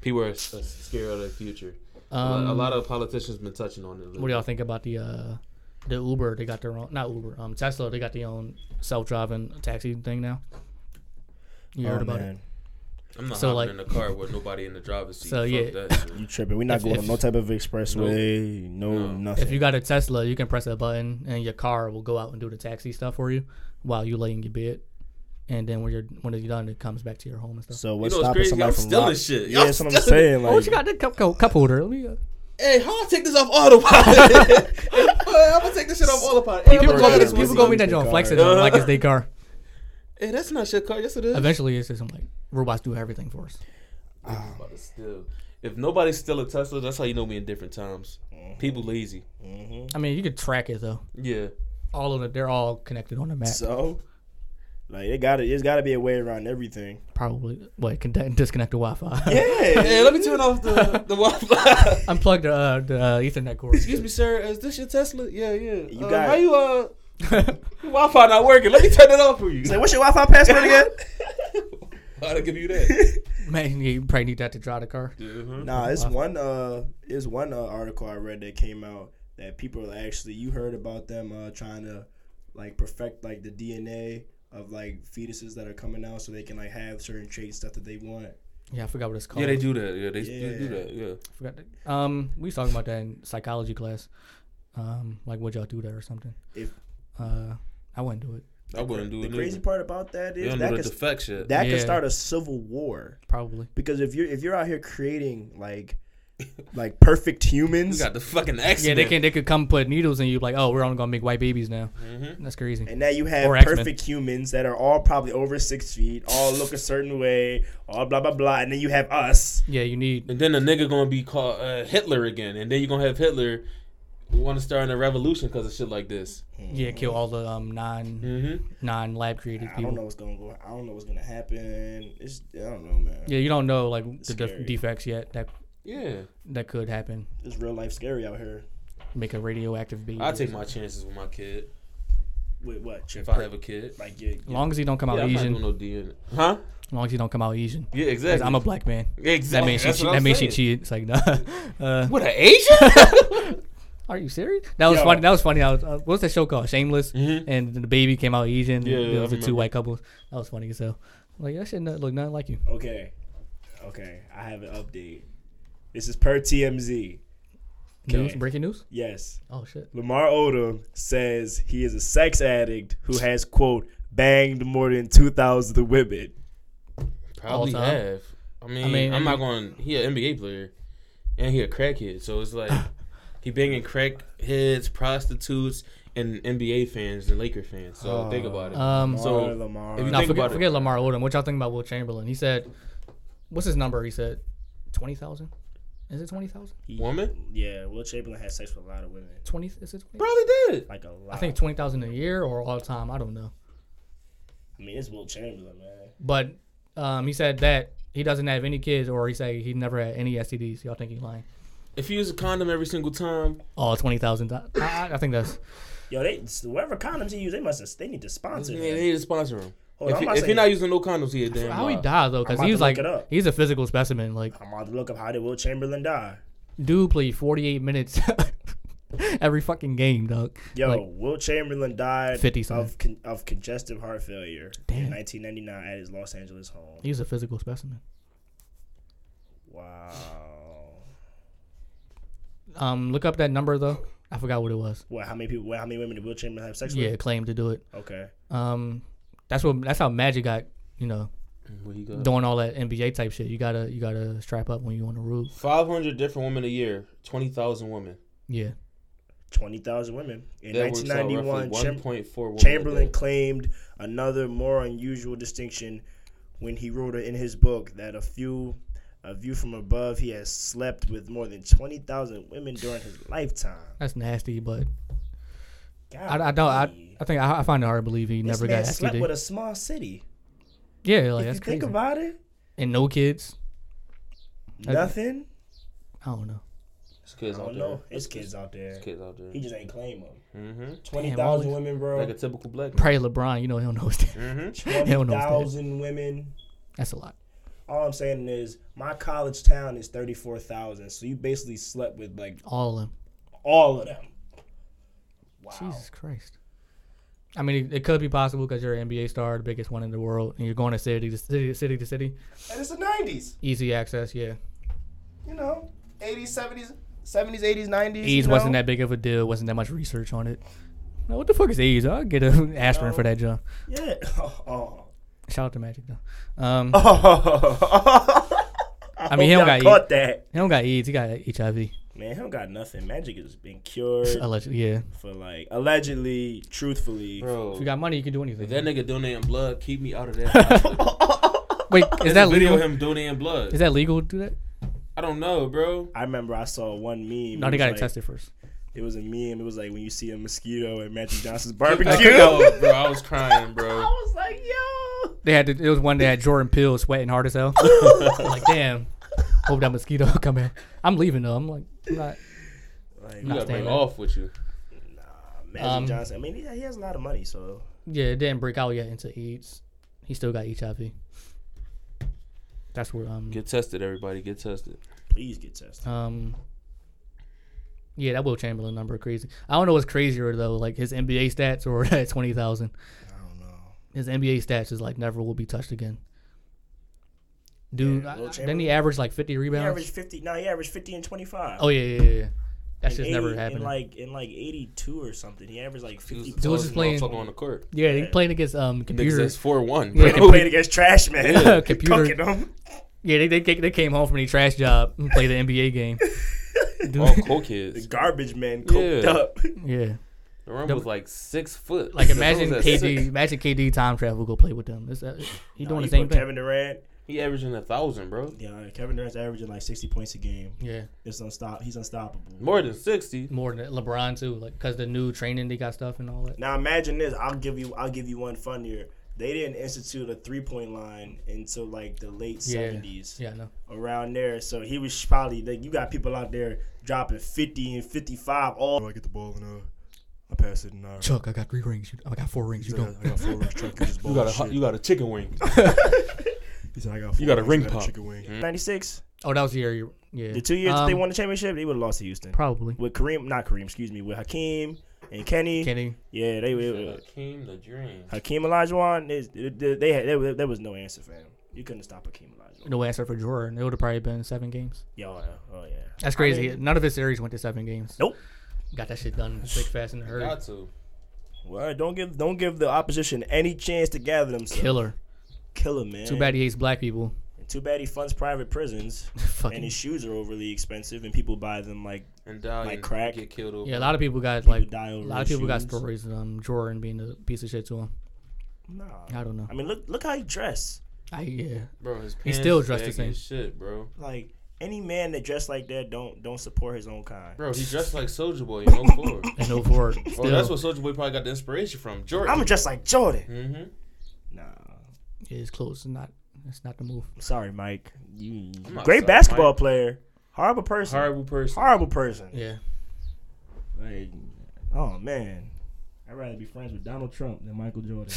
C: People are s- uh, scared of the future.
E: Um,
C: a lot of politicians been touching on it. a little
E: What do y'all
C: bit.
E: think about the uh, the Uber? They got their own, not Uber, um, Tesla. They got their own self driving taxi thing now. You heard
D: Oh,
E: about
D: man.
C: I'm not
E: so,
C: hopping
E: like-
C: in the car with nobody in the driver's seat.
E: So,
C: Fuck
E: yeah.
C: that shit.
D: You tripping. We're not
E: If-
D: going
E: if-
D: on no type of expressway. No,
C: No.
E: it?
D: nothing.
E: If you got a Tesla, you can press a button and your car will go out and do the taxi stuff for you while you lay in your bed. And then when you're when you're done, it comes back to your home and stuff.
D: so what's
C: You know what's
D: stopping
C: crazy?
D: somebody
C: Y'all
D: from
C: stealing
D: rob-
C: shit.
D: Yeah,
C: Y'all
D: that's what I'm
C: stealing-
D: saying. Like,
E: oh, what you got that cup, cup, cup holder? Let me, uh,
C: Hey, how I take this off autopilot? hey, I'm gonna take this shit off autopilot. Hey,
E: people
C: I'm
D: are
E: go
C: gonna-
D: gonna-
E: people, people go meet that
D: Car.
E: joint flexing on like it's their car.
C: hey, that's not shit car. Yes, it is.
E: Eventually, it's just I'm like robots do everything for us.
C: But still, if nobody's still a Tesla, that's how you know we in different times. People lazy.
E: I mean, you could track it though.
C: Yeah.
E: All of it, they're all connected on the map.
D: So, like, it got to There's got to be a way around everything.
E: Probably what con- disconnect the Wi-Fi.
D: Yeah.
C: Hey, let me turn off the the Wi-Fi.
E: Unplug the uh, the uh, Ethernet cord.
C: Excuse me, sir. Is this your Tesla? Yeah, yeah.
D: You
C: uh,
D: got
C: how
D: it.
C: you uh your Wi-Fi not working? Let me turn it off for you.
D: Say, what's your Wi-Fi password again?
C: I'll give you that.
E: Man, you probably need that to drive the car.
C: Mhm.
D: nah, it's one. Uh, it's one uh, article I read that came out that people are actually. You heard about them uh trying to, like, perfect like the DNA of like fetuses that are coming out, so they can like have certain traits stuff that they want.
E: Yeah, I forgot what it's called.
C: Yeah, they do that. Yeah, they, they do
D: Yeah.
C: that. Yeah.
E: I forgot that. Um, we was talking about that in psychology class. Um, like would y'all do that or something?
D: If-
E: uh, I wouldn't do it.
C: I wouldn't do
D: The
C: it.
D: crazy
C: Crazy
D: part about that
C: they
D: is
C: don't
D: that
C: do the
D: could,
C: defect shit.
D: that
E: Yeah.
D: could start a civil war
E: Probably.
D: because if you're if you're out here creating like like perfect
C: we
D: humans
C: got the fucking
E: Yeah,
C: accident.
E: they can. They could come put needles in you. Like, oh, we're only gonna make white babies now.
C: Mm-hmm.
E: That's crazy.
D: and now you have
E: Or X-Men.
D: perfect humans that are all probably over six feet, all look a certain way, all blah blah blah, and then you have us.
E: Yeah, you need.
C: And then a nigga gonna be called uh, Hitler again, and then you gonna have Hitler want to start in a revolution because of shit like this.
E: Yeah, kill all the um non
C: Mm-hmm.
E: non lab created
D: I don't know
E: people.
D: what's gonna go. I don't know what's gonna happen. It's I don't know, man.
E: Yeah, you don't know like the
D: Scary.
E: def- defects yet that
C: Yeah,
E: that could happen.
D: It's real life scary out here.
E: Make a radioactive baby.
C: I take my chances with my kid
D: Wait, what? Chip?
C: if I have a kid.
D: like you,
E: As long as he don't come
C: Yeah,
E: out
C: I'm not
E: Asian.
C: doing no DNA. Huh?
E: As long as he don't come out Asian.
C: Yeah,
E: 'Cause
C: exactly.
E: I'm a black man. That
C: exactly.
E: means she.
C: That's
E: Che-
C: what
E: that
C: I'm
E: means she
C: saying.
E: cheated. It's like, no. uh,
C: What an Asian?
E: Are you serious? That was
D: Yo.
E: funny. That was funny. I was, uh, what's that show called? Shameless.
C: Mhm.
E: And the baby came out Asian.
C: Yeah,
E: Yeah,
C: yeah, I
E: there was the two
C: remember.
E: white couples. That was funny as hell. Like that shit not, look nothing like you.
D: Okay. Okay. I have an update. This is per TMZ.
E: News, breaking news.
D: Yes.
E: Oh shit.
D: Lamar Odom says he is a sex addict who has, quote, banged more than 2,000 women.
C: Probably
E: time.
C: have. I mean, I
E: I mean,
C: am
E: I
C: not going. He an NBA player, and he a crackhead. So it's like he banging crackheads, prostitutes, and NBA fans and Laker fans. So think about it.
D: Lamar,
E: Um.
C: So,
D: Lamar.
C: if you
E: nah,
C: think
E: forget,
C: about it-
E: forget Lamar Odom. What y'all think about Will Chamberlain? He said, "What's his number?" He said, 20,000? Is it twenty thousand?
C: Woman?
D: Yeah, Will Chamberlain has sex with a lot of women.
E: Twenty? Is it? 20?
C: Probably did.
D: Like a lot.
E: I think twenty thousand a year or all time. I don't know.
D: I mean, it's Will Chamberlain, man.
E: But um, he said that he doesn't have any kids, or he said he never had any STDs. Y'all think he's lying?
C: If you use a condom every single time,
E: Oh, twenty thousand. I, I, I think that's.
D: Yo, they whatever condoms he use, they must have, they need to sponsor
C: they
D: him.
C: need to sponsor him.
D: Hold
C: if
D: on, I'm
C: he,
D: about
C: if
D: to
C: he
D: say-
C: not using no condoms, he a damn.
E: How he
C: lie.
E: died though,
D: I'm
E: because
D: about
E: he
D: to
E: was
D: look
E: like
D: it up.
E: he's a physical specimen. Like
D: I'm about to look up how did Will Chamberlain die.
E: dude played 48 minutes every fucking game, dog.
D: Yo,
E: Like-
D: Will Chamberlain died
E: 50 something.
D: of con- of congestive heart failure in
E: Damn.
D: 1999 at his Los Angeles home.
E: He was a physical specimen.
D: Wow.
E: Um, look up that number though. I forgot what it was.
D: What? How many people? What, how many women did Will Chamberlain have sex
E: Yeah,
D: with?
E: claimed to do it.
D: Okay.
E: Um, that's what that's how Magic got. You know,
C: Where he go?
E: doing all that NBA type shit. You gotta you gotta strap up when you on the roof.
C: Five hundred different women a year, twenty thousand women.
E: Yeah,
D: Twenty thousand women in
C: That works out roughly
D: 1991.
C: one
D: Cham-
C: point four women. a
D: Chamberlain
C: day.
D: claimed another more unusual distinction when he wrote in his book that a few, a view from above, he has slept with more than twenty thousand women during his lifetime.
E: that's nasty. But I,
D: God,
E: I don't. I, I think I, I find it hard to believe he
D: this
E: never
D: man
E: got
D: slept
E: STD.
D: with a small city.
E: yeah, like
D: if
E: that's
D: you think
E: crazy.
D: about it,
E: and no kids. I-
D: nothing.
E: I don't know.
C: There's kids
D: I
C: out
D: don't
C: there.
D: know. It's kids out there.
C: There's kids out there.
D: He just ain't claim them.
C: Mm-hmm.
D: Twenty thousand
E: all
D: women, bro.
C: Like a typical black. Man.
E: Probably LeBron. You know he don't know his
C: Mm-hmm.
D: Twenty
E: Hell no, it's dead.
D: thousand women.
E: That's a lot.
D: All I'm saying is my college town is thirty four thousand. So you basically slept with like
E: All of them.
D: all of them. Wow.
E: Jesus Christ. I mean, it, it could be possible because you're an NBA star, the biggest one in the world, and you're going to city to city, city to city.
D: And it's the nineties,
E: Easy access, yeah.
D: you know, eighties, seventies, seventies, eighties, nineties.
E: AIDS wasn't that big of a deal. Wasn't that much research on it. Now, what the fuck is AIDS? I'll get an aspirin for that, John.
D: Yeah. Oh.
E: Shout out to Magic though. Um,
D: I
E: mean, he
D: hope y'all
E: don't got E,
D: caught that.
E: he don't got AIDS. He got HIV.
D: Man, he don't got nothing. Magic has been cured
E: Allegedly, yeah.
D: for like allegedly, truthfully.
E: If
C: Bro,
E: you got money, you can do anything.
C: if that nigga donating blood, keep me out of that.
E: Wait, is that
C: video
E: legal?
C: of him donating blood.
E: Is that legal to do that?
C: I don't know, bro.
D: I remember I saw one meme.
E: No,
D: it
E: they
D: was
E: got to
D: like-
E: test it first.
D: It was a meme. It was like when you see a mosquito at Magic Johnson's
C: I,
D: barbecue.
C: oh, bro, I was crying, bro.
D: was like, yo.
E: They had to, it was one that had Jordan Peele sweating hard as hell. I'm like, damn. Hope that mosquito come in. I'm leaving though. I'm like, I'm not.
D: Like,
C: You
E: Nah.
D: nah,
C: got break
E: standing.
C: off with you.
D: Magic
E: Um,
D: Johnson. I mean, he, he has a lot of money, so
E: Yeah, it didn't break out yet into AIDS. He still got HIV. That's where um
C: Get tested, everybody. Get tested.
D: please get tested.
E: um yeah, that Will Chamberlain number crazy. I don't know what's crazier though, like his NBA stats or that twenty thousand.
D: I don't know.
E: his NBA stats is like never will be touched again. Dude,
D: Yeah,
E: I-
D: Will
E: then he
D: Chamberlain.
E: averaged like fifty
D: He
E: rebounds.
D: averaged fifty. No, he averaged fifty and twenty five.
E: oh yeah, yeah, yeah. yeah. That
D: In
E: shit's never
D: 80
E: happening.
D: In like in like eighty two or something. He averaged like fifty.
E: Dude, was just playing-
C: motherfucker on the court.
E: yeah, they played against um
C: Niggas
E: computers.
C: that's four one.
E: Yeah,
D: They played against trash man.
E: Yeah, computer.
D: Cooking them.
E: Yeah, they, they they came home from the trash job and played the NBA game. Dude,
C: All cool kids.
D: The garbage man cooked
C: Yeah.
D: up.
E: yeah,
C: The run
E: Them-
C: was like six foot.
E: like
C: The run
E: imagine
C: was at
E: KD,
C: six.
E: imagine KD time travel go play with them. It's, uh, he
D: Nah,
E: doing the
D: you
E: same
D: put
E: thing.
D: Kevin Durant.
C: He averaging a thousand, bro.
D: Yeah, Kevin Durant's averaging like sixty points a game.
E: Yeah,
D: It's unstop. He's unstoppable.
C: More than sixty.
E: more than LeBron too, like because the new training they got stuff and all that.
D: Now imagine this. I'll give you. I'll give you one funnier. They didn't institute a three point line until like the late
E: Yeah.
D: seventies,
E: Yeah, I know.
D: around there. So he was probably like, you got people out there dropping fifty and fifty five all. I get the ball and uh, I pass it and I.
E: Chuck, I got three rings. You, I got four rings. You don't.
D: I got four rings. Chuck, you just ball.
C: got a chicken wing.
D: He said, I got four
C: you got a
D: rings,
C: ring
D: I
C: pop.
D: chicken wing. Ninety six.
E: Oh, that was the year. You, yeah,
D: The two years that they
E: Um,
D: won the championship, they would have lost to Houston.
E: Probably.
D: With Kareem, not Kareem, excuse me, with Hakeem and Kenny.
E: Kenny.
D: Yeah, they were.
C: Hakeem the dream.
D: Hakeem Olajuwon, is- they, they had, there, there was no answer for him. You couldn't stop Hakeem Olajuwon.
E: No answer for Jordan. It would have probably been seven games.
D: Yeah, oh, yeah. oh yeah.
E: That's crazy. None of his series went to seven games.
D: Nope.
E: Got that shit done quick, fast, and hurry.
C: Got to.
D: Well, don't give don't give the opposition any chance to gather themselves.
E: Killer.
D: Killer man.
E: Too bad he hates black people.
D: And too bad he funds private prisons, and
E: Fucking.
D: his shoes are overly expensive, and people buy them like
C: And Dahlia
D: Like crack.
C: get killed over.
E: Yeah, a lot of people got
D: People
E: like
D: die
E: a
D: over
E: lot of people got
D: shoes.
E: stories of um, Jordan being a piece of shit to him.
D: nah.
E: I don't know.
D: I mean, look look how he dressed.
E: I yeah.
C: bro. His pants
E: He still dressed the
C: baggy
E: same.
C: as Shit, bro.
D: Like any man that dressed like that, don't don't support his own kind.
C: Bro, he dressed like Soldier Boy in 04.
E: And no four.
C: Or that's
E: Still,
C: what Soldier Boy probably got the inspiration from. Jordan.
D: I'm dressed like Jordan.
C: mm-hmm.
D: Nah,
E: his clothes not. That's not the move.
D: I'm sorry, Mike. You
C: I'm not
D: great
C: sorry,
D: basketball
C: Mike.
D: player, horrible person,
C: Horrible person.
D: horrible person.
E: Yeah.
D: Like, oh man, I'd rather be friends with Donald Trump than Michael Jordan.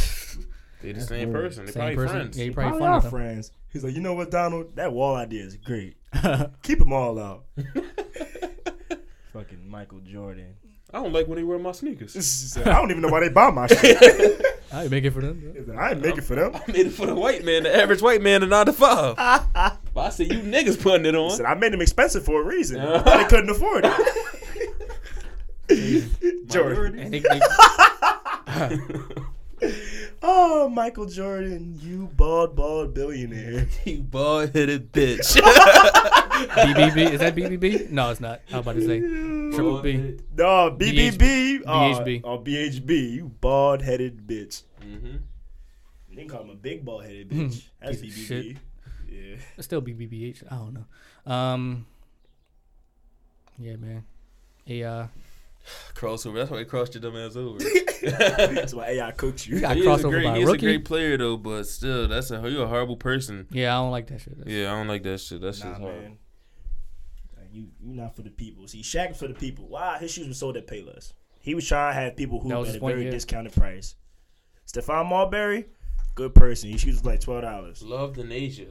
C: They the same
D: weird.
C: person. They
E: Same
C: probably
E: person.
C: friends.
E: Yeah, you probably,
D: Probably
E: fun
D: are
E: with him.
D: friends. He's like, you know what, Donald? That wall idea is great. Keep them all out. Fucking Michael Jordan.
C: I don't like when they wear my sneakers.
D: He said, I don't even know why they buy my shit.
E: I ain't make it for them.
D: He said, I ain't making for them.
C: I made it for the white man, the average white man, the nine to five. but I said you niggas putting it
D: He
C: on.
D: said, I made them expensive for a reason. I thought they couldn't afford it. Jordan.
E: And they, they,
D: Oh, Michael Jordan, you bald, bald billionaire.
C: you bald headed bitch.
E: BBB is that BBB? No, it's not. I was about to say triple B.
D: No, BBB.
E: BHB.
D: Oh, oh, BHB. You bald headed bitch.
C: Mm-hmm.
D: They can call him a big bald headed bitch. That's
E: Piece of
D: BBB. Yeah.
E: It's still BBBH. I don't know. Um. Yeah, man. Yeah, uh,
C: Crossover. That's why he crossed your dumb ass over.
D: That's why AI cooked
E: we
D: you.
E: got
C: He is a
E: crossover
C: great,
E: by
C: he is a
E: rookie.
C: great player though, but still, that's a you're a horrible person.
E: Yeah, I don't like that shit. That's-
C: Yeah, I don't like that shit. That shit's
D: Nah,
C: hard.
D: man. Like, You you not for the people. See, Shaq for the people. Wow, his shoes were sold at Payless. He was trying to have people who
E: That was
D: at
E: his
D: a
E: point,
D: very
E: yeah.
D: discounted price. Stephon Marbury, good person. His shoes was like twelve dollars.
C: Loved in Asia.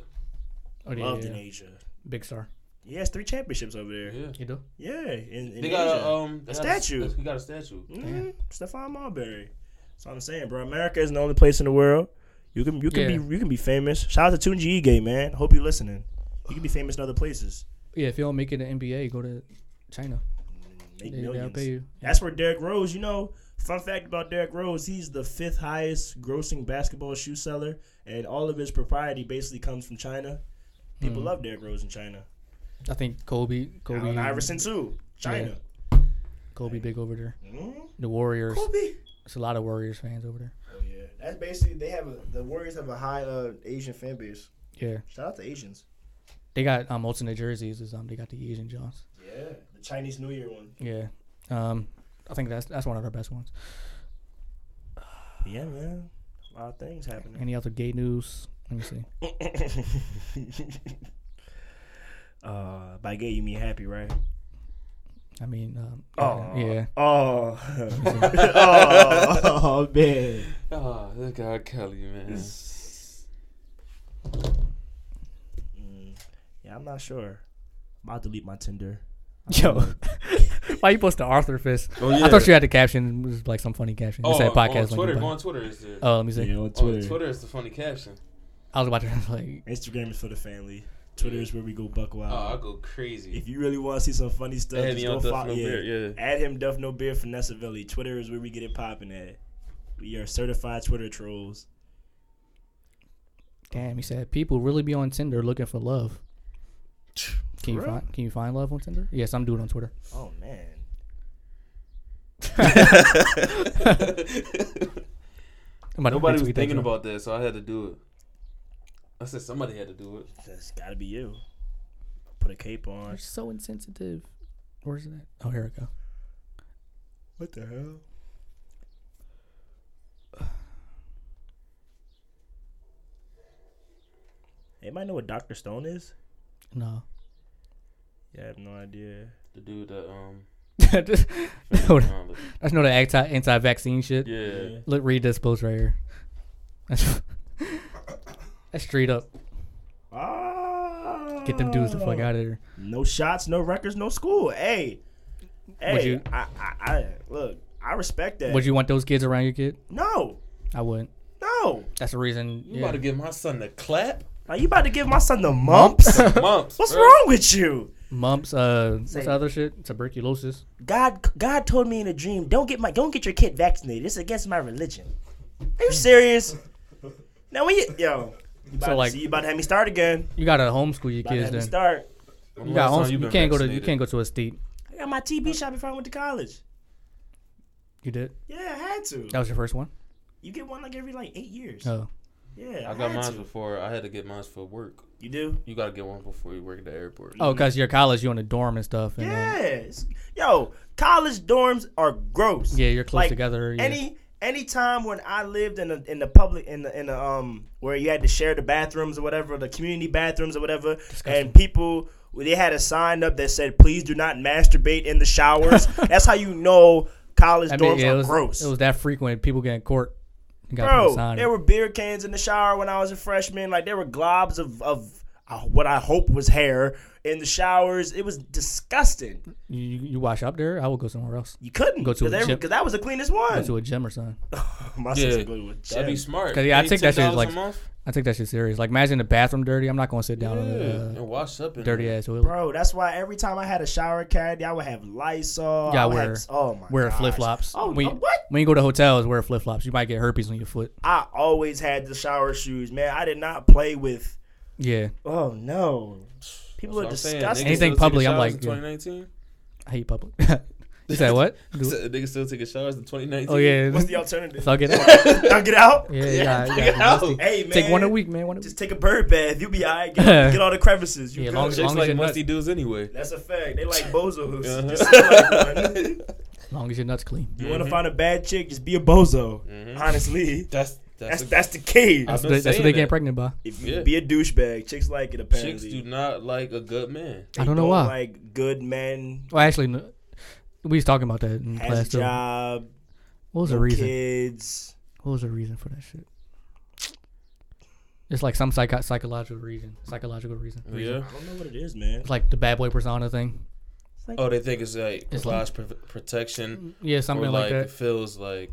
E: Oh, yeah,
D: Loved
E: yeah,
D: in
E: yeah.
D: Asia.
E: Big star.
D: He has three championships over there.
C: Yeah.
E: You do?
D: Yeah, in, in
C: They
D: Asia.
C: got a um they
D: A
C: got
D: statue.
C: He got a statue.
D: hmm Stephon Marbury. That's what I'm saying, bro. America isn't the only place in the world. You can you can
E: Yeah.
D: be you can be famous. Shout out to Tunji Ige, man. Hope you're listening. You can be famous in other places.
E: Yeah, if you don't make it in NBA, go to China.
D: Make
E: They, they'll
D: millions.
E: pay you.
D: That's where Derrick Rose, you know, fun fact about Derrick Rose, he's the fifth highest grossing basketball shoe seller, and all of his propriety basically comes from China. People love Derrick Rose in China.
E: I think Kobe, Kobe,
D: Allen Iverson, too. China.
E: Kobe, big over there.
D: Mhm.
E: The Warriors.
D: Kobe.
E: It's a lot of Warriors fans over there.
D: Oh, yeah. That's basically, they have a, the Warriors have a high uh, Asian fan base.
E: Yeah,
D: Shout out to Asians.
E: they got um alternate jerseys. Is um they got the Asian Johns.
D: Yeah. The Chinese New Year one.
E: Yeah, um, I think that's that's one of their best ones.
D: Yeah, man. A lot of things happening.
E: Any other gay news? Let me see.
D: uh, by gay, you mean happy, right?
E: I mean, um,
D: Oh.
E: yeah,
D: Oh. oh, man.
C: Oh, this guy Kelly, man.
D: Mm, yeah, I'm not sure. I'm about to delete my Tinder.
E: yo, Why you posted Arthur Fist?
C: Oh,
E: I
C: yeah.
E: thought you had the caption. It was like some funny caption. You said
C: on
E: podcast like
C: Oh, Twitter.
E: you
C: Go on
E: pod-
C: Twitter. Is there?
E: Oh, let me see.
D: Yeah, on
C: Twitter.
D: Twitter.
C: On Twitter is the funny caption.
E: I was about to like.
D: Instagram is for the family. Twitter is where we go buck wild.
C: Oh, I go crazy.
D: if you really want to see some funny stuff,
C: Add
D: just
C: me
D: go
C: on Duff
D: follow.
C: No
D: yeah.
C: Beard,
D: Add him Duff No Beer Finesse Valley. Twitter is where we get it popping at. We are certified Twitter trolls.
E: Damn, he said people really be on Tinder looking for love. Can you
D: real?
E: find Can you find love on Tinder? Yes, I'm doing it on Twitter.
D: Oh man.
E: I'm about to
C: Nobody
E: retweet
C: was
E: that
C: thinking
E: joke.
C: about that, so I had to do it. I said somebody had to do it.
D: That's gotta be you. Put a cape on.
E: You're so insensitive. Where's that? Oh, here we go.
D: What the hell? Anybody know what Dr. Stone is?
E: No.
D: Yeah, I have no idea.
C: The dude that um.
E: Just- no,
C: found it.
E: I just know the anti anti vaccine shit.
C: Yeah.
E: Look, read this post right here. That's, that's straight up.
D: Ah,
E: Get them dudes the fuck out of here.
D: No shots, no records, no school. Hey,
E: Would
D: hey,
E: you-
D: I, I, I, look, I respect that.
E: Would you want those kids around your kid?
D: No,
E: I wouldn't.
D: no.
E: That's the reason.
C: You
E: yeah.
C: about to give my son the clap?
D: Are you about to give my son the mumps?
C: Mumps.
D: What's
C: bruh.
D: wrong with you?
E: mumps. Uh, what's
D: Say-
E: the other shit? Tuberculosis.
D: God, God told me in a dream, don't get my, don't get your kid vaccinated. It's against my religion. Are you serious? Now when you, yo, you about,
E: So,
D: to-
E: like-
D: see, you about to have me start again?
E: You gotta homeschool your
D: About to
E: kids
D: have me
E: then.
D: start.
C: When
E: You
C: the last
E: got
C: time
E: homes-
C: you
E: You
C: been
E: can't go to you
C: vaccinated?
E: can't go to a state.
D: I got my TB shot before I went to college.
E: You did.
D: Yeah, I had to.
E: That was your first one.
D: You get one like every like eight years.
E: Oh,
D: Yeah,
C: I got
D: had
C: mine
D: to.
C: before. I had to get mine for work.
D: You do?
C: You gotta get one before you work at the airport.
E: oh, cause you're college, you in a dorm and stuff. And, uh, yeah.
D: Yes. Yo, college dorms are gross.
E: yeah, you're close
D: Like,
E: together. Yeah.
D: Any any time when I lived in the in the public in the in the um where you had to share the bathrooms or whatever, the community bathrooms or whatever, and people they had a sign up that said, "Please do not masturbate in the showers." That's how you know college
E: I
D: dorms
E: mean, yeah,
D: are
E: it was
D: gross.
E: it was that frequent. People getting court. You gotta put a
D: Bro,
E: sign
D: there
E: up.
D: were beer cans in the shower when I was a freshman. Like there were globs of of uh, what I hope was hair in the showers. It was disgusting.
E: You, you you wash up there. I will go somewhere else.
D: You couldn't
E: Go to a gym.
D: because that was the cleanest
E: Go
D: one.
E: to a gym or something.
D: My
C: Yeah.
D: sister go to a
C: That'd be
D: gym.
C: smart.
E: 'Cause, yeah, I
C: Pay
E: think that shit is
C: $10
E: like-
C: a month.
E: I take that shit serious. Like imagine the bathroom dirty. I'm not gonna sit down
C: Yeah,
E: on a uh,
C: and wash up in
E: dirty
C: there.
E: ass toilet.
D: Bro, that's why every time I had a shower caddy, I would have Lysol.
E: Yeah,
D: I would
E: wear-
D: have, oh my
E: Wear
D: gosh.
E: flip flops.
D: Oh,
E: when,
D: uh, what?
E: When you go to hotels, wear flip flops. You might get herpes on your foot.
D: I always had the shower shoes, man. I did not play with.
E: Yeah,
D: Oh no, people
C: That's
D: are
C: what I'm saying.
D: disgusting.
C: Niggas
E: Anything
C: still taking
E: public, I'm
C: showers
E: like,
C: in
E: yeah.
C: 2019.
E: I hate public. you said what? Do-
C: Niggas still taking showers in 2019.
E: oh yeah,
D: What's the alternative?
E: thug it out.
D: Dunk it out.
E: Yeah, yeah,
C: Check
E: yeah.
C: it out.
D: Hey man,
E: Take one a week, man. One a week.
D: Just take a bird bath. You'll be all right. Get, get all the crevices. You
E: Yeah,
D: good.
E: long as-
C: Chicks
E: long
C: like
E: you're nuts.
C: musty dudes anyway.
D: That's a fact. They like bozos.
C: Uh-huh.
D: Just like one.
E: As long as your nuts clean.
D: You want to find a bad chick? Just be a bozo. Honestly,
C: Mm-hmm. That's that's,
D: that's
C: a-
D: that's the key.
C: I've
E: That's
C: been
E: what they- that's
C: saying
E: what they get
C: that.
E: pregnant by.
D: If you
C: Yeah.
D: be a douchebag, chicks like it. Apparently,
C: Chicks do not like a good man.
E: I
D: They
E: don't know why.
D: Like good men,
E: Well, actually, no, we was talking about that in
D: has
E: class
D: a
E: too. What
D: job,
E: was the
D: no
E: reason?
D: kids.
E: What was the reason for that shit? It's like some psycho- psychological reason. Psychological reason. reason.
C: Yeah.
D: I don't know what it is, man.
E: It's like the bad boy persona thing.
C: Oh, they think it's like Mm-hmm.
E: It's
C: provides pro- protection
E: Yeah, something
C: or
E: like,
C: like, it
E: that.
C: feels like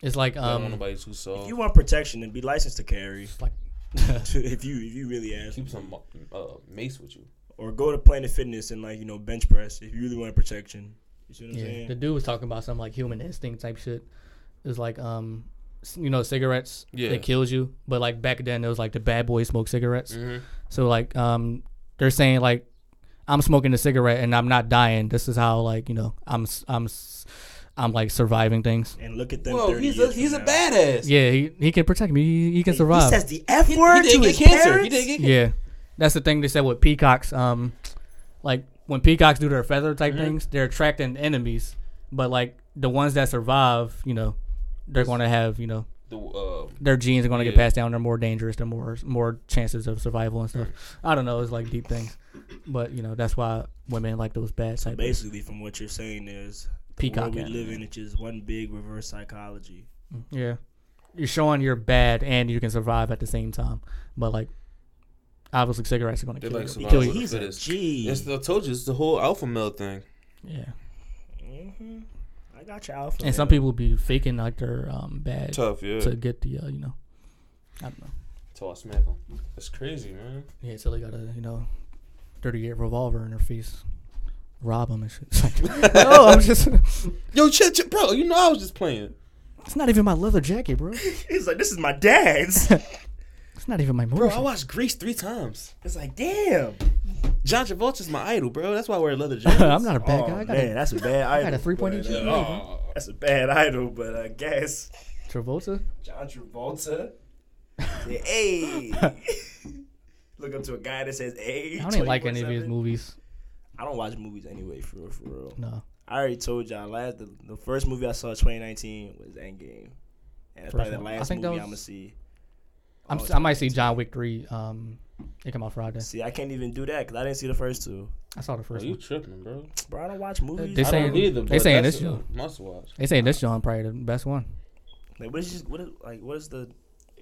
E: It's like
C: I don't want
E: um,
C: nobody too soft.
D: If you want protection, then be licensed to carry.
E: like
D: if you if you really ask,
C: keep some uh, mace with you.
D: or go to Planet Fitness and like you know bench press if you really want protection. You see what I'm
E: yeah. The
D: saying?
E: dude was talking about some like human instinct type shit. It's like um, c- you know, cigarettes.
C: Yeah.
E: It kills you. But like back then, it was like the bad boys smoke cigarettes. So like um, they're saying like, I'm smoking a cigarette and I'm not dying. This is how like you know I'm s- I'm s- I'm like surviving things.
D: And look at them.
C: Whoa,
D: 30
C: Oh, he's a
D: years
C: he's
D: from
C: a
D: now.
C: badass.
E: Yeah, he, he can protect me. He, he can survive.
D: He says the F
C: He
D: word to
C: didn't
D: his
C: get cancer.
D: parents.
C: He didn't get cancer.
E: Yeah, that's the thing they said with peacocks. Um, like when peacocks do their feather type
C: Mm-hmm.
E: things, they're attracting enemies. But like the ones that survive, you know, they're going to have you know
C: The, uh,
E: their genes are going to get
C: Yeah.
E: passed down. They're more dangerous. They're more more chances of survival and stuff. I don't know. It's like deep things, but you know that's why women like those bad type of
D: Basically, from what you're saying is the
E: peacock.
D: world we
E: animals.
D: live in, it's just one big reverse psychology.
E: Yeah. You're showing you're bad and you can survive at the same time. But like obviously cigarettes are gonna
C: They
E: kill,
C: like
E: you.
C: survival
E: kill
C: of
E: you.
C: the
D: He's a
C: fittest.
D: G.
C: It's, I told you, it's the whole alpha male thing.
E: Yeah.
C: Oh,
D: hmm I got your alpha.
E: And some
D: male.
E: people be faking like their um badge
C: Tough, yeah.
E: to get the uh, you know. I don't know.
C: Till I smack him. That's crazy, man.
E: Yeah, so they got a you know, thirty-eight revolver in their face, rob them and shit. no, I'm just.
C: Yo, shit, shit, bro. You know I was just playing.
E: It's not even my leather jacket, bro.
D: He's like, this is my dad's.
E: It's not even my
C: Bro, I
E: motorcycle.
C: watched Grease three times.
D: it's like, damn.
C: John Travolta's my idol, bro. That's why I wear leather jackets.
E: I'm not a bad
D: oh,
E: guy. I got
D: man,
E: a,
D: that's a bad
E: I
D: idol.
E: got a three-point
D: but,
E: EGMA,
D: uh,
E: bro.
D: That's a bad idol, but I guess
E: Travolta.
D: John Travolta. said, hey. Look up to a guy that says, hey.
E: I don't even like any of his
D: 24/7.
E: movies.
D: I don't watch movies anyway, for real, for real.
E: No,
D: I already told y'all last the, the first movie I saw in 2019 was Endgame, and that's
E: First
D: probably the
E: one. I
D: last
E: think
D: movie
E: that
D: I'm gonna
E: was-
D: see.
E: I'm.
D: Oh,
E: s- I might see John Wick three. Um, it come out Friday.
D: See, I can't even do that because I didn't see the first two.
E: I saw the
C: Bro,
E: first
C: you
E: one.
C: tripping, bro?
D: Bro, I don't watch movies.
E: They
D: I
E: saying-
D: don't,
C: either,
E: they
C: but
E: saying
C: that's
E: this,
C: a
E: yo.
C: Must watch.
E: They saying this John probably the best one.
D: like what is just, what is like what is the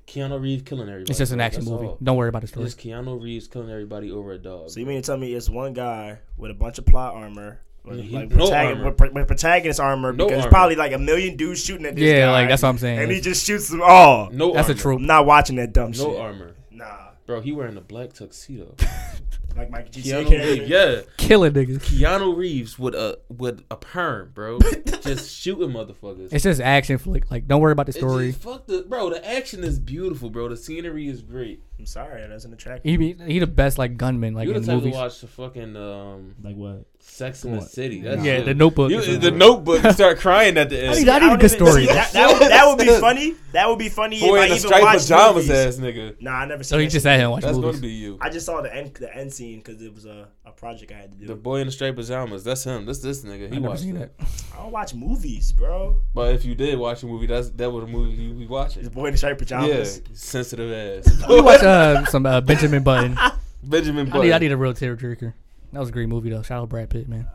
C: Keanu Reeves killing everybody.
E: It's just an
C: bro.
E: action
C: That's
E: movie.
C: all.
E: Don't worry about the story.
C: It's Keanu Reeves killing everybody over a dog.
D: so you mean to tell me it's one guy with a bunch of plot armor? Like,
C: He-
D: like
C: no
D: protagon-
C: armor.
D: With, pro- with protagonist armor
C: No
D: because it's
C: armor.
D: probably like a million dudes shooting at this
E: yeah,
D: guy,
E: like that's what I'm saying.
D: and he just shoots them all.
C: no
E: that's a
C: armor.
E: trope.
D: I'm not watching that dumb
C: No
D: shit.
C: armor.
D: Nah,
C: Bro, he wearing a black tuxedo.
D: like my GTA
C: Keanu Reeves, yeah.
E: Killing niggas.
C: Keanu Reeves with a with a perm, bro. just shooting motherfuckers.
E: It's just action flick. Like, don't worry about the
C: It
E: story.
C: just- fuck the bro. The action is beautiful, bro. The scenery is great.
D: I'm sorry, that doesn't attract me.
E: He be he the best like gunman like
C: you the
E: in
C: type
E: movies.
C: to watch the fucking um,
G: Like what?
C: Sex in the City. That's
E: Yeah,
C: shit.
E: the Notebook
C: You,
E: is a-
C: the Notebook. You start crying at the end.
E: I mean, that is a
D: don't
E: good
D: even-
E: story.
D: see, That, that would, that would be funny. That would be funny
C: Boy
D: if
C: in
D: I
C: a
D: even
C: striped
D: watched
C: pajamas,
D: movies.
C: ass nigga.
D: Nah, I never seen.
E: So he
D: that
E: just
D: shit.
E: sat here and watched
C: That's gonna
E: movies.
C: be you.
D: I just saw the end the end scene because it was a, a project I had to do.
C: The boy in the striped pajamas. That's him. That's this nigga. He
E: I never
C: watched
E: seen
C: it.
E: that.
D: I don't watch movies, bro.
C: But if you did watch a movie, that's that was a movie you be
D: The
C: watching.
D: boy in the striped
C: Yeah,
D: pajamas.
C: sensitive ass.
E: We watched uh, some uh, Benjamin Button.
C: Benjamin
E: I need, I
C: Button.
E: need a real tear jerker. That was a great movie though. Shout out Brad Pitt, man.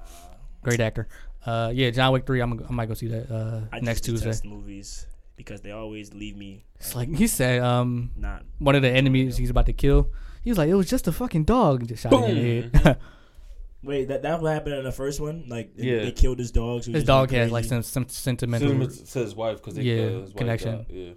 E: Great actor. Uh, yeah, John Wick three. I'm gonna- I might go see that uh,
D: I
E: next
D: just
E: Tuesday.
D: detest movies because they always leave me
E: It's like he said, um,
D: not.
E: one of the enemies he's about to kill. He was like, it was just a fucking dog. And just shot him in the head.
D: Wait, that that what happened in the first one? Like they-
C: Yeah.
D: they killed his dog. So he
E: His
D: just went
E: dog has like
D: crazy?
E: some some sentimental.
C: Cinnamon to his wife because they
E: Yeah,
C: yeah, his wife
E: connection.
C: died. Yeah,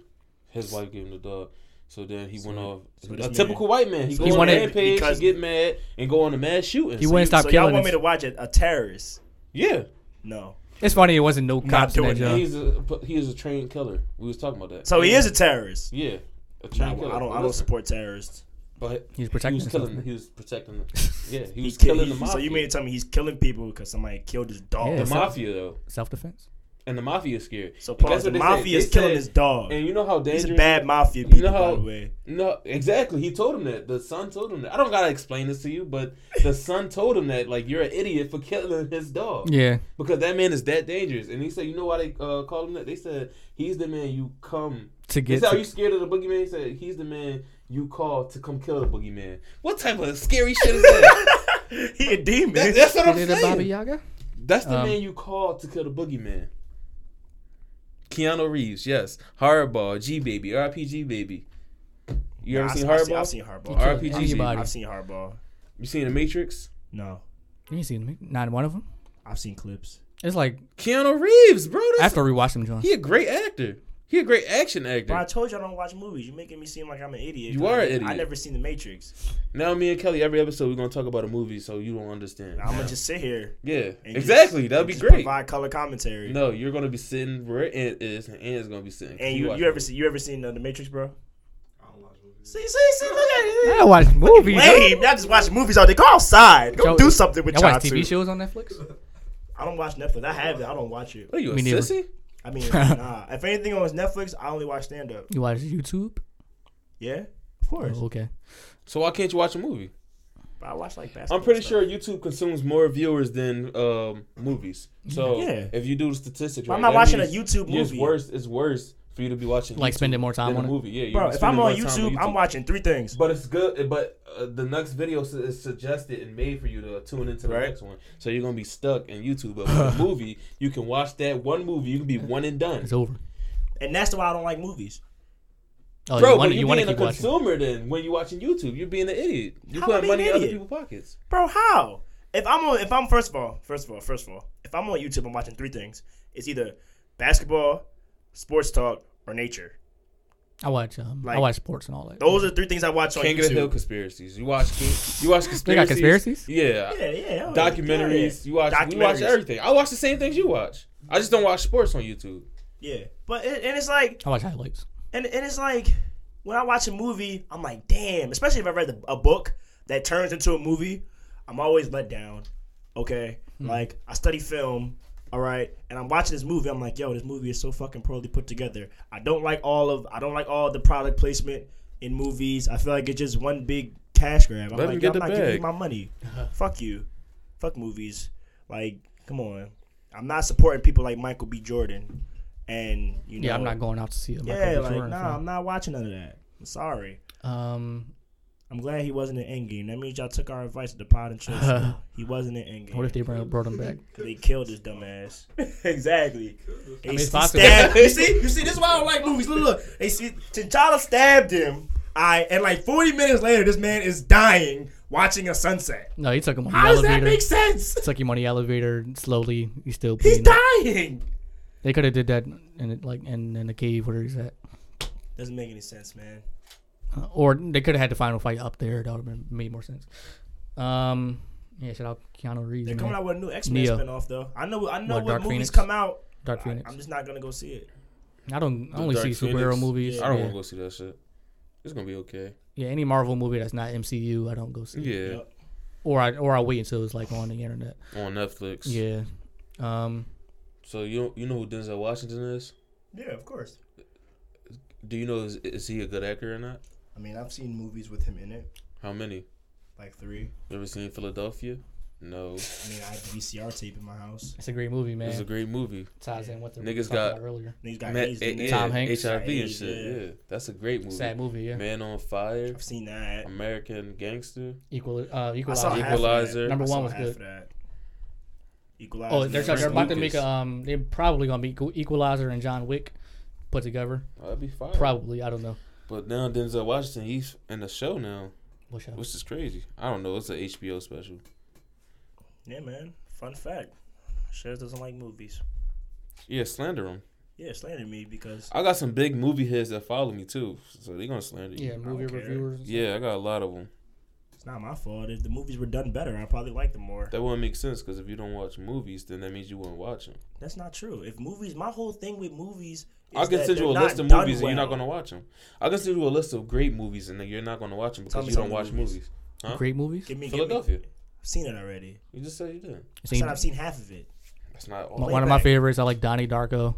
C: his wife gave him the dog. So then he went off.
D: this
C: a
D: man-
C: typical white man. He,
D: so
C: go
E: he
C: on
E: wanted-
C: the rampage,
D: because-
C: he get mad, and go on the mass shooting.
E: He wouldn't stop
D: So y'all
E: killing.
D: want
E: us.
D: me to watch a, a terrorist?
C: Yeah,
D: No.
E: it's funny. It wasn't no cops in that
D: doing that.
E: job.
C: he's a but he is a trained killer. We was talking about that.
D: So he is a terrorist.
C: yeah, a
D: Nah, I
C: trained
D: don't.
C: killer.
D: I don't
C: Listen,
D: support terrorists.
C: But
E: He's
C: he
E: protecting.
C: was
E: himself,
C: killing.
E: man.
C: He was protecting. The, yeah, he was
D: ki-
C: killing the
D: he-
C: mafia.
D: So you mean to tell me he's killing people because somebody killed his dog?
E: Yeah.
C: the mafia though,
E: Self defense.
C: and the mafia is scared.
D: So
C: And that's
D: pause. The
C: what they
D: mafia
C: said.
D: is
C: They
D: killing
C: said-
D: his dog.
C: And you know how dangerous.
D: He's a bad mafia
C: You
D: people,
C: know
D: by
C: how
D: the way.
C: No, exactly. He told him that. The son told him that. I don't gotta explain this to you, but the son told him that like you're an idiot for killing his dog
E: Yeah.
C: because that man is that dangerous. And he said, you know why they uh, call him that? They said he's the man you come.
E: To
C: They
E: get
C: said,
E: to-
C: are you scared of the boogeyman? He said he's the man you call to come kill the boogeyman. What type of scary shit is that?
D: He a demon.
C: That- that's what I'm
E: Did it Baba
C: saying.
E: Yaga?
C: That's the
E: Um,
C: man you call to kill the boogeyman. Keanu Reeves, yes. Hardball, G Baby, RPG Baby. You ever
D: I've
C: seen
D: I've
C: Hardball?
D: I've seen Hardball.
E: killed
C: RPG.
E: anybody.
D: I've seen Hardball.
C: You seen The Matrix?
D: No,
E: You ain't seen me. Not one of them.
D: I've seen clips.
E: It's like
C: Keanu Reeves, bro. That's
E: after we watched them, John.
C: he a great actor. He a great action actor.
D: But I told you I don't watch movies. You're making me seem like I'm an idiot.
C: You are an idiot.
D: I never seen The Matrix.
C: Now me and Kelly, every episode we're gonna talk about a movie, so you don't understand.
D: I'm gonna just sit here.
C: yeah,
D: and
C: exactly.
D: just-
C: That'd
D: and
C: be
D: just
C: great.
D: Provide color commentary.
C: No, you're gonna be sitting where Ant is, and Ant's gonna be sitting.
D: And you, you ever see you ever seen uh, The Matrix, bro?
F: I don't watch movies.
D: See, see, see. Look at
E: I
D: it.
E: don't watch movies.
D: Lame. I just watch movies all day. Go outside. Go
E: Y'all-
D: do something with
E: I
D: y'all
E: watch
D: too.
E: TV shows on Netflix.
D: I don't watch Netflix. I have it. I don't watch it.
C: What are you a
E: Me neither.
C: sissy?
D: I mean, nah. If anything on Netflix, I only watch stand up.
E: You watch YouTube?
D: Yeah, of course.
E: Oh, okay.
C: So why can't you watch a movie?
D: But I watch like basketball.
C: I'm pretty
D: stuff.
C: sure YouTube consumes more viewers than um, movies. So
D: Yeah.
C: if you do the statistics,
D: Why
C: right,
D: am I
C: that
D: watching a
C: means
D: YouTube
C: It's
D: movie?
C: worse. It's worse for you to be watching
E: Like
C: YouTube
E: spending more time
C: than
E: on
C: a
E: it?
C: movie. Yeah, you're
D: Bro, if
C: spending
D: I'm on
C: more time
D: YouTube, I'm watching three things.
C: But it's good. But uh, the next video s- is suggested and made for you to tune into the
D: Right.
C: next one. So you're gonna be stuck in YouTube. But with a movie, you can watch that one movie. You can be one and done.
E: It's over.
D: And that's why I don't like movies.
E: Oh,
C: Bro,
E: you
C: but
E: want
C: you're
E: you want to
C: being a
E: keep watching?
C: consumer then when you're watching YouTube. You're being an idiot. You're
D: How am I
C: putting
D: being
C: money
D: an
C: in other
D: idiot?
C: people's pockets.
D: Bro, how? If I'm on, if I'm first of all, first of all, first of all, if I'm on YouTube, I'm watching three things. It's either basketball, sports talk, or nature.
E: I watch um, I
D: Like-
E: watch sports and all that.
D: Those are the three things I watch on
C: Kangaroo Hill
D: YouTube.
C: conspiracies. You watch King, you watch conspiracies.
E: got conspiracies?
C: Yeah.
D: Yeah, yeah, oh,
C: Documentaries.
D: yeah.
C: You watch we watch
D: Documentaries.
C: everything. I watch the same things you watch. I just don't watch sports on YouTube.
D: Yeah, but it, and it's like
E: I watch highlights.
D: And and it's like when I watch a movie, I'm like, damn. Especially if I read a, a book that turns into a movie, I'm always let down. Okay,
C: Hmm.
D: like I study film. All right, and I'm watching this movie. I'm like, yo, this movie is so fucking poorly put together. I don't like all of. I don't like all the product placement in movies. I feel like it's just one big cash grab. I'm
C: Let 'em
D: like,
C: get
D: yo, I'm
C: the
D: not giving you
C: bag.
D: my money. Fuck you. Fuck movies. Like, come on. I'm not supporting people like Michael B. Jordan. And you know,
E: Yeah, I'm not going out to see them.
D: yeah, like nah, I'm not watching none of that. I'm sorry.
E: Um,
D: I'm glad he wasn't in Endgame. That means y'all took our advice at the pod and chose. him. he wasn't in Endgame.
E: what if they brought, brought him back?
D: they killed his dumbass? exactly. They
E: mean, it's
D: s-
E: possible.
D: stabbed- you see, you see, this is why I don't like movies. Look, look. They see T'Challa stabbed him. I and like 40 minutes later, this man is dying watching a sunset.
E: No, he took him on the
D: How does that
E: elevator.
D: make sense?
E: Took him on the elevator slowly. He's still
D: He's
E: bleeding.
D: dying.
E: They could have did that in it, like in, in the cave where he's at,
D: Doesn't make any sense, man.
E: Uh, or they could have had the final fight up there. That would have made more sense. Um, yeah, shout out Keanu Reeves.
D: They're
E: man.
D: coming out with a new X-Men
E: Mm. Neo.
D: spinoff, though. I know, I know
E: What,
D: what,
E: Dark
D: movies
E: Phoenix?
D: come out.
E: Dark
D: I,
E: Phoenix.
D: I'm just not gonna go see it.
E: I don't. I
C: The
E: only
C: Dark
E: see
C: Phoenix.
E: superhero movies.
C: I don't
E: yeah.
C: want to go see that shit. It's gonna be okay.
E: Yeah, any Marvel movie that's not MCU, I don't go see.
C: Yeah.
E: Or I or I wait until it's like on the internet.
C: On Netflix.
E: Yeah. Um.
C: So you you know who Denzel Washington is?
D: Yeah, of course.
C: Do you know is, is he a good actor or not?
D: I mean, I've seen movies with him in it,
C: How many?
D: like three.
C: You ever seen Philadelphia? No.
D: I mean, I have the VCR tape in my house.
E: It's a great movie, man.
C: It's a great movie.
E: Ties in with the
C: Niggas
E: talked
C: got-
E: about earlier.
D: He's got
C: Man,
D: AIDS
C: eh,
D: in it.
C: yeah,
E: Tom Hanks.
C: HIV and
D: Yeah.
C: shit. Yeah. That's a great movie.
E: Sad movie, yeah.
C: Man on Fire,
D: I've seen that.
C: American Gangster,
E: Equal.
D: I
E: Uh,
D: saw half
E: Equalizer.
D: of
C: Equalizer.
D: that.
E: Number
D: I
E: one
D: saw
E: was
D: half
E: good.
D: of that. Equalizer.
E: Oh, they're,
C: Chris
E: they're about to
C: Lucas.
E: make a. Um, they're probably gonna be Equal- Equalizer and John Wick put together.
C: Oh, that'd be fire.
E: Probably, I don't know.
C: But now Denzel Washington, he's in the show now,
E: Wish I
C: which is crazy. I don't know. It's an HBO special.
D: Yeah, man. Fun fact. Shaz doesn't like movies.
C: Yeah, slander him.
D: Yeah, slander me because
C: I got some big movie heads that follow me too, so they gonna slander you.
E: Yeah, movie
D: care.
E: reviewers.
C: Yeah, I got a lot of them.
D: it's not my fault. If the movies were done better, I probably like them more.
C: That wouldn't make sense because if you don't watch movies, then that means you wouldn't watch them.
D: That's not true. If movies, my whole thing with movies. Is
C: I can
D: that
C: send you
D: they're
C: a
D: not
C: list of
D: done
C: movies and you're not
D: well.
C: gonna watch them. I can send you a list of great movies and then you're not gonna watch them
D: Tell
C: because
D: me
C: you
D: some
C: don't watch
D: movies.
C: movies. Huh?
E: Great movies.
D: Give me, give me.
C: Philadelphia.
D: I've seen it already.
C: You just said you did.
E: Seen-
D: Said I've seen half of it.
C: That's not all.
E: one of my
D: Playback.
E: favorites. I like Donnie Darko.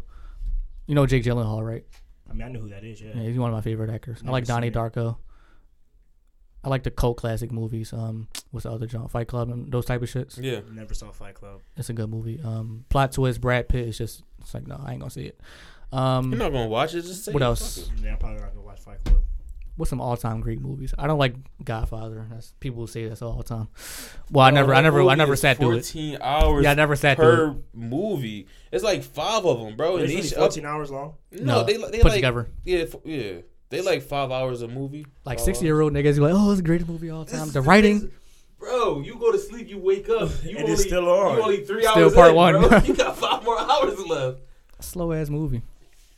E: You know Jake Gyllenhaal, right?
D: I mean, I know who that is. Yeah.
C: Mm.
E: Yeah, he's one of my favorite actors. I like
D: seen
E: Donnie
D: it.
E: Darko. I like the cult classic movies. Um, what's the other genre? Fight Club and those type of shits.
C: Yeah.
D: Never saw Fight Club.
E: It's a good movie. Um, plot twist: Brad Pitt is just. It's like no, I ain't gonna see it. Um,
C: You're not gonna watch it. Just say
E: What
C: it.
E: else?
C: Fuck it.
D: Yeah, I'm probably not gonna watch Fight Club.
E: what's some all time great movies? I don't like Godfather. That's people say that's all the time. Well,
C: Oh,
E: I never, I never, I never sat through it.
C: Fourteen hours.
E: Yeah, I never sat
C: per
E: through
C: movie. It's like five of them, bro. And
D: It's
C: each
D: only
C: up,
D: 14 hours long.
C: no,
E: No,
C: they they
E: put
C: like
E: together.
C: yeah f- yeah. They like five hours a movie.
E: Like
C: Five
E: sixty
C: hours.
E: year old niggas, you like, oh, it's the greatest movie of all time. The writing,
C: Bro, you go to sleep, you wake up, you
D: And it's still on.
C: three
E: Still part one, bro.
C: got five more hours left.
E: slow ass movie.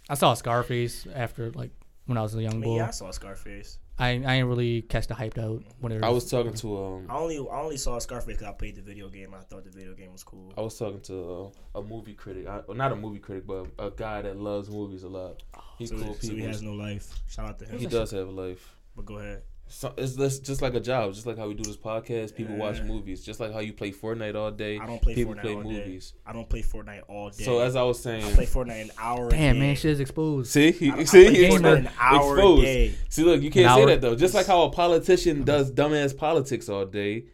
E: I saw Scarface after like when I was a young
D: I mean,
E: boy.
D: yeah, I saw Scarface.
E: I I didn't really catch the hype out when it
C: I was talking to um,
D: I only I only saw Scarface because I played the video game. I thought the video game was cool.
C: I was talking to uh, a movie critic, I, well, not a movie critic, but a guy that loves movies a lot. He's
D: So,
C: cool
D: so
C: people.
D: he
C: He,
D: has no life. Shout out to him.
C: does have a life.
D: But go ahead.
C: So, it's just, just like a job, just like how we do this podcast. People watch movies, just like how you play Fortnite all day.
D: I don't play
C: people
D: Fortnite all day. I don't play Fortnite all day.
C: So as I was
D: I
C: saying,
D: play Fortnite an hour. a
E: Damn
D: day.
E: man, shit is exposed.
C: See, he,
D: I
C: see,
D: play
C: he's
D: games for an hour a
C: exposed.
D: day.
C: See, look, you can't
E: An
C: say
E: hour.
C: that though. Just like how a politician does dumbass politics all day,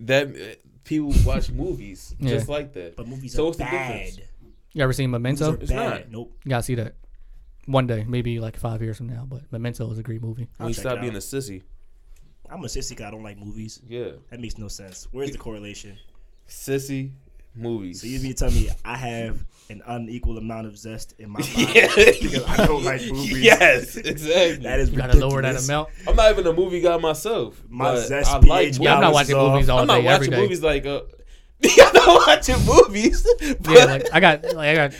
C: that uh, people watch movies
E: Yeah.
C: just like that.
D: But movies
C: So
D: are
C: what's the
D: bad.
C: difference?
E: You ever seen Memento?
D: Movies
C: It's
D: are bad.
C: not.
D: Nope.
E: You gotta see that one day, maybe like five years from now. But Memento is a great movie.
D: I'll
C: When you
D: check
C: stop
D: it
C: being
D: out.
C: a sissy,
D: I'm a sissy 'cause I don't like movies.
C: yeah,
D: That makes no sense. Where's the correlation?
C: sissy movies.
D: So you mean to tell me I have an unequal amount of zest in my body because I don't like movies?
C: yes, exactly.
D: That is
E: You gotta
D: ridiculous.
E: lower that amount.
C: I'm not even a movie guy myself.
D: My
C: but
D: zest
C: I like
D: pH
E: Yeah, I'm not
D: Balance
E: watching
D: is off.
E: movies all
C: uh, I'm not
E: day, every
C: watching
E: day.
C: movies like uh, Y'all not watching movies.
E: Yeah, like I got, like, I got.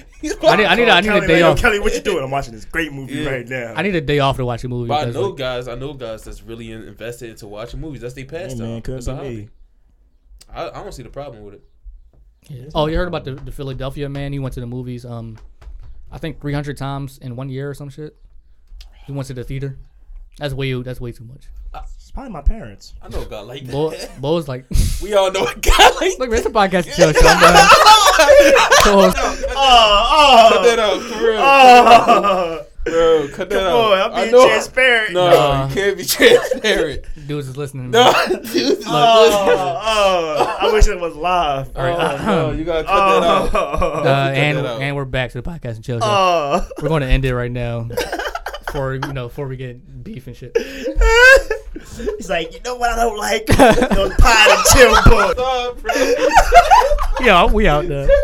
E: I need, I need, a, I need a
G: Kelly,
E: day
G: like, yo,
E: off.
G: Kelly, what you doing? I'm watching this great movie
C: Yeah.
G: right now.
E: I need a day off to watch a movie.
C: But I
E: because,
C: know
E: like,
C: guys, I know guys that's really in- invested into watching movies. That's their
D: Hey,
C: pastime.
D: man,
C: It's
D: couldn't
C: a
D: be
C: hobby.
D: me.
C: I, I don't see the problem with it.
E: yeah. Oh, you heard about the, the Philadelphia man? He went to the movies. Um, I think 300 times in one year or some shit. He went to the theater. That's way, that's way too much.
D: It's probably my parents.
C: I know a guy like that.
E: Bo, Bo was like,
C: We all know a guy like
E: look, man, it's a podcast show. So I'm done. So,
C: Cut that out, for real. Bro, cut that
D: Oh,
G: Boy,
C: out.
G: I'm
C: I
G: being
C: know.
G: transparent.
C: No,
E: Nah.
C: you can't be transparent.
E: uh, dudes is listening.
C: No,
E: man.
C: dude.
G: Oh, oh, I wish it was live.
E: All right,
C: no, you gotta cut that out.
G: Oh,
E: uh,
C: cut
E: and
C: that out.
E: and we're back to the podcast and chill. show.
G: oh.
E: we're going to end it right now. Before you know, before we get beef and shit.
G: He's like, you know what I don't like? Those pot and chill book.
C: Stop, bro.
E: Yeah, we out. There.